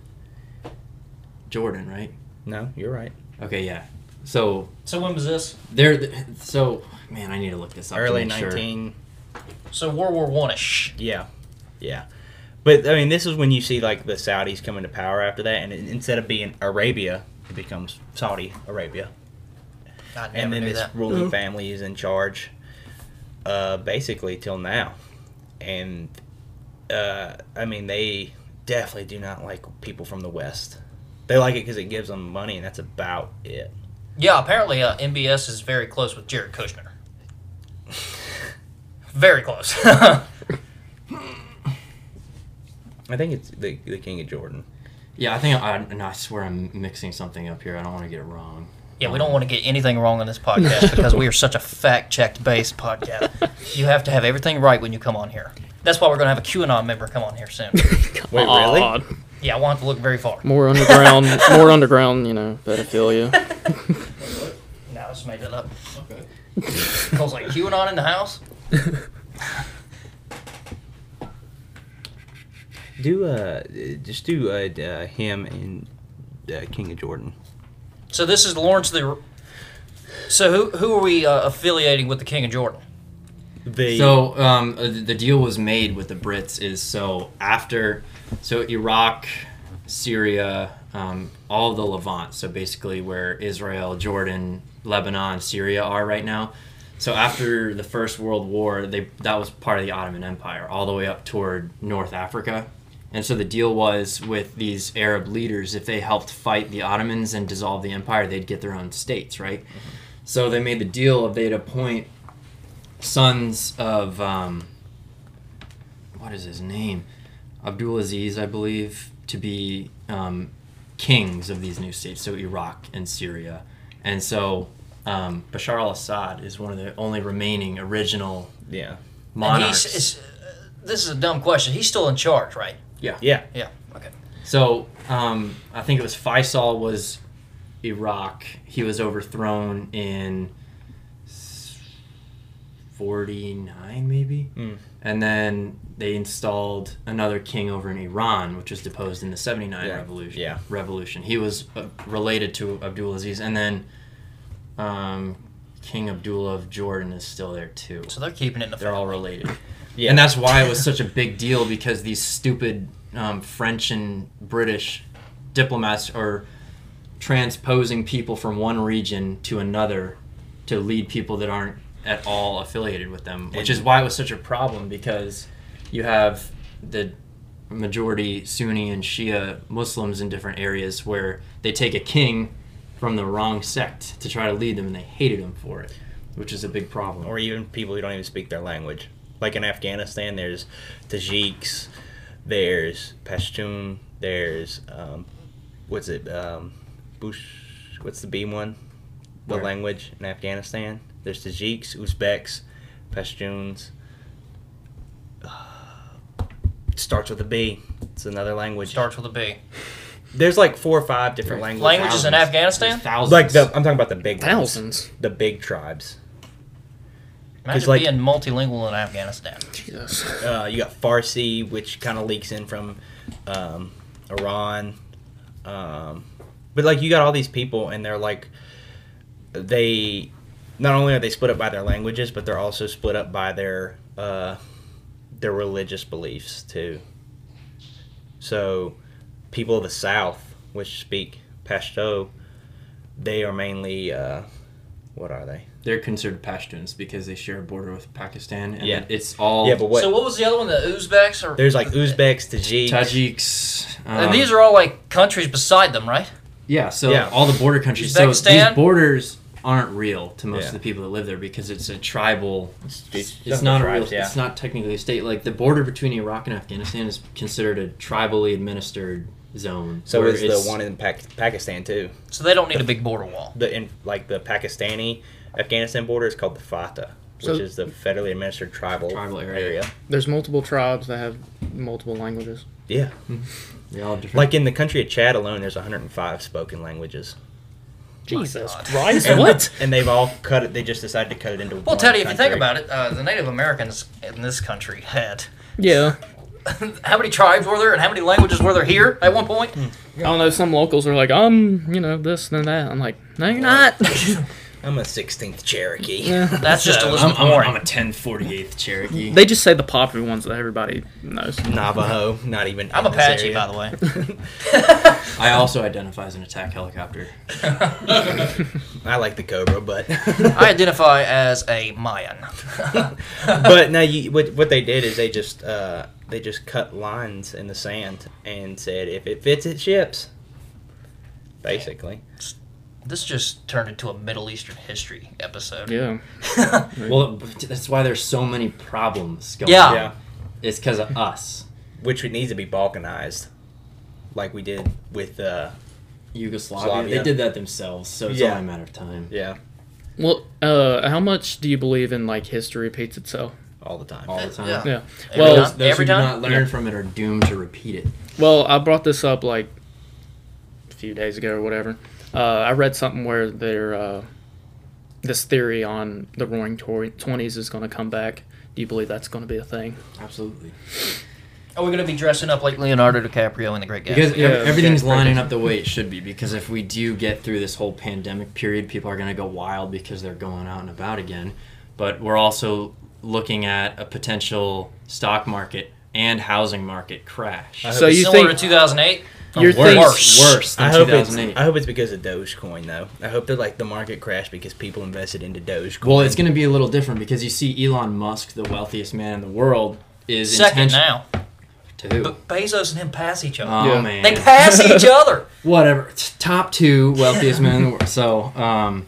[SPEAKER 4] jordan right
[SPEAKER 2] no, you're right.
[SPEAKER 4] okay yeah so
[SPEAKER 6] So when was this?
[SPEAKER 4] there so man i need to look this up to
[SPEAKER 2] Early
[SPEAKER 4] make sure.
[SPEAKER 2] nineteen,
[SPEAKER 6] So World War One ish.
[SPEAKER 2] yeah, yeah. But I mean, this is when you see like the Saudis coming to power after that, and it, instead of being Arabia, it becomes Saudi Arabia,
[SPEAKER 6] I never
[SPEAKER 2] and then
[SPEAKER 6] knew
[SPEAKER 2] this
[SPEAKER 6] that.
[SPEAKER 2] ruling family is in charge, uh, basically till now, and uh, I mean they definitely do not like people from the West. They like it because it gives them money, and that's about it.
[SPEAKER 6] Yeah, apparently uh, MBS is very close with Jared Kushner. very close.
[SPEAKER 2] I think it's the, the King of Jordan.
[SPEAKER 4] yeah i think I, no, I swear i'm mixing something up here i don't want to get it wrong
[SPEAKER 6] yeah, we don't want to get anything wrong on this podcast because we are such a fact-checked based podcast. You have to have everything right when you come on here. That's why we're going to have a QAnon member come on here soon.
[SPEAKER 2] Wait,
[SPEAKER 3] God.
[SPEAKER 6] Yeah, I won't have to look very far.
[SPEAKER 3] More underground, more underground, you know, pedophilia.
[SPEAKER 6] No, I just made it up. I was like, QAnon in the house?
[SPEAKER 2] Do uh, just do uh, d- uh him and uh, King of Jordan.
[SPEAKER 6] So this is Lawrence the... So who, who are we uh, affiliating with the King of Jordan?
[SPEAKER 2] The
[SPEAKER 4] So um, uh, th- the deal was made with the Brits is so after so Iraq, Syria, um, all of the Levant. So basically where Israel, Jordan, Lebanon, Syria are right now. So after the First World War, they that was part of the Ottoman Empire, all the way up toward North Africa. And so the deal was with these Arab leaders, if they helped fight the Ottomans and dissolve the empire, they'd get their own states, right? So they made the deal of they'd appoint sons of um, what is his name, Abdulaziz, I believe, to be um, kings of these new states, so Iraq and Syria, and so um, Bashar al-Assad is one of the only remaining original
[SPEAKER 2] yeah,
[SPEAKER 6] And
[SPEAKER 4] monarchs.
[SPEAKER 6] he's, it's, uh, this is a dumb question. He's still in charge, right?
[SPEAKER 4] yeah.
[SPEAKER 2] yeah,
[SPEAKER 6] Yeah. Okay.
[SPEAKER 4] So um, I think it was Faisal was Iraq. He was overthrown in forty nine, maybe,
[SPEAKER 2] Mm.
[SPEAKER 4] and then they installed another king over in Iran, which was deposed in the seventy nine
[SPEAKER 2] Yeah.
[SPEAKER 4] revolution.
[SPEAKER 2] Yeah.
[SPEAKER 4] revolution. He was uh, related to Abdulaziz, and then um, King Abdullah of Jordan is still there too.
[SPEAKER 6] So they're keeping it in the
[SPEAKER 4] They're all related.
[SPEAKER 2] yeah.
[SPEAKER 4] And that's why it was such a big deal because these stupid um, French and British diplomats are transposing people from one region to another to lead people that aren't at all affiliated with them, which is why it was such a problem because you have the majority Sunni and Shia Muslims in different areas where they take a king from the wrong sect to try to lead them and they hated him for it, which is a big problem.
[SPEAKER 2] or even people who don't even speak their language. Like in Afghanistan, there's Tajiks, there's Pashtun, there's um, what's it, um, Bush? What's the B one? The
[SPEAKER 4] Where?
[SPEAKER 2] language in Afghanistan. There's Tajiks, Uzbeks, Pashtuns. It starts with a B. It's another language.
[SPEAKER 6] starts with a B.
[SPEAKER 2] There's like four or five different languages. Um,
[SPEAKER 6] Languages in
[SPEAKER 4] Thousands.
[SPEAKER 6] Afghanistan?
[SPEAKER 4] There's thousands.
[SPEAKER 2] Like the, I'm talking about the big ones,
[SPEAKER 3] Thousands.
[SPEAKER 2] the big tribes.
[SPEAKER 6] Imagine
[SPEAKER 2] like-
[SPEAKER 6] being multilingual in Afghanistan.
[SPEAKER 3] Jesus.
[SPEAKER 2] Uh, you got Farsi, which kind of leaks in from um, Iran. Um, but like you got all these people, and they're like they not only are they split up by their languages, but they're also split up by their uh, their religious beliefs too. So people of the South, which speak Pashto, they are mainly uh, what are they?
[SPEAKER 4] They're considered Pashtuns because they share a border with Pakistan, and
[SPEAKER 2] Yeah.
[SPEAKER 4] it's all
[SPEAKER 2] Yeah, but what?
[SPEAKER 6] So what was the other one? The Uzbeks or
[SPEAKER 2] there's like Uzbeks, Tajiks.
[SPEAKER 4] Tajiks. Um,
[SPEAKER 6] and these are all like countries beside them, right?
[SPEAKER 4] yeah. So
[SPEAKER 2] Yeah.
[SPEAKER 4] all the border countries. So
[SPEAKER 6] Uzbekistan?
[SPEAKER 4] these borders aren't real to most
[SPEAKER 2] Yeah.
[SPEAKER 4] of the people that live there because it's a tribal. It's,
[SPEAKER 2] just
[SPEAKER 4] not a real.
[SPEAKER 2] tribes, yeah.
[SPEAKER 4] It's not technically a state. Like the border between Iraq and Afghanistan is considered a tribally administered zone.
[SPEAKER 2] So
[SPEAKER 4] where
[SPEAKER 2] is the one in Pac- Pakistan too.
[SPEAKER 6] So they don't need a big border wall.
[SPEAKER 2] The in like the Pakistani Afghanistan border is called the Fatah,
[SPEAKER 3] So-
[SPEAKER 2] which is the federally administered tribal,
[SPEAKER 4] Tribal area.
[SPEAKER 3] There's multiple tribes that have multiple languages.
[SPEAKER 2] Yeah,
[SPEAKER 4] They all have different.
[SPEAKER 2] like in the country of Chad alone, there's 105 spoken languages.
[SPEAKER 3] Jesus
[SPEAKER 6] Oh God.
[SPEAKER 3] Christ!
[SPEAKER 2] And-
[SPEAKER 3] what?
[SPEAKER 2] And they've all cut it. They just decided to cut it into.
[SPEAKER 6] Well,
[SPEAKER 2] one
[SPEAKER 6] Teddy, if you think
[SPEAKER 2] country.
[SPEAKER 6] about it, uh, the Native Americans in this country had
[SPEAKER 3] Yeah.
[SPEAKER 6] how many tribes were there and how many languages were there here at one point?
[SPEAKER 3] I don't know. Some locals are like, um, you know, this and that. I'm like, no, you're not.
[SPEAKER 2] I'm a 16th Cherokee.
[SPEAKER 3] Yeah.
[SPEAKER 6] That's just a
[SPEAKER 2] So,
[SPEAKER 6] listen
[SPEAKER 4] I'm,
[SPEAKER 6] to
[SPEAKER 4] I'm,
[SPEAKER 6] boring.
[SPEAKER 4] I'm a 1048th Cherokee.
[SPEAKER 3] They just say the popular ones that everybody knows.
[SPEAKER 2] Navajo, not even.
[SPEAKER 6] I'm Apache, by the way.
[SPEAKER 4] I also identify as an attack helicopter.
[SPEAKER 2] way. I like the Cobra, but
[SPEAKER 6] I identify as a Mayan.
[SPEAKER 2] but no, you, what what they did is they just uh, they just cut lines in the sand and said if it fits, it ships. Basically,
[SPEAKER 6] This just turned into a Middle Eastern history episode.
[SPEAKER 3] Yeah.
[SPEAKER 4] Well, that's why there's so many problems going
[SPEAKER 6] Yeah.
[SPEAKER 4] on.
[SPEAKER 2] yeah,
[SPEAKER 4] It's because of us.
[SPEAKER 2] which would need to be balkanized, like we did with uh,
[SPEAKER 4] Yugoslavia.
[SPEAKER 2] Slavia.
[SPEAKER 4] They did that themselves, so it's
[SPEAKER 2] Yeah.
[SPEAKER 4] only a matter of time.
[SPEAKER 2] yeah,
[SPEAKER 3] Well, uh, how much do you believe in like history repeats itself?
[SPEAKER 2] all the time.
[SPEAKER 4] All the time.
[SPEAKER 6] Yeah.
[SPEAKER 3] Yeah.
[SPEAKER 6] Every
[SPEAKER 3] Well,
[SPEAKER 6] time-
[SPEAKER 4] Those, those
[SPEAKER 6] every
[SPEAKER 4] who do
[SPEAKER 6] time?
[SPEAKER 4] not learn from it are doomed to repeat it.
[SPEAKER 3] Well, I brought this up like a few days ago or whatever. Uh, I read something where there, uh, this theory on the Roaring Twenties is going to come back. Do you believe that's going to be a thing?
[SPEAKER 4] Absolutely.
[SPEAKER 6] Are we going to be dressing up like Leonardo DiCaprio in The Great Gatsby?
[SPEAKER 4] Because ev-
[SPEAKER 3] Yeah,
[SPEAKER 4] everything's
[SPEAKER 3] yeah, it's
[SPEAKER 4] lining up the way it should be. Because if we do get through this whole pandemic period, people are going to go wild because they're going out and about again. But we're also looking at a potential stock market and housing market crash.
[SPEAKER 2] I hope
[SPEAKER 3] So
[SPEAKER 2] it's
[SPEAKER 3] you
[SPEAKER 6] Similar
[SPEAKER 3] think
[SPEAKER 6] to 2008?
[SPEAKER 3] your
[SPEAKER 4] worse,
[SPEAKER 3] thing?
[SPEAKER 6] Worse.
[SPEAKER 4] worse than
[SPEAKER 2] I hope it's
[SPEAKER 4] 2008.
[SPEAKER 2] I hope it's because of Dogecoin though. I hope that like the market crashed because people invested into Dogecoin.
[SPEAKER 4] Well, it's going to be a little different because you see Elon Musk, the wealthiest man in the world, is
[SPEAKER 6] Second
[SPEAKER 4] intention-
[SPEAKER 6] now.
[SPEAKER 4] to who?
[SPEAKER 6] But Bezos and him pass each other.
[SPEAKER 4] Oh
[SPEAKER 3] Yeah.
[SPEAKER 4] man,
[SPEAKER 6] They pass each other.
[SPEAKER 4] whatever. It's top two wealthiest men in the world. So, um,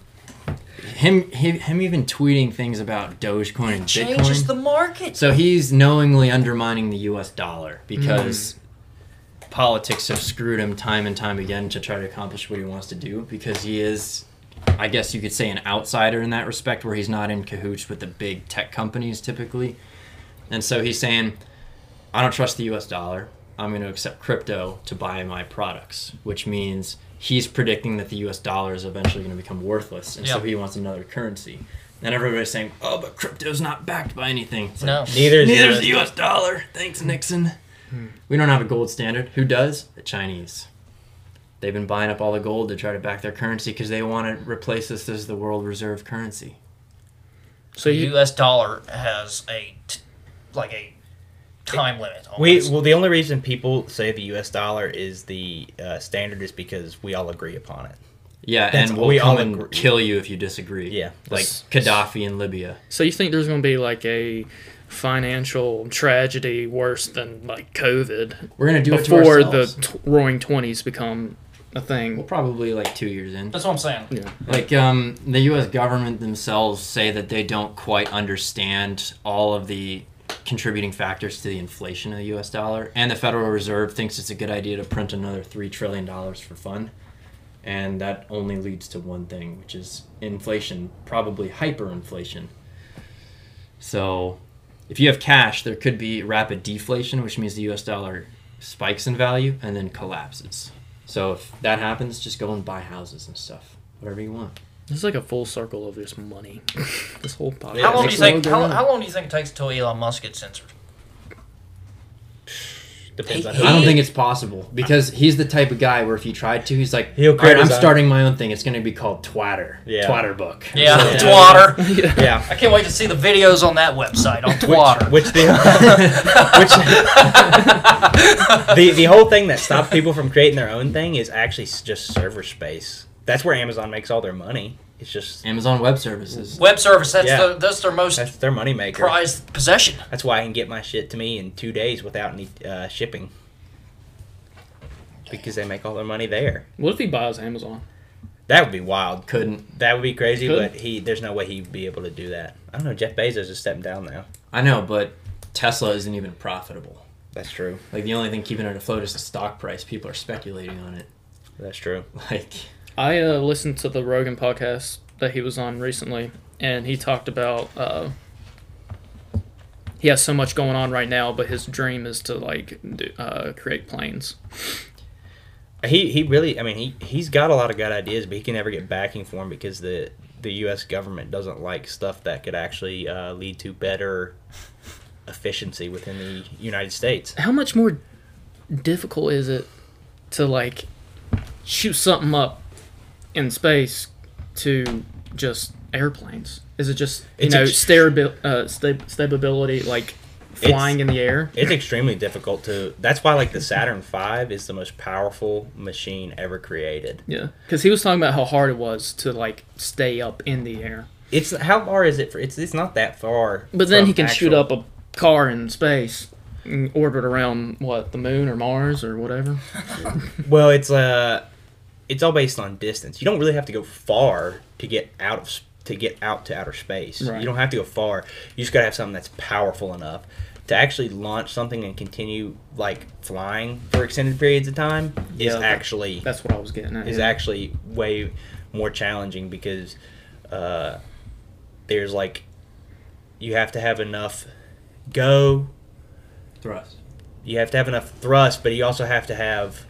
[SPEAKER 4] him, him, him even tweeting things about Dogecoin and
[SPEAKER 6] Changes
[SPEAKER 4] Bitcoin.
[SPEAKER 6] the market.
[SPEAKER 4] so he's knowingly undermining the U.S. dollar because
[SPEAKER 6] Mm.
[SPEAKER 4] politics have screwed him time and time again to try to accomplish what he wants to do. Because he is, I guess you could say, an outsider in that respect, where he's not in cahoots with the big tech companies typically. And so he's saying, I don't trust the US dollar. I'm going to accept crypto to buy my products, which means he's predicting that the US dollar is eventually going to become worthless. And so
[SPEAKER 6] Yeah.
[SPEAKER 4] he wants another currency. And everybody's saying, oh, but crypto's not backed by anything. It's like,
[SPEAKER 6] No.
[SPEAKER 2] neither is
[SPEAKER 4] Neither's the US dollar. Thanks, Nixon. We don't have a gold standard. Who does? The Chinese. They've been buying up all the gold to try to back their currency because they want to replace this as the world reserve currency.
[SPEAKER 3] So
[SPEAKER 6] The
[SPEAKER 3] you,
[SPEAKER 6] U.S. dollar has a t- like a time limit.
[SPEAKER 2] We
[SPEAKER 6] almost.
[SPEAKER 2] well, the only reason people say the U.S. dollar is the uh, standard is because we all agree upon it.
[SPEAKER 4] Yeah,
[SPEAKER 2] That's-
[SPEAKER 4] and we'll
[SPEAKER 2] we all
[SPEAKER 4] come and
[SPEAKER 2] agree.
[SPEAKER 4] kill you if you disagree.
[SPEAKER 2] Yeah,
[SPEAKER 4] like
[SPEAKER 2] like-
[SPEAKER 4] Gaddafi in Libya.
[SPEAKER 3] so you think there's going to be like a financial tragedy worse than like COVID
[SPEAKER 4] We're gonna do it to
[SPEAKER 3] before the
[SPEAKER 4] ourselves.
[SPEAKER 3] t- Roaring Twenties become a thing?
[SPEAKER 4] Well, probably like two years in.
[SPEAKER 6] That's what I'm saying.
[SPEAKER 3] Yeah.
[SPEAKER 4] Like um, the U.S. government themselves say that they don't quite understand all of the contributing factors to the inflation of the U.S. dollar, and the Federal Reserve thinks it's a good idea to print another three trillion dollars for fun, and that only leads to one thing, which is inflation, probably hyperinflation. So, if you have cash, there could be rapid deflation, which means the U.S. dollar spikes in value and then collapses. So if that happens, just go and buy houses and stuff, whatever you want.
[SPEAKER 3] This is like a full circle of just money. This whole podcast.
[SPEAKER 6] How long do you
[SPEAKER 3] Makes
[SPEAKER 6] think?
[SPEAKER 3] no
[SPEAKER 6] How,
[SPEAKER 3] ground.
[SPEAKER 6] how long do you think it takes until Elon Musk gets censored?
[SPEAKER 2] Depends on
[SPEAKER 6] He-
[SPEAKER 4] I
[SPEAKER 2] how
[SPEAKER 4] don't think it's possible because he's the type of guy where if he tried to, he's like,
[SPEAKER 2] He'll
[SPEAKER 4] "All
[SPEAKER 2] create
[SPEAKER 4] right, I'm
[SPEAKER 2] his own."
[SPEAKER 4] starting my own thing. It's going to be called Twatter.
[SPEAKER 2] Yeah.
[SPEAKER 4] Twatter book.
[SPEAKER 6] Yeah,
[SPEAKER 2] Yeah.
[SPEAKER 6] Twatter.
[SPEAKER 3] yeah.
[SPEAKER 2] Yeah.
[SPEAKER 6] I can't wait to see the videos on that website on Twatter.
[SPEAKER 2] Which the which the the whole thing that stops people from creating their own thing is actually s- just server space. That's where Amazon makes all their money. It's just
[SPEAKER 4] Amazon Web Services.
[SPEAKER 6] Web service. That's
[SPEAKER 2] Yeah.
[SPEAKER 6] the, that's their most
[SPEAKER 2] that's their money maker.
[SPEAKER 6] prized possession.
[SPEAKER 2] That's why I can get my shit to me in two days without any uh, shipping. Because they make all their money there.
[SPEAKER 3] What if he buys Amazon?
[SPEAKER 2] That would be wild.
[SPEAKER 4] Couldn't.
[SPEAKER 2] That would be crazy,
[SPEAKER 3] Could.
[SPEAKER 2] but he there's no way he'd be able to do that. I don't know. Jeff Bezos is stepping down now.
[SPEAKER 4] I know, but Tesla isn't even profitable.
[SPEAKER 2] That's true.
[SPEAKER 4] Like the only thing keeping it afloat is the stock price. People are speculating on it.
[SPEAKER 2] That's true.
[SPEAKER 4] Like
[SPEAKER 3] I uh, listened to the Rogan podcast that he was on recently, and he talked about uh, he has so much going on right now, but his dream is to like do, uh, create planes.
[SPEAKER 2] He he really. I mean, he he's got a lot of good ideas, but he can never get backing for him because the the U.S. government doesn't like stuff that could actually uh, lead to better efficiency within the United States.
[SPEAKER 3] How much more difficult is it to like shoot something up in space to just airplanes? Is it just you
[SPEAKER 2] It's
[SPEAKER 3] know
[SPEAKER 2] ex-
[SPEAKER 3] stabil- uh, sta- stability like flying in the air?
[SPEAKER 2] It's extremely difficult to. That's why like the Saturn V is the most powerful machine ever created.
[SPEAKER 3] Yeah, because he was talking about how hard it was to like stay up in the air.
[SPEAKER 2] It's how far is it? For, it's it's not that far.
[SPEAKER 3] But then
[SPEAKER 2] from
[SPEAKER 3] he can shoot
[SPEAKER 2] actual-
[SPEAKER 3] up a car in space and orbit around what the moon or Mars or whatever.
[SPEAKER 2] Well, it's uh, it's all based on distance. You don't really have to go far to get out of s- to get out to outer space.
[SPEAKER 3] Right.
[SPEAKER 2] You don't have to go far. You just gotta have something that's powerful enough to actually launch something and continue like flying for extended periods of time.
[SPEAKER 3] Yeah,
[SPEAKER 2] is
[SPEAKER 3] that-
[SPEAKER 2] actually
[SPEAKER 3] That's what I was getting at.
[SPEAKER 2] is
[SPEAKER 3] yeah.
[SPEAKER 2] actually way more challenging because uh, there's like you have to have enough go
[SPEAKER 4] thrust.
[SPEAKER 2] you have to have enough thrust, but you also have to have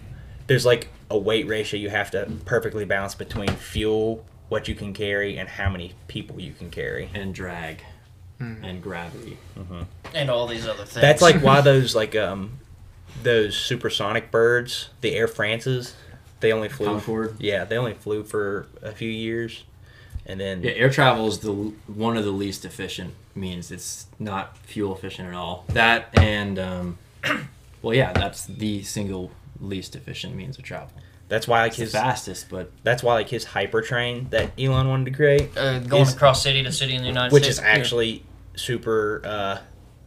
[SPEAKER 2] there's like a weight ratio you have to perfectly balance between fuel, what you can carry, and how many people you can carry.
[SPEAKER 4] and drag and gravity.
[SPEAKER 6] and all these other things.
[SPEAKER 2] That's like why those like um those supersonic birds, the Air Frances, they only flew
[SPEAKER 4] Concorde.
[SPEAKER 2] Yeah, they only flew for a few years, and then
[SPEAKER 4] Yeah, air travel is the l- one of the least efficient means. It's not fuel efficient at all. That and um, well, yeah, that's the single least efficient means of travel.
[SPEAKER 2] that's why like
[SPEAKER 4] It's the
[SPEAKER 2] his
[SPEAKER 4] fastest, but
[SPEAKER 2] that's why like his hypertrain that Elon wanted to create
[SPEAKER 6] uh, going
[SPEAKER 2] is-
[SPEAKER 6] across city to city in the United
[SPEAKER 2] which
[SPEAKER 6] States.
[SPEAKER 2] is actually super uh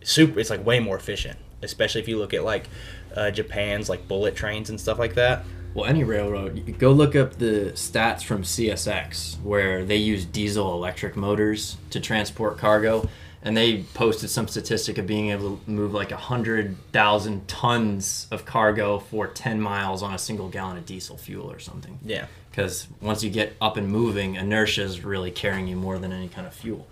[SPEAKER 2] super it's like way more efficient especially if you look at like uh, japan's like bullet trains and stuff like that
[SPEAKER 4] well, any railroad. you Go look up the stats from CSX where they use diesel electric motors to transport cargo. And they posted some statistic of being able to move like 100,000 tons of cargo for 10 miles on a single gallon of diesel fuel or something.
[SPEAKER 2] yeah
[SPEAKER 4] because once you get up and moving, inertia is really carrying you more than any kind of fuel.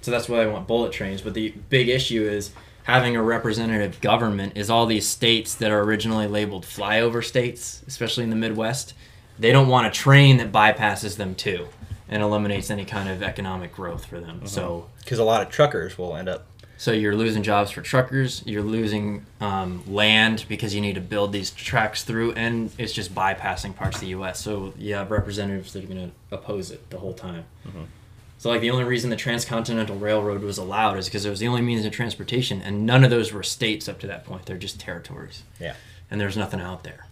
[SPEAKER 4] So that's why I want bullet trains. But the big issue is having a representative government is all these states that are originally labeled flyover states, especially in the Midwest. They don't want a train that bypasses them too and eliminates any kind of economic growth for them. So
[SPEAKER 2] because a lot of truckers will end up
[SPEAKER 4] so you're losing jobs for truckers, you're losing um, land because you need to build these tracks through, and it's just bypassing parts of the U.S. So you have representatives that are going to oppose it the whole time. So like the only reason the transcontinental railroad was allowed is because it was the only means of transportation, and none of those were states up to that point. They're just territories,
[SPEAKER 2] yeah
[SPEAKER 4] and there's nothing out there.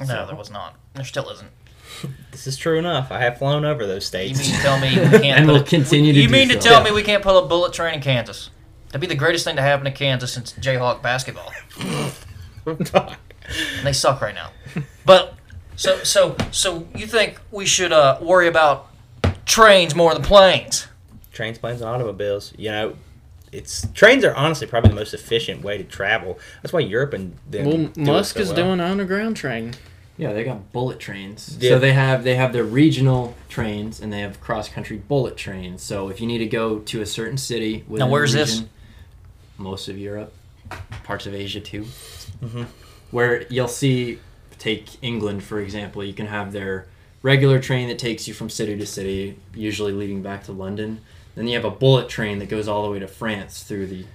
[SPEAKER 6] no, there was not. There still isn't.
[SPEAKER 2] this is true enough i have flown over those
[SPEAKER 6] You
[SPEAKER 2] states
[SPEAKER 6] mean to tell me we can't?
[SPEAKER 4] And
[SPEAKER 6] put
[SPEAKER 4] we'll
[SPEAKER 6] a-
[SPEAKER 4] continue to
[SPEAKER 6] You
[SPEAKER 4] do
[SPEAKER 6] mean to
[SPEAKER 4] so.
[SPEAKER 6] tell me we can't pull a bullet train in Kansas? That'd be the greatest thing to happen to Kansas since Jayhawk basketball. And they suck right now. But so so so you think we should uh, worry about trains more than planes?
[SPEAKER 2] trains planes and automobiles you know it's trains are honestly probably the most efficient way to travel that's why europe and them
[SPEAKER 3] well,
[SPEAKER 2] do it
[SPEAKER 3] Musk
[SPEAKER 2] so
[SPEAKER 3] is
[SPEAKER 2] well.
[SPEAKER 3] doing an underground train.
[SPEAKER 4] Yeah, they got bullet trains.
[SPEAKER 2] Yeah.
[SPEAKER 4] So they have they have their regional trains and they have cross country bullet trains. So if you need to go to a certain city, within the
[SPEAKER 6] where's this?
[SPEAKER 4] region, Most of Europe, parts of Asia too,
[SPEAKER 1] Mm-hmm.
[SPEAKER 4] where you'll see. Take England for example. You can have their regular train that takes you from city to city, usually leading back to London. Then you have a bullet train that goes all the way to France through the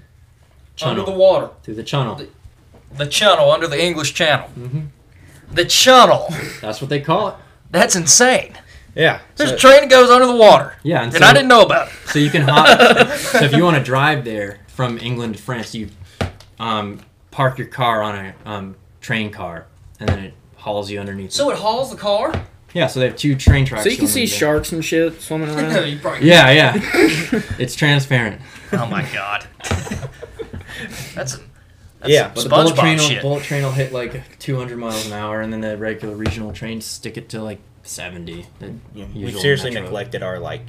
[SPEAKER 1] Under
[SPEAKER 4] channel.
[SPEAKER 1] the water.
[SPEAKER 4] through the channel.
[SPEAKER 1] The channel, under the English channel.
[SPEAKER 4] Mhm.
[SPEAKER 1] The channel.
[SPEAKER 4] That's what they call it.
[SPEAKER 1] That's insane.
[SPEAKER 2] Yeah.
[SPEAKER 1] There's a train that goes under the water.
[SPEAKER 4] Yeah,
[SPEAKER 1] And
[SPEAKER 4] so,
[SPEAKER 1] I didn't know about it.
[SPEAKER 4] so you can hop. so if you want to drive there from England to France, you um, park your car on a um, train car, and then it hauls you underneath.
[SPEAKER 1] So
[SPEAKER 4] it.
[SPEAKER 1] it hauls the car?
[SPEAKER 4] yeah, so they have two train tracks.
[SPEAKER 3] So you can
[SPEAKER 4] going
[SPEAKER 3] see
[SPEAKER 4] there.
[SPEAKER 3] sharks and shit swimming around.
[SPEAKER 1] You probably-
[SPEAKER 4] Yeah, yeah. it's transparent.
[SPEAKER 1] Oh my god. that's that's
[SPEAKER 2] Yeah,
[SPEAKER 4] But the bullet
[SPEAKER 1] SpongeBob
[SPEAKER 4] train, will,
[SPEAKER 1] shit.
[SPEAKER 4] bullet train will hit like 200 miles an hour, and then the regular regional trains stick it to like 70. The
[SPEAKER 2] Yeah, We've
[SPEAKER 4] usual
[SPEAKER 2] seriously
[SPEAKER 4] metro.
[SPEAKER 2] neglected our like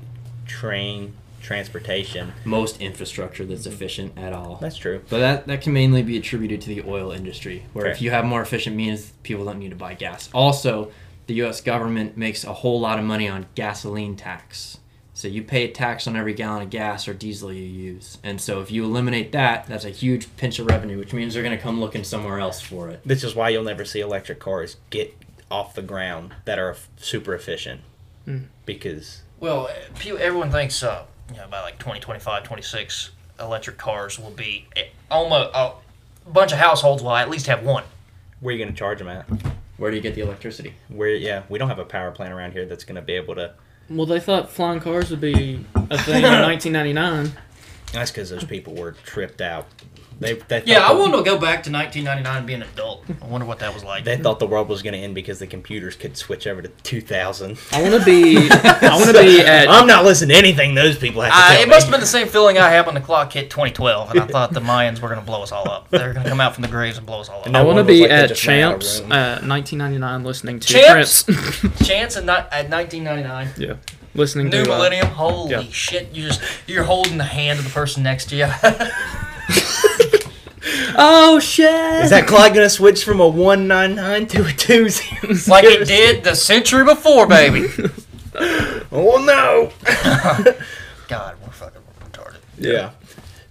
[SPEAKER 2] train transportation.
[SPEAKER 4] most infrastructure that's efficient at all.
[SPEAKER 2] That's true.
[SPEAKER 4] But that, that can mainly be attributed to the oil industry, where if
[SPEAKER 2] Correct.
[SPEAKER 4] you have more efficient means, people don't need to buy gas. Also, the U.S. government makes a whole lot of money on gasoline tax. So you pay a tax on every gallon of gas or diesel you use. And so if you eliminate that, that's a huge pinch of revenue, which means they're going to come looking somewhere else for it.
[SPEAKER 2] This is why you'll never see electric cars get off the ground that are f- super efficient
[SPEAKER 1] Hmm.
[SPEAKER 2] because
[SPEAKER 1] Well, eh, pe- everyone thinks uh, you know, by like 2025, 26, electric cars will be eh, almost a bunch of households will at least have one.
[SPEAKER 2] where are you going to charge them at?
[SPEAKER 4] Where do you get the electricity?
[SPEAKER 2] Where yeah, we don't have a power plant around here that's going to be able to.
[SPEAKER 3] Well, they thought flying cars would be a thing in 1999.
[SPEAKER 2] That's because those people were tripped out. They, they thought
[SPEAKER 1] Yeah, I
[SPEAKER 2] the-
[SPEAKER 1] want to go back to 1999 and be an adult. I wonder what that was like.
[SPEAKER 2] They thought the world was going to end because the computers could switch over to 2000.
[SPEAKER 3] I want to be. I want to be at.
[SPEAKER 2] I'm not listening to anything those people have to
[SPEAKER 1] Uh,
[SPEAKER 2] tell
[SPEAKER 1] it
[SPEAKER 2] me.
[SPEAKER 1] must have been the same feeling I had when the clock hit 2012, and I thought the Mayans were going to blow us all up. They're going to come out from the graves and blow us all up.
[SPEAKER 2] No.
[SPEAKER 3] I want to
[SPEAKER 2] one was
[SPEAKER 3] be
[SPEAKER 2] like, they
[SPEAKER 3] at
[SPEAKER 2] just ran out of
[SPEAKER 3] Champs
[SPEAKER 2] room.
[SPEAKER 3] at 1999, listening to
[SPEAKER 1] Champs?
[SPEAKER 3] Prince.
[SPEAKER 1] Chance in, ni- at 1999.
[SPEAKER 3] yeah, listening
[SPEAKER 1] New
[SPEAKER 3] to uh,
[SPEAKER 1] millennium. Holy
[SPEAKER 3] yeah.
[SPEAKER 1] shit! You just you're holding the hand of the person next to you.
[SPEAKER 3] Oh shit!
[SPEAKER 2] Is that clock going to switch from a 199 to a 20?
[SPEAKER 1] like it did the century before, baby.
[SPEAKER 2] Oh no!
[SPEAKER 1] God, we're fucking retarded.
[SPEAKER 2] Yeah.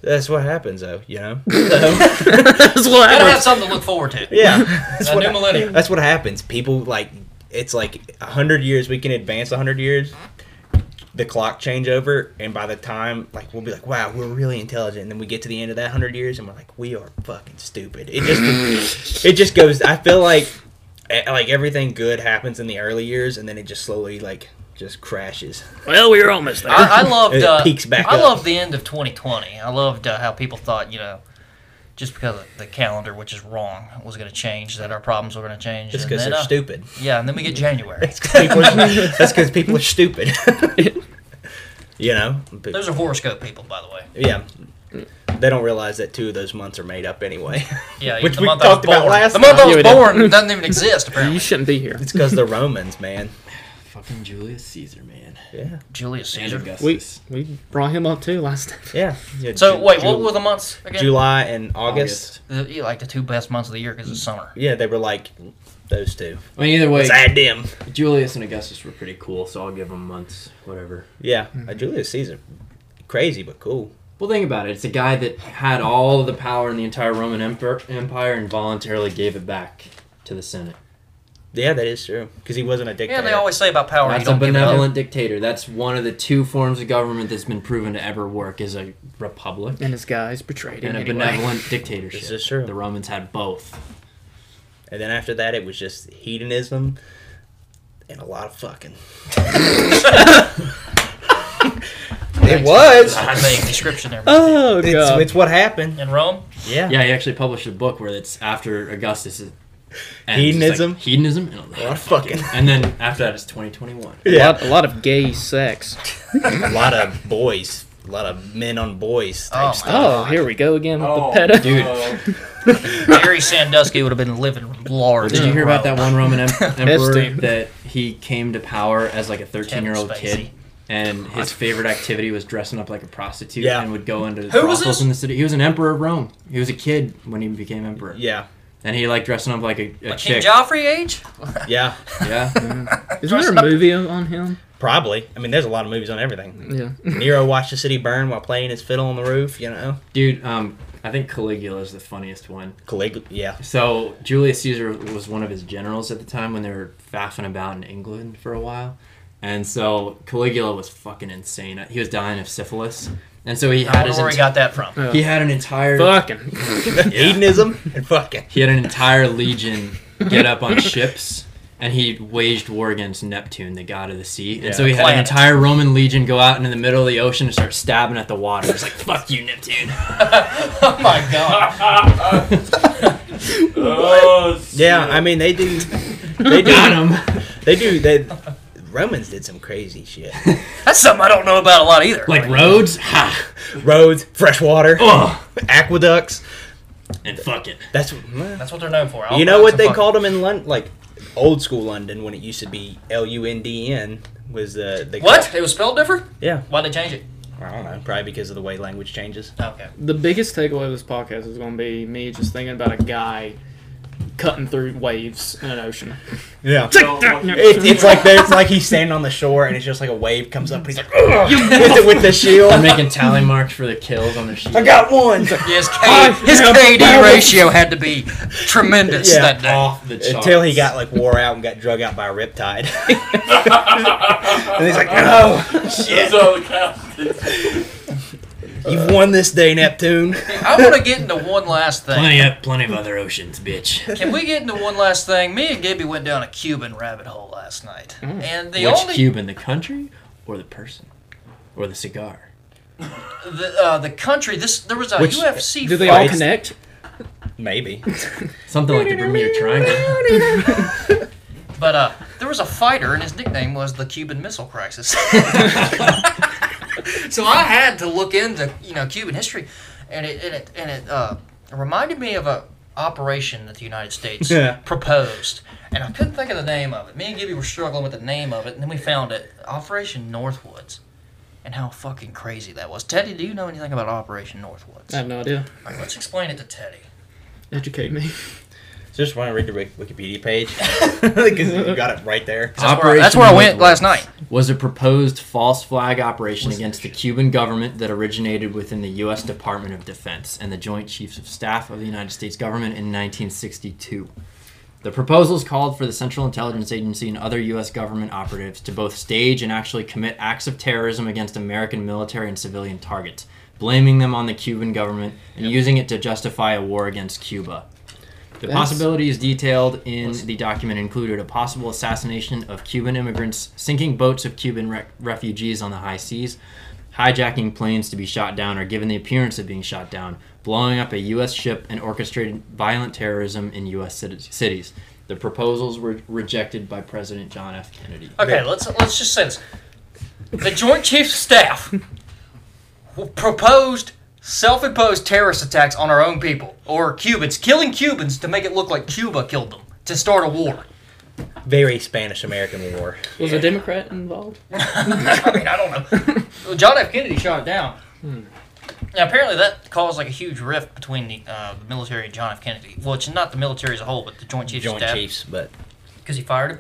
[SPEAKER 2] That's what happens though, you know?
[SPEAKER 3] That's what
[SPEAKER 1] Gotta
[SPEAKER 3] happened.
[SPEAKER 1] have something to look forward to.
[SPEAKER 2] Yeah. That's
[SPEAKER 1] A
[SPEAKER 2] what,
[SPEAKER 1] new millennium.
[SPEAKER 2] that's what happens. People like it's like 100 years we can advance 100 years. The clock change over and by the time like we'll be like, "Wow, we're really intelligent." And then we get to the end of that 100 years and we're like, "We are fucking stupid." It just it just goes I feel like eh, like everything good happens in the early years and then it just slowly like just crashes.
[SPEAKER 3] Well, we were almost there.
[SPEAKER 1] I, I loved.
[SPEAKER 2] It
[SPEAKER 1] uh,
[SPEAKER 2] peaks back
[SPEAKER 1] I
[SPEAKER 2] up.
[SPEAKER 1] loved the end of 2020. I loved uh, how people thought, you know, just because of the calendar, which is wrong, was going to change, that our problems were going to change.
[SPEAKER 2] Just
[SPEAKER 1] and
[SPEAKER 2] because
[SPEAKER 1] then,
[SPEAKER 2] they're
[SPEAKER 1] uh,
[SPEAKER 2] stupid.
[SPEAKER 1] Yeah, and then we get January.
[SPEAKER 2] People are- that's because people are stupid. you know, but-
[SPEAKER 1] Those are horoscope people, by the way.
[SPEAKER 2] yeah, they don't realize that two of those months are made up anyway.
[SPEAKER 1] Yeah,
[SPEAKER 2] Which
[SPEAKER 1] the
[SPEAKER 2] we
[SPEAKER 1] month I was
[SPEAKER 2] talked about
[SPEAKER 1] born.
[SPEAKER 2] last
[SPEAKER 1] The month
[SPEAKER 3] time.
[SPEAKER 1] I was
[SPEAKER 3] Yeah, we did.
[SPEAKER 1] born doesn't even exist
[SPEAKER 3] you
[SPEAKER 1] apparently.
[SPEAKER 3] shouldn't be here.
[SPEAKER 2] it's because the Romans, man.
[SPEAKER 4] Fucking Julius Caesar, man.
[SPEAKER 2] Yeah,
[SPEAKER 1] Julius Caesar.
[SPEAKER 3] We we brought him up too last time.
[SPEAKER 2] yeah. yeah
[SPEAKER 1] So
[SPEAKER 2] Ju-
[SPEAKER 1] wait,
[SPEAKER 2] Ju-
[SPEAKER 1] what were the months again?
[SPEAKER 2] July and August.
[SPEAKER 1] The- yeah, like the two best months of the year because it's summer.
[SPEAKER 2] Yeah, they were like those two.
[SPEAKER 4] I mean, either way,
[SPEAKER 2] Let's add them.
[SPEAKER 4] Julius and Augustus were pretty cool, so I'll give them months, whatever.
[SPEAKER 2] Yeah, uh, Julius Caesar, crazy but cool.
[SPEAKER 4] Well, think about it. It's a guy that had all the power in the entire Roman emper- Empire and voluntarily gave it back to the Senate.
[SPEAKER 2] Yeah, that is true. Because he wasn't a dictator.
[SPEAKER 1] Yeah, they always say about power. you
[SPEAKER 4] That's a
[SPEAKER 1] don't give it up.
[SPEAKER 4] benevolent dictator. That's one of the two forms of government that's been proven to ever work is a republic
[SPEAKER 3] And his guys betrayed him.
[SPEAKER 4] and a
[SPEAKER 3] anyway.
[SPEAKER 4] benevolent dictatorship.
[SPEAKER 2] This is true.
[SPEAKER 4] The Romans had both.
[SPEAKER 2] And then after that, it was just hedonism and a lot of fucking. it was.
[SPEAKER 1] I made a description there.
[SPEAKER 3] Oh
[SPEAKER 2] It's,
[SPEAKER 3] god!
[SPEAKER 2] it's what happened.
[SPEAKER 1] In Rome,
[SPEAKER 2] Yeah.
[SPEAKER 4] Yeah, he actually published a book where it's after Augustus. Is, and it's just
[SPEAKER 2] Hedonism?
[SPEAKER 4] Like, hedonism and a lot,
[SPEAKER 2] A lot
[SPEAKER 4] of
[SPEAKER 2] of fucking.
[SPEAKER 4] fucking. And then after that, it's 2021.
[SPEAKER 3] a,
[SPEAKER 2] Yeah.
[SPEAKER 3] lot, a lot of gay sex.
[SPEAKER 2] A lot of boys. A lot of men on boys type
[SPEAKER 1] Oh,
[SPEAKER 2] stuff.
[SPEAKER 3] Oh, here we go again with
[SPEAKER 7] Oh,
[SPEAKER 3] the pedo.
[SPEAKER 4] Dude.
[SPEAKER 7] uh,
[SPEAKER 1] Barry Sandusky would have been living large.
[SPEAKER 4] Did you
[SPEAKER 1] in
[SPEAKER 4] hear about
[SPEAKER 1] Rome.
[SPEAKER 4] that one Roman em- emperor
[SPEAKER 3] Epstein.
[SPEAKER 4] that he came to power as like a 13 year old
[SPEAKER 1] Kevin Spacey.
[SPEAKER 4] kid? And his favorite activity was dressing up like a prostitute
[SPEAKER 2] Yeah.
[SPEAKER 4] and would go into
[SPEAKER 1] Who was
[SPEAKER 4] brothels
[SPEAKER 1] this?
[SPEAKER 4] in the city. He was an emperor of Rome. He was a kid when he became emperor.
[SPEAKER 2] Yeah.
[SPEAKER 4] And he liked dressing up like a, a
[SPEAKER 1] King
[SPEAKER 4] chick.
[SPEAKER 1] Joffrey age?
[SPEAKER 2] Yeah.
[SPEAKER 4] Yeah.
[SPEAKER 3] Isn't there a movie on him?
[SPEAKER 2] Probably. I mean, there's a lot of movies on everything.
[SPEAKER 3] Yeah.
[SPEAKER 2] Nero watched the city burn while playing his fiddle on the roof, you know?
[SPEAKER 4] Dude, um, I think Caligula is the funniest one.
[SPEAKER 2] Caligula, yeah.
[SPEAKER 4] So Julius Caesar was one of his generals at the time when they were faffing about in England for a while, and so Caligula was fucking insane. He was dying of syphilis, and so he
[SPEAKER 1] I
[SPEAKER 4] had
[SPEAKER 1] don't
[SPEAKER 4] his
[SPEAKER 1] know where he got that from.
[SPEAKER 3] Yeah.
[SPEAKER 4] he had an entire
[SPEAKER 3] Fucking.
[SPEAKER 2] Hedonism and fucking.
[SPEAKER 4] he had an entire legion get up on ships and he waged war against Neptune, the god of the sea. And so he had an
[SPEAKER 1] Planet.
[SPEAKER 4] entire Roman legion go out into the middle of the ocean and start stabbing at the water. It's like, fuck you, Neptune.
[SPEAKER 1] Oh my god.
[SPEAKER 7] Oh,
[SPEAKER 2] Yeah,
[SPEAKER 7] shit.
[SPEAKER 2] I mean they do. They
[SPEAKER 4] Got
[SPEAKER 2] do.
[SPEAKER 4] him.
[SPEAKER 2] They do. They Romans did some crazy shit.
[SPEAKER 1] That's something I don't know about a lot either.
[SPEAKER 4] Like Rhodes? Ha!
[SPEAKER 2] Roads, fresh water,
[SPEAKER 4] Ugh!
[SPEAKER 2] aqueducts.
[SPEAKER 4] And fuck it.
[SPEAKER 2] That's well,
[SPEAKER 1] that's what they're known for. I don't
[SPEAKER 2] you know
[SPEAKER 1] it's
[SPEAKER 2] what
[SPEAKER 1] a
[SPEAKER 2] they
[SPEAKER 1] fuck-
[SPEAKER 2] called them in London, like old school London when it used to be L U N D N was the they
[SPEAKER 1] What? It was spelled different?
[SPEAKER 2] Yeah,
[SPEAKER 1] Why'd they change it? Oh,
[SPEAKER 2] I don't know. Probably because of the way language changes.
[SPEAKER 1] Okay.
[SPEAKER 3] The biggest takeaway of this podcast is going to be me just thinking about a guy cutting through waves in an ocean.
[SPEAKER 2] Yeah.
[SPEAKER 3] It-
[SPEAKER 2] It, it's like there's like he's standing on the shore and it's just like a wave comes up and he's like "Ugh," with, the, with the shield.
[SPEAKER 4] They're making tally marks for the kills on their sheet.
[SPEAKER 2] I got one.
[SPEAKER 1] Yes,
[SPEAKER 3] I
[SPEAKER 1] his
[SPEAKER 3] am
[SPEAKER 1] KD ratio had to be tremendous
[SPEAKER 2] Yeah.
[SPEAKER 1] that day.
[SPEAKER 4] Off the charts.
[SPEAKER 2] Until he got like wore out and got drug out by a riptide. and he's like, oh,
[SPEAKER 7] That's
[SPEAKER 2] shit.
[SPEAKER 7] all that counts.
[SPEAKER 2] You've won this day, Neptune.
[SPEAKER 1] I want to get into one last thing.
[SPEAKER 4] Plenty of, plenty of other oceans, bitch.
[SPEAKER 1] Can we get into one last thing? Me and Gibby went down a Cuban rabbit hole last night, and the
[SPEAKER 4] Which
[SPEAKER 1] only
[SPEAKER 4] Cuban, the country or the person? Or the cigar?
[SPEAKER 1] the, uh, the country this there was a
[SPEAKER 2] Which-
[SPEAKER 1] UFC
[SPEAKER 3] Do they
[SPEAKER 1] fight.
[SPEAKER 3] all
[SPEAKER 2] Fights.
[SPEAKER 3] connect?
[SPEAKER 2] Maybe.
[SPEAKER 4] Something like the Bermuda Triangle.
[SPEAKER 1] but uh, there was a fighter, and his nickname was the Cuban Missile Crisis. so I had to look into you know Cuban history, and it and it, and it uh, reminded me of a operation that the United States
[SPEAKER 2] Yeah.
[SPEAKER 1] proposed, and I couldn't think of the name of it. Me and Gibby were struggling with the name of it, and then we found it, Operation Northwoods. And how fucking crazy that was. Teddy, do you know anything about Operation Northwoods?
[SPEAKER 3] I have no idea.
[SPEAKER 1] All right, let's explain it to Teddy.
[SPEAKER 3] Educate me.
[SPEAKER 2] Just want to read the Wik- Wikipedia page because you got it right there.
[SPEAKER 1] 'Cause That's where, I- that's where I went last night.
[SPEAKER 4] was a proposed false flag operation against the Cuban government that originated within the U.S. Department of Defense and the Joint Chiefs of Staff of the United States government in 1962. The proposals called for the Central Intelligence Agency and other U.S. government operatives to both stage and actually commit acts of terrorism against American military and civilian targets, blaming them on the Cuban government and using it to justify a war against Cuba. The
[SPEAKER 3] That's-
[SPEAKER 4] possibilities detailed in the document included a possible assassination of Cuban immigrants, sinking boats of Cuban re- refugees on the high seas, hijacking planes to be shot down or given the appearance of being shot down, blowing up a U.S. ship, and orchestrated violent terrorism in U.S. cit- cities. The proposals were rejected by President John F. Kennedy.
[SPEAKER 1] Okay, let's let's just say this: the Joint Chiefs of Staff proposed self-imposed terrorist attacks on our own people or Cubans, killing Cubans to make it look like Cuba killed them to start a war.
[SPEAKER 2] Very Spanish American War.
[SPEAKER 3] Was a Democrat involved?
[SPEAKER 1] I mean, I don't know. Well, John F. Kennedy shot it down. Now, apparently, that caused like a huge rift between the, uh, the military and John F. Kennedy. Well, it's not the military as a whole, but the Joint Chiefs of
[SPEAKER 2] Joint
[SPEAKER 1] Staff.
[SPEAKER 2] Chiefs, but
[SPEAKER 1] because he fired him.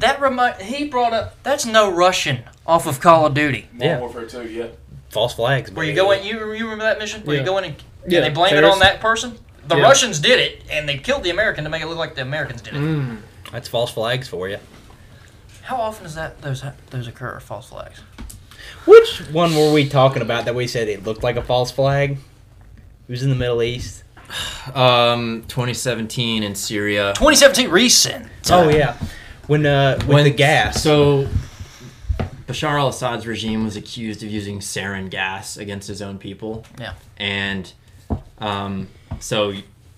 [SPEAKER 1] That remind he brought up that's no Russian off of Call of Duty.
[SPEAKER 7] Modern
[SPEAKER 2] Yeah.
[SPEAKER 7] Warfare 2, yeah.
[SPEAKER 2] false flags.
[SPEAKER 1] Where you
[SPEAKER 2] baby.
[SPEAKER 1] go in, you, you remember that mission? Where
[SPEAKER 3] Yeah.
[SPEAKER 1] you go in and,
[SPEAKER 3] Yeah,
[SPEAKER 1] and they blame it
[SPEAKER 3] terrorist-
[SPEAKER 1] on that person? The
[SPEAKER 3] Yeah.
[SPEAKER 1] Russians did it, and they killed the American to make it look like the Americans did it.
[SPEAKER 3] Mm-hmm. Hmm.
[SPEAKER 2] That's false flags for you.
[SPEAKER 1] How often does that those those occur? False flags.
[SPEAKER 2] Which one were we talking about that we said it looked like a false flag? It was in the Middle East.
[SPEAKER 4] Um, 2017 in Syria.
[SPEAKER 1] 2017 recent.
[SPEAKER 2] Oh yeah, when uh, with the gas.
[SPEAKER 4] So, Bashar al-Assad's regime was accused of using sarin gas against his own people.
[SPEAKER 1] Yeah.
[SPEAKER 4] And um, so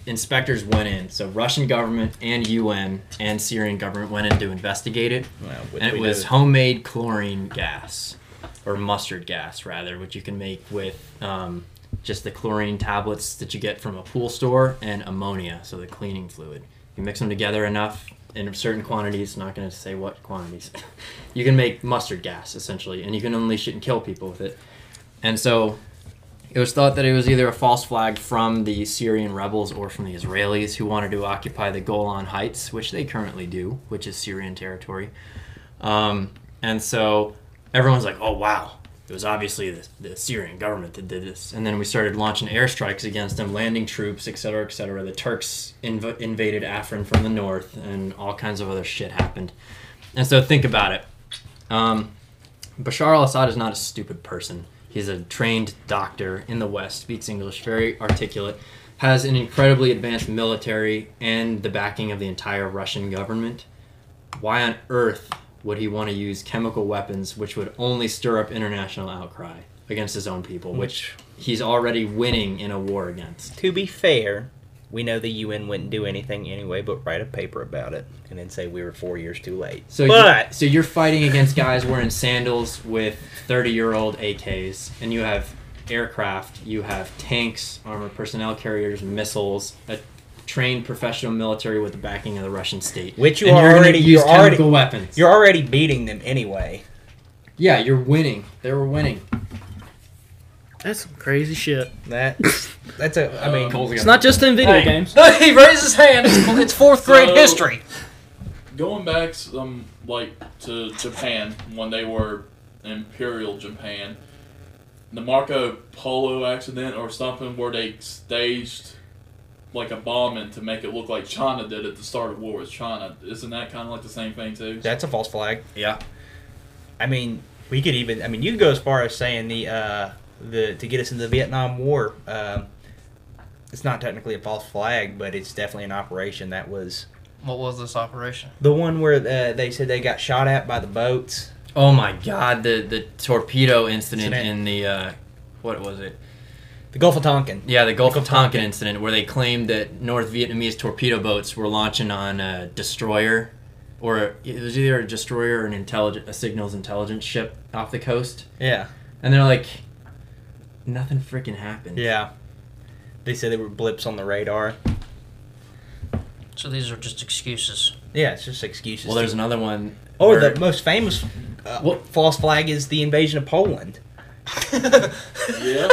[SPEAKER 4] inspectors went in. So Russian government and UN and Syrian government went in to investigate it,
[SPEAKER 2] Well, which
[SPEAKER 4] and it
[SPEAKER 2] we
[SPEAKER 4] was
[SPEAKER 2] know.
[SPEAKER 4] homemade chlorine gas, or mustard gas rather, which you can make with. Um, just the chlorine tablets that you get from a pool store and ammonia, so the cleaning fluid. You mix them together enough in certain quantities, not going to say what quantities. you can make mustard gas essentially, and you can unleash it and kill people with it. And so it was thought that it was either a false flag from the Syrian rebels or from the Israelis who wanted to occupy the Golan Heights, which they currently do, which is Syrian territory. Um, and so everyone's like, oh, wow, it was obviously the, the Syrian government that did this. And then we started launching airstrikes against them, landing troops, et cetera, et cetera. The Turks inv- invaded Afrin from the north, and all kinds of other shit happened. And so think about it. Um, Bashar al-Assad is not a stupid person. He's a trained doctor in the West, speaks English, very articulate, has an incredibly advanced military and the backing of the entire Russian government. Why on earth would he want to use chemical weapons, which would only stir up international outcry against his own people, which he's already winning in a war against?
[SPEAKER 2] To be fair, we know the UN wouldn't do anything anyway, but write a paper about it and then say we were four years too late.
[SPEAKER 4] So, you,
[SPEAKER 2] but
[SPEAKER 4] so you're fighting against guys wearing sandals with 30 year old AKs, and you have aircraft, you have tanks, armored personnel carriers, missiles, a trained professional military with the backing of the Russian state.
[SPEAKER 2] Which you
[SPEAKER 4] And
[SPEAKER 2] are
[SPEAKER 4] you're gonna
[SPEAKER 2] already-
[SPEAKER 4] use
[SPEAKER 2] you're already-
[SPEAKER 4] chemical weapons.
[SPEAKER 2] you're already beating them anyway.
[SPEAKER 4] yeah, you're winning. They were winning.
[SPEAKER 3] That's some crazy shit.
[SPEAKER 2] That's that's a. I mean,
[SPEAKER 4] Um,
[SPEAKER 3] It's not just in video
[SPEAKER 6] Hey.
[SPEAKER 3] games.
[SPEAKER 6] No, he raised his hand. It's, it's fourth grade
[SPEAKER 7] So-
[SPEAKER 6] history.
[SPEAKER 7] Going back some like to Japan when they were Imperial Japan, the Marco Polo accident or something where they staged like a bombing to make it look like China did at the start of war with China. Isn't that kind of like the same thing too?
[SPEAKER 2] that's a false flag.
[SPEAKER 4] Yeah.
[SPEAKER 2] I mean, we could even. I mean, you could go as far as saying the uh, the to get us into the Vietnam War. Um, it's not technically a false flag, but it's definitely an operation that was
[SPEAKER 6] What was this operation?
[SPEAKER 2] the one where uh, they said they got shot at by the boats.
[SPEAKER 4] Oh my god, the, the torpedo incident
[SPEAKER 2] Incident.
[SPEAKER 4] in the. Uh, what was it?
[SPEAKER 2] The Gulf of Tonkin.
[SPEAKER 4] Yeah, the Gulf
[SPEAKER 2] Gulf
[SPEAKER 4] of
[SPEAKER 2] of
[SPEAKER 4] Tonkin incident, where they claimed that North Vietnamese torpedo boats were launching on a destroyer, or it was either a destroyer or an intelligent, a signals intelligence ship off the coast,
[SPEAKER 2] Yeah.
[SPEAKER 4] and they're like, nothing freaking happened.
[SPEAKER 2] Yeah. They said they were blips on the radar.
[SPEAKER 6] So these are just excuses.
[SPEAKER 2] Yeah, it's just excuses.
[SPEAKER 4] Well, there's another one.
[SPEAKER 2] or
[SPEAKER 4] where-
[SPEAKER 2] Oh, the most famous uh,
[SPEAKER 4] What-
[SPEAKER 2] false flag is the invasion of Poland.
[SPEAKER 7] Yeah.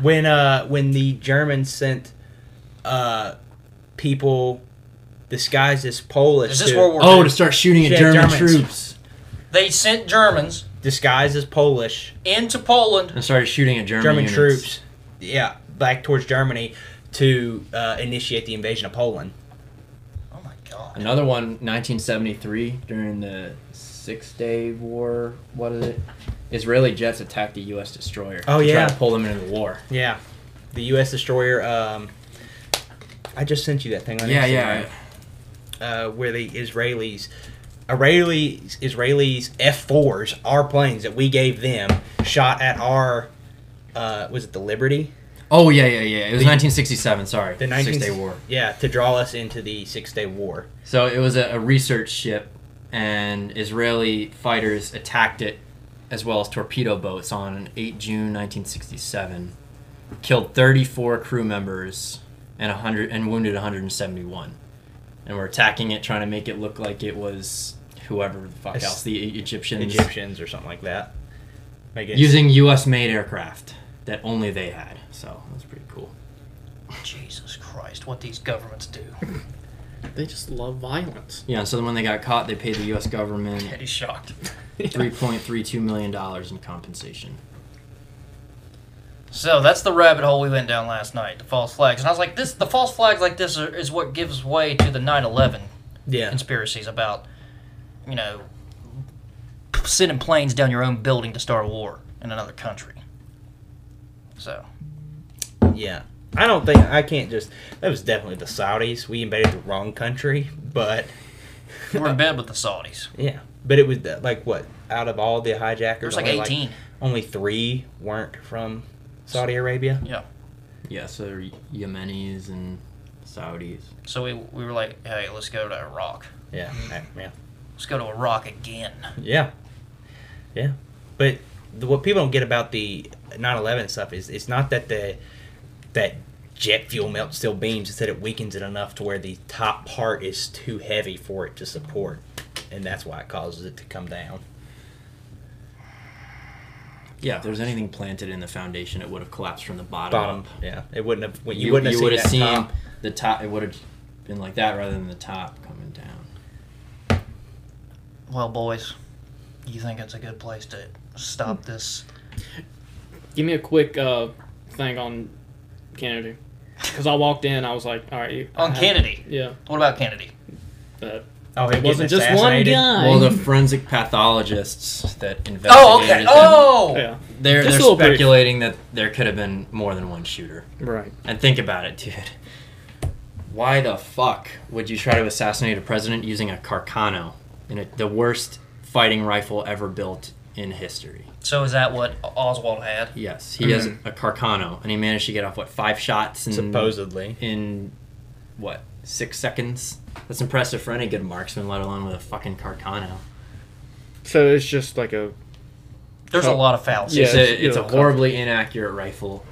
[SPEAKER 2] when uh when the Germans sent uh people disguised as Polish
[SPEAKER 6] Is this
[SPEAKER 2] to-
[SPEAKER 6] World War
[SPEAKER 4] oh
[SPEAKER 6] II?
[SPEAKER 4] to start shooting at
[SPEAKER 2] Shit,
[SPEAKER 4] German
[SPEAKER 2] Germans.
[SPEAKER 4] troops
[SPEAKER 6] They sent Germans
[SPEAKER 2] disguised as Polish
[SPEAKER 6] into Poland.
[SPEAKER 4] and started shooting at German,
[SPEAKER 2] German
[SPEAKER 4] units.
[SPEAKER 2] troops yeah back towards Germany to uh, initiate the invasion of Poland.
[SPEAKER 6] Oh my god.
[SPEAKER 4] Another one, 1973, during the Six Day War. What is it? Israeli jets attacked a U.S. destroyer.
[SPEAKER 2] Oh,
[SPEAKER 4] to
[SPEAKER 2] yeah.
[SPEAKER 4] try to pull them into the war.
[SPEAKER 2] Yeah. The US destroyer um I just sent you that thing on
[SPEAKER 4] Yeah,
[SPEAKER 2] Instagram.
[SPEAKER 4] yeah.
[SPEAKER 2] uh, where the Israelis, Israelis, Israelis F fours, our planes that we gave them, shot at our, uh, was it the Liberty,
[SPEAKER 4] Oh yeah, yeah, yeah. It was 1967. Sorry,
[SPEAKER 2] the
[SPEAKER 4] Six Day War.
[SPEAKER 2] yeah, to draw us into the Six Day War.
[SPEAKER 4] So it was a, a research ship, and Israeli fighters attacked it, as well as torpedo boats, on 8 June 1967. Killed 34 crew members and 100 and wounded 171. And were attacking it, trying to make it look like it was whoever the fuck
[SPEAKER 2] It's-
[SPEAKER 4] else, the E-, Egyptians,
[SPEAKER 2] Egyptians or something like that. Make it-
[SPEAKER 4] using U.S.-made aircraft that only they had. So that's pretty cool.
[SPEAKER 6] Jesus Christ, what these governments do.
[SPEAKER 3] They just love violence.
[SPEAKER 4] Yeah. So then when they got caught, they paid the U.S. government
[SPEAKER 6] He's shocked.
[SPEAKER 4] three point three two million dollars in compensation.
[SPEAKER 6] So that's the rabbit hole we went down last night, the false flags. And I was like, this, the false flags like this are, is what gives way to the 9 11
[SPEAKER 2] yeah,
[SPEAKER 6] conspiracies about, you know, sending planes down your own building to start a war in another country. So,
[SPEAKER 2] yeah. I don't think I can't just. That was definitely the Saudis. We invaded the wrong country, but
[SPEAKER 6] we're in bed with the Saudis.
[SPEAKER 2] yeah, but it was the, like what out of all the hijackers,
[SPEAKER 6] There's like
[SPEAKER 2] only,
[SPEAKER 6] 18.
[SPEAKER 2] only three weren't from Saudi Arabia.
[SPEAKER 6] yeah.
[SPEAKER 4] Yeah, so they're Yemenis and Saudis.
[SPEAKER 6] So we, we were like, hey, let's go to Iraq.
[SPEAKER 2] Yeah,
[SPEAKER 6] Mm-hmm.
[SPEAKER 2] yeah.
[SPEAKER 6] Let's go to Iraq again.
[SPEAKER 2] Yeah. Yeah. But the, what people don't get about the 9/11 stuff is it's not that the that jet fuel melts steel beams, it's that it weakens it enough to where the top part is too heavy for it to support. And that's why it causes it to come down.
[SPEAKER 4] Yeah, if there's anything planted in the foundation, it would have collapsed from the bottom.
[SPEAKER 2] Bottom.
[SPEAKER 4] up.
[SPEAKER 2] Yeah. It wouldn't have when
[SPEAKER 4] You,
[SPEAKER 2] you, wouldn't have seen,
[SPEAKER 4] would have
[SPEAKER 2] that
[SPEAKER 4] seen
[SPEAKER 2] top.
[SPEAKER 4] the top. It would have been like that rather than the top coming down.
[SPEAKER 6] Well, boys,
[SPEAKER 1] you think it's a good place to
[SPEAKER 6] Hmm.
[SPEAKER 1] stop this?
[SPEAKER 3] Give me a quick uh, thing on Kennedy. Because I walked in, I was like, all right. you-
[SPEAKER 1] On
[SPEAKER 3] I-
[SPEAKER 1] Kennedy.
[SPEAKER 3] Yeah.
[SPEAKER 1] What about Kennedy?
[SPEAKER 3] But
[SPEAKER 4] Oh,
[SPEAKER 3] it wasn't just one guy.
[SPEAKER 4] Well, the forensic pathologists that investigated
[SPEAKER 1] Oh, okay.
[SPEAKER 4] it,
[SPEAKER 1] Oh!
[SPEAKER 3] yeah.
[SPEAKER 4] they're
[SPEAKER 3] Just
[SPEAKER 4] they're
[SPEAKER 3] a little brief.
[SPEAKER 4] speculating that there could have been more than one shooter.
[SPEAKER 3] Right.
[SPEAKER 4] And think about it, dude. Why the fuck would you try to assassinate a president using a Carcano, in a, the worst fighting rifle ever built in history?
[SPEAKER 1] So is that what Oswald had?
[SPEAKER 4] Yes, he has
[SPEAKER 2] Mm-hmm.
[SPEAKER 4] a Carcano, and he managed to get off what five shots in Mm.
[SPEAKER 2] Supposedly.
[SPEAKER 4] in what six seconds. That's impressive for any good marksman, let alone with a fucking Carcano.
[SPEAKER 3] So it's just like a.
[SPEAKER 1] There's a
[SPEAKER 3] Oh.
[SPEAKER 1] lot of fallacies.
[SPEAKER 3] Yeah,
[SPEAKER 4] it's,
[SPEAKER 3] it's-
[SPEAKER 4] a, it's a
[SPEAKER 3] yeah.
[SPEAKER 4] horribly inaccurate rifle.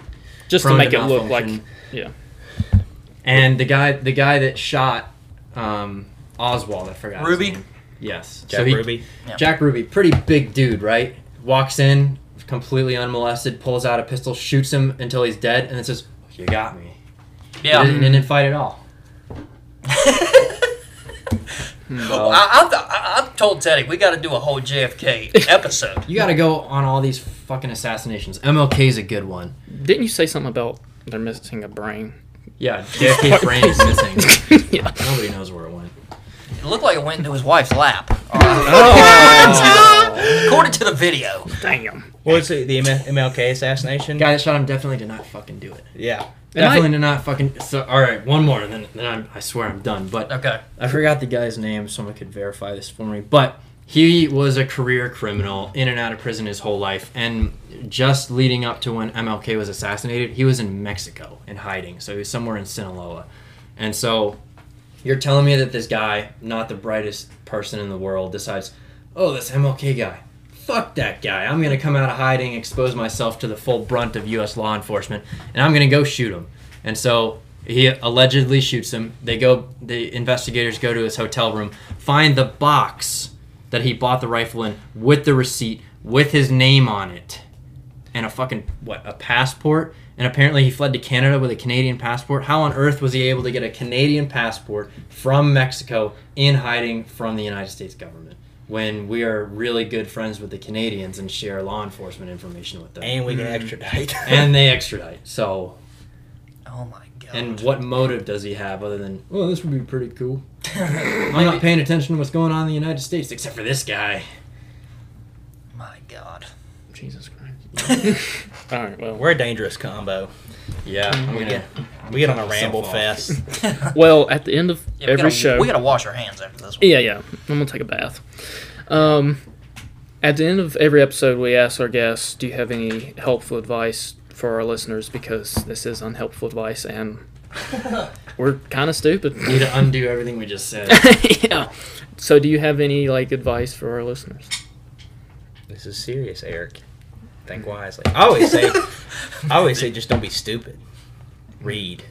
[SPEAKER 3] Just to
[SPEAKER 4] prone
[SPEAKER 3] make it look like.
[SPEAKER 4] malfunction.
[SPEAKER 3] Yeah.
[SPEAKER 4] And the guy, the guy that shot um, Oswald, I forgot. his
[SPEAKER 1] Ruby?
[SPEAKER 4] name. Yes.
[SPEAKER 2] Jack
[SPEAKER 4] So he-
[SPEAKER 2] Ruby.
[SPEAKER 1] Yeah.
[SPEAKER 4] Jack Ruby, pretty big dude, right? Walks in completely unmolested, pulls out a pistol, shoots him until he's dead, and then says, "You got me."
[SPEAKER 1] Yeah.
[SPEAKER 4] And didn't fight at all.
[SPEAKER 3] Um,
[SPEAKER 1] Well, I, I've, I- I've told Teddy we got to do a whole JFK episode.
[SPEAKER 4] You got to go on all these fucking assassinations. MLK's a good one.
[SPEAKER 3] Didn't you say something about they're missing a brain?
[SPEAKER 4] Yeah, JFK's brain is missing.
[SPEAKER 3] yeah.
[SPEAKER 4] Nobody knows where it went.
[SPEAKER 1] It looked like it went into his wife's lap, Oh. according to the video.
[SPEAKER 3] Damn.
[SPEAKER 2] What's it, the M- MLK assassination?
[SPEAKER 4] The guy that shot him definitely did not fucking do it.
[SPEAKER 2] Yeah.
[SPEAKER 4] Definitely did not fucking. So, all right, one more, and then, then I'm, I swear I'm done. But
[SPEAKER 1] Okay.
[SPEAKER 4] I forgot the guy's name. Someone could verify this for me. But he was a career criminal, in and out of prison his whole life. And just leading up to when MLK was assassinated, he was in Mexico in hiding. So he was somewhere in Sinaloa. And so you're telling me that this guy, not the brightest person in the world, decides, oh, this MLK guy. Fuck that guy. I'm going to come out of hiding, expose myself to the full brunt of U.S. law enforcement, and I'm going to go shoot him. And so he allegedly shoots him. They go, the investigators go to his hotel room, find the box that he bought the rifle in with the receipt, with his name on it, and a fucking, what, a passport? And apparently he fled to Canada with a Canadian passport. How on earth was he able to get a Canadian passport from Mexico in hiding from the United States government? When we are really good friends with the Canadians and share law enforcement information with them, and,
[SPEAKER 2] And we can extradite.
[SPEAKER 4] they extradite. So
[SPEAKER 1] Oh my god.
[SPEAKER 4] and what motive does he have other than, well, this would be pretty cool. I'm not paying attention to what's going on in the United States except for this guy.
[SPEAKER 1] my god.
[SPEAKER 3] Jesus Christ. All right. Well.
[SPEAKER 2] We're a dangerous combo.
[SPEAKER 4] Mm, Yeah, I'm gonna.
[SPEAKER 2] Yeah. We get on a
[SPEAKER 4] Myself
[SPEAKER 2] ramble
[SPEAKER 4] off.
[SPEAKER 2] fest.
[SPEAKER 3] Well, at the end of
[SPEAKER 1] Yeah, we
[SPEAKER 3] every
[SPEAKER 1] gotta,
[SPEAKER 3] show.
[SPEAKER 1] We gotta wash our hands after this one.
[SPEAKER 3] Yeah, yeah. I'm gonna take a bath. Um, at the end of every episode, we ask our guests, "Do you have any helpful advice for our listeners?" Because this is unhelpful advice, and we're kind of stupid.
[SPEAKER 4] Need to undo everything we just said.
[SPEAKER 3] yeah. So, do you have any like advice for our listeners?
[SPEAKER 2] This is serious, Eric. Think wisely. I always say, I always say, just don't be stupid. Read.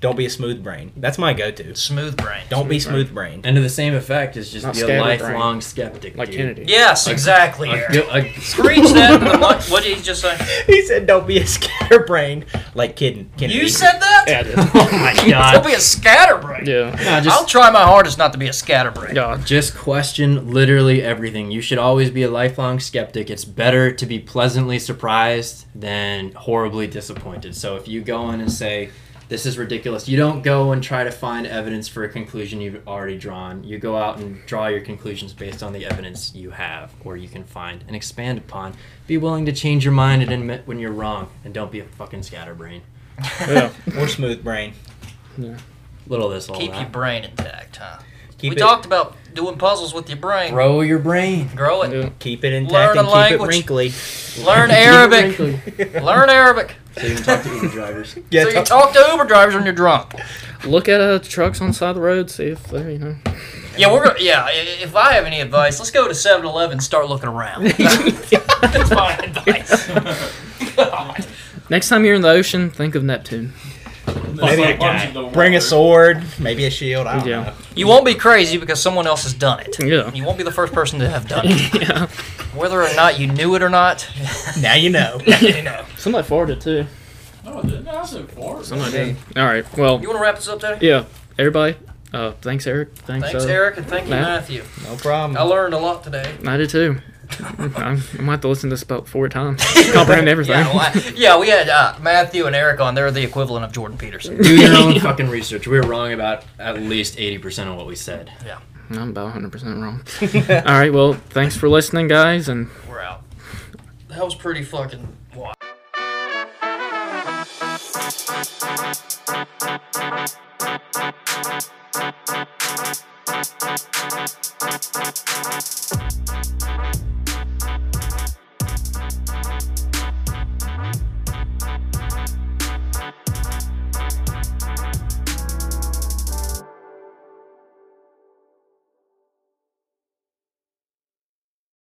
[SPEAKER 2] Don't be a smooth brain. That's my go-to.
[SPEAKER 1] Smooth brain.
[SPEAKER 2] Don't be smooth brain.
[SPEAKER 4] and to the same effect is just
[SPEAKER 3] Not
[SPEAKER 4] be a
[SPEAKER 3] scatterbrained.
[SPEAKER 4] lifelong skeptic.
[SPEAKER 3] Like
[SPEAKER 4] dude.
[SPEAKER 3] Kennedy.
[SPEAKER 1] Yes, exactly.
[SPEAKER 4] A,
[SPEAKER 1] Eric.
[SPEAKER 4] gu- a-
[SPEAKER 1] Preach that. to the mic. What did he just say?
[SPEAKER 2] He said, "Don't be a scatterbrain." Like kidding. kidding
[SPEAKER 1] You said that.
[SPEAKER 3] Yeah. I did.
[SPEAKER 4] oh my
[SPEAKER 1] Don't
[SPEAKER 4] god.
[SPEAKER 1] be a scatterbrain.
[SPEAKER 3] yeah.
[SPEAKER 4] No,
[SPEAKER 1] I'll
[SPEAKER 4] just
[SPEAKER 1] try my hardest not to be a scatterbrain.
[SPEAKER 3] Yeah.
[SPEAKER 4] just question literally everything. You should always be a lifelong skeptic. It's better to be pleasantly surprised than horribly disappointed. So if you go in and say this is ridiculous, you don't go and try to find evidence for a conclusion you've already drawn. You go out and draw your conclusions based on the evidence you have or you can find and expand upon. Be willing to change your mind and admit when you're wrong, and don't be a fucking scatterbrain.
[SPEAKER 3] yeah.
[SPEAKER 2] or smooth brain.
[SPEAKER 4] Little of this, all
[SPEAKER 1] Keep your
[SPEAKER 4] that.
[SPEAKER 1] brain intact, huh?
[SPEAKER 2] Keep
[SPEAKER 1] we
[SPEAKER 2] it,
[SPEAKER 1] talked about doing puzzles with your brain.
[SPEAKER 4] Grow your brain.
[SPEAKER 1] Grow it.
[SPEAKER 3] Yeah.
[SPEAKER 2] keep it
[SPEAKER 1] Learn
[SPEAKER 2] intact
[SPEAKER 1] a
[SPEAKER 2] and keep
[SPEAKER 1] language.
[SPEAKER 2] it wrinkly.
[SPEAKER 1] Learn Arabic. Learn Arabic.
[SPEAKER 4] So you can talk to Uber drivers.
[SPEAKER 2] Yeah,
[SPEAKER 1] so you talk
[SPEAKER 2] talk-
[SPEAKER 1] to Uber drivers when you're drunk.
[SPEAKER 3] Look at uh, trucks on the side of the road. See if they, you know.
[SPEAKER 1] Yeah, we're gonna, yeah. i- If I have any advice, let's go to 7-Eleven and start looking around. That's my advice. God.
[SPEAKER 3] Next time you're in the ocean, think of Neptune.
[SPEAKER 2] Maybe a
[SPEAKER 7] guy.
[SPEAKER 2] Bring a sword, maybe a shield. I don't
[SPEAKER 3] Yeah.
[SPEAKER 2] know.
[SPEAKER 1] You won't be crazy because someone else has done it.
[SPEAKER 3] Yeah.
[SPEAKER 1] You won't be the first person to have done it,
[SPEAKER 3] yeah.
[SPEAKER 1] whether or not you knew it or not.
[SPEAKER 2] Now you know.
[SPEAKER 1] you know.
[SPEAKER 3] Somebody farted too.
[SPEAKER 7] No, I didn't. I said four.
[SPEAKER 3] Somebody did. All right. Well.
[SPEAKER 1] You want to wrap this up, Teddy?
[SPEAKER 3] Yeah. Everybody. Uh, thanks, Eric. Thanks,
[SPEAKER 1] Thanks,
[SPEAKER 3] uh,
[SPEAKER 1] Eric, and thank you,
[SPEAKER 3] Matt.
[SPEAKER 1] Matthew.
[SPEAKER 2] No
[SPEAKER 1] I
[SPEAKER 2] problem.
[SPEAKER 1] learned a lot today.
[SPEAKER 3] I did too. I'm, I might have to listen to this about four times. to Comprehend everything.
[SPEAKER 1] Yeah, well, I- yeah, we had uh, Matthew and Eric on. They're the equivalent of Jordan Peterson.
[SPEAKER 4] Do your own fucking research. We were wrong about at least 80% of what we said.
[SPEAKER 3] I'm about 100% wrong. All right, well, thanks for listening, guys, and
[SPEAKER 1] We're out. That was pretty fucking wild.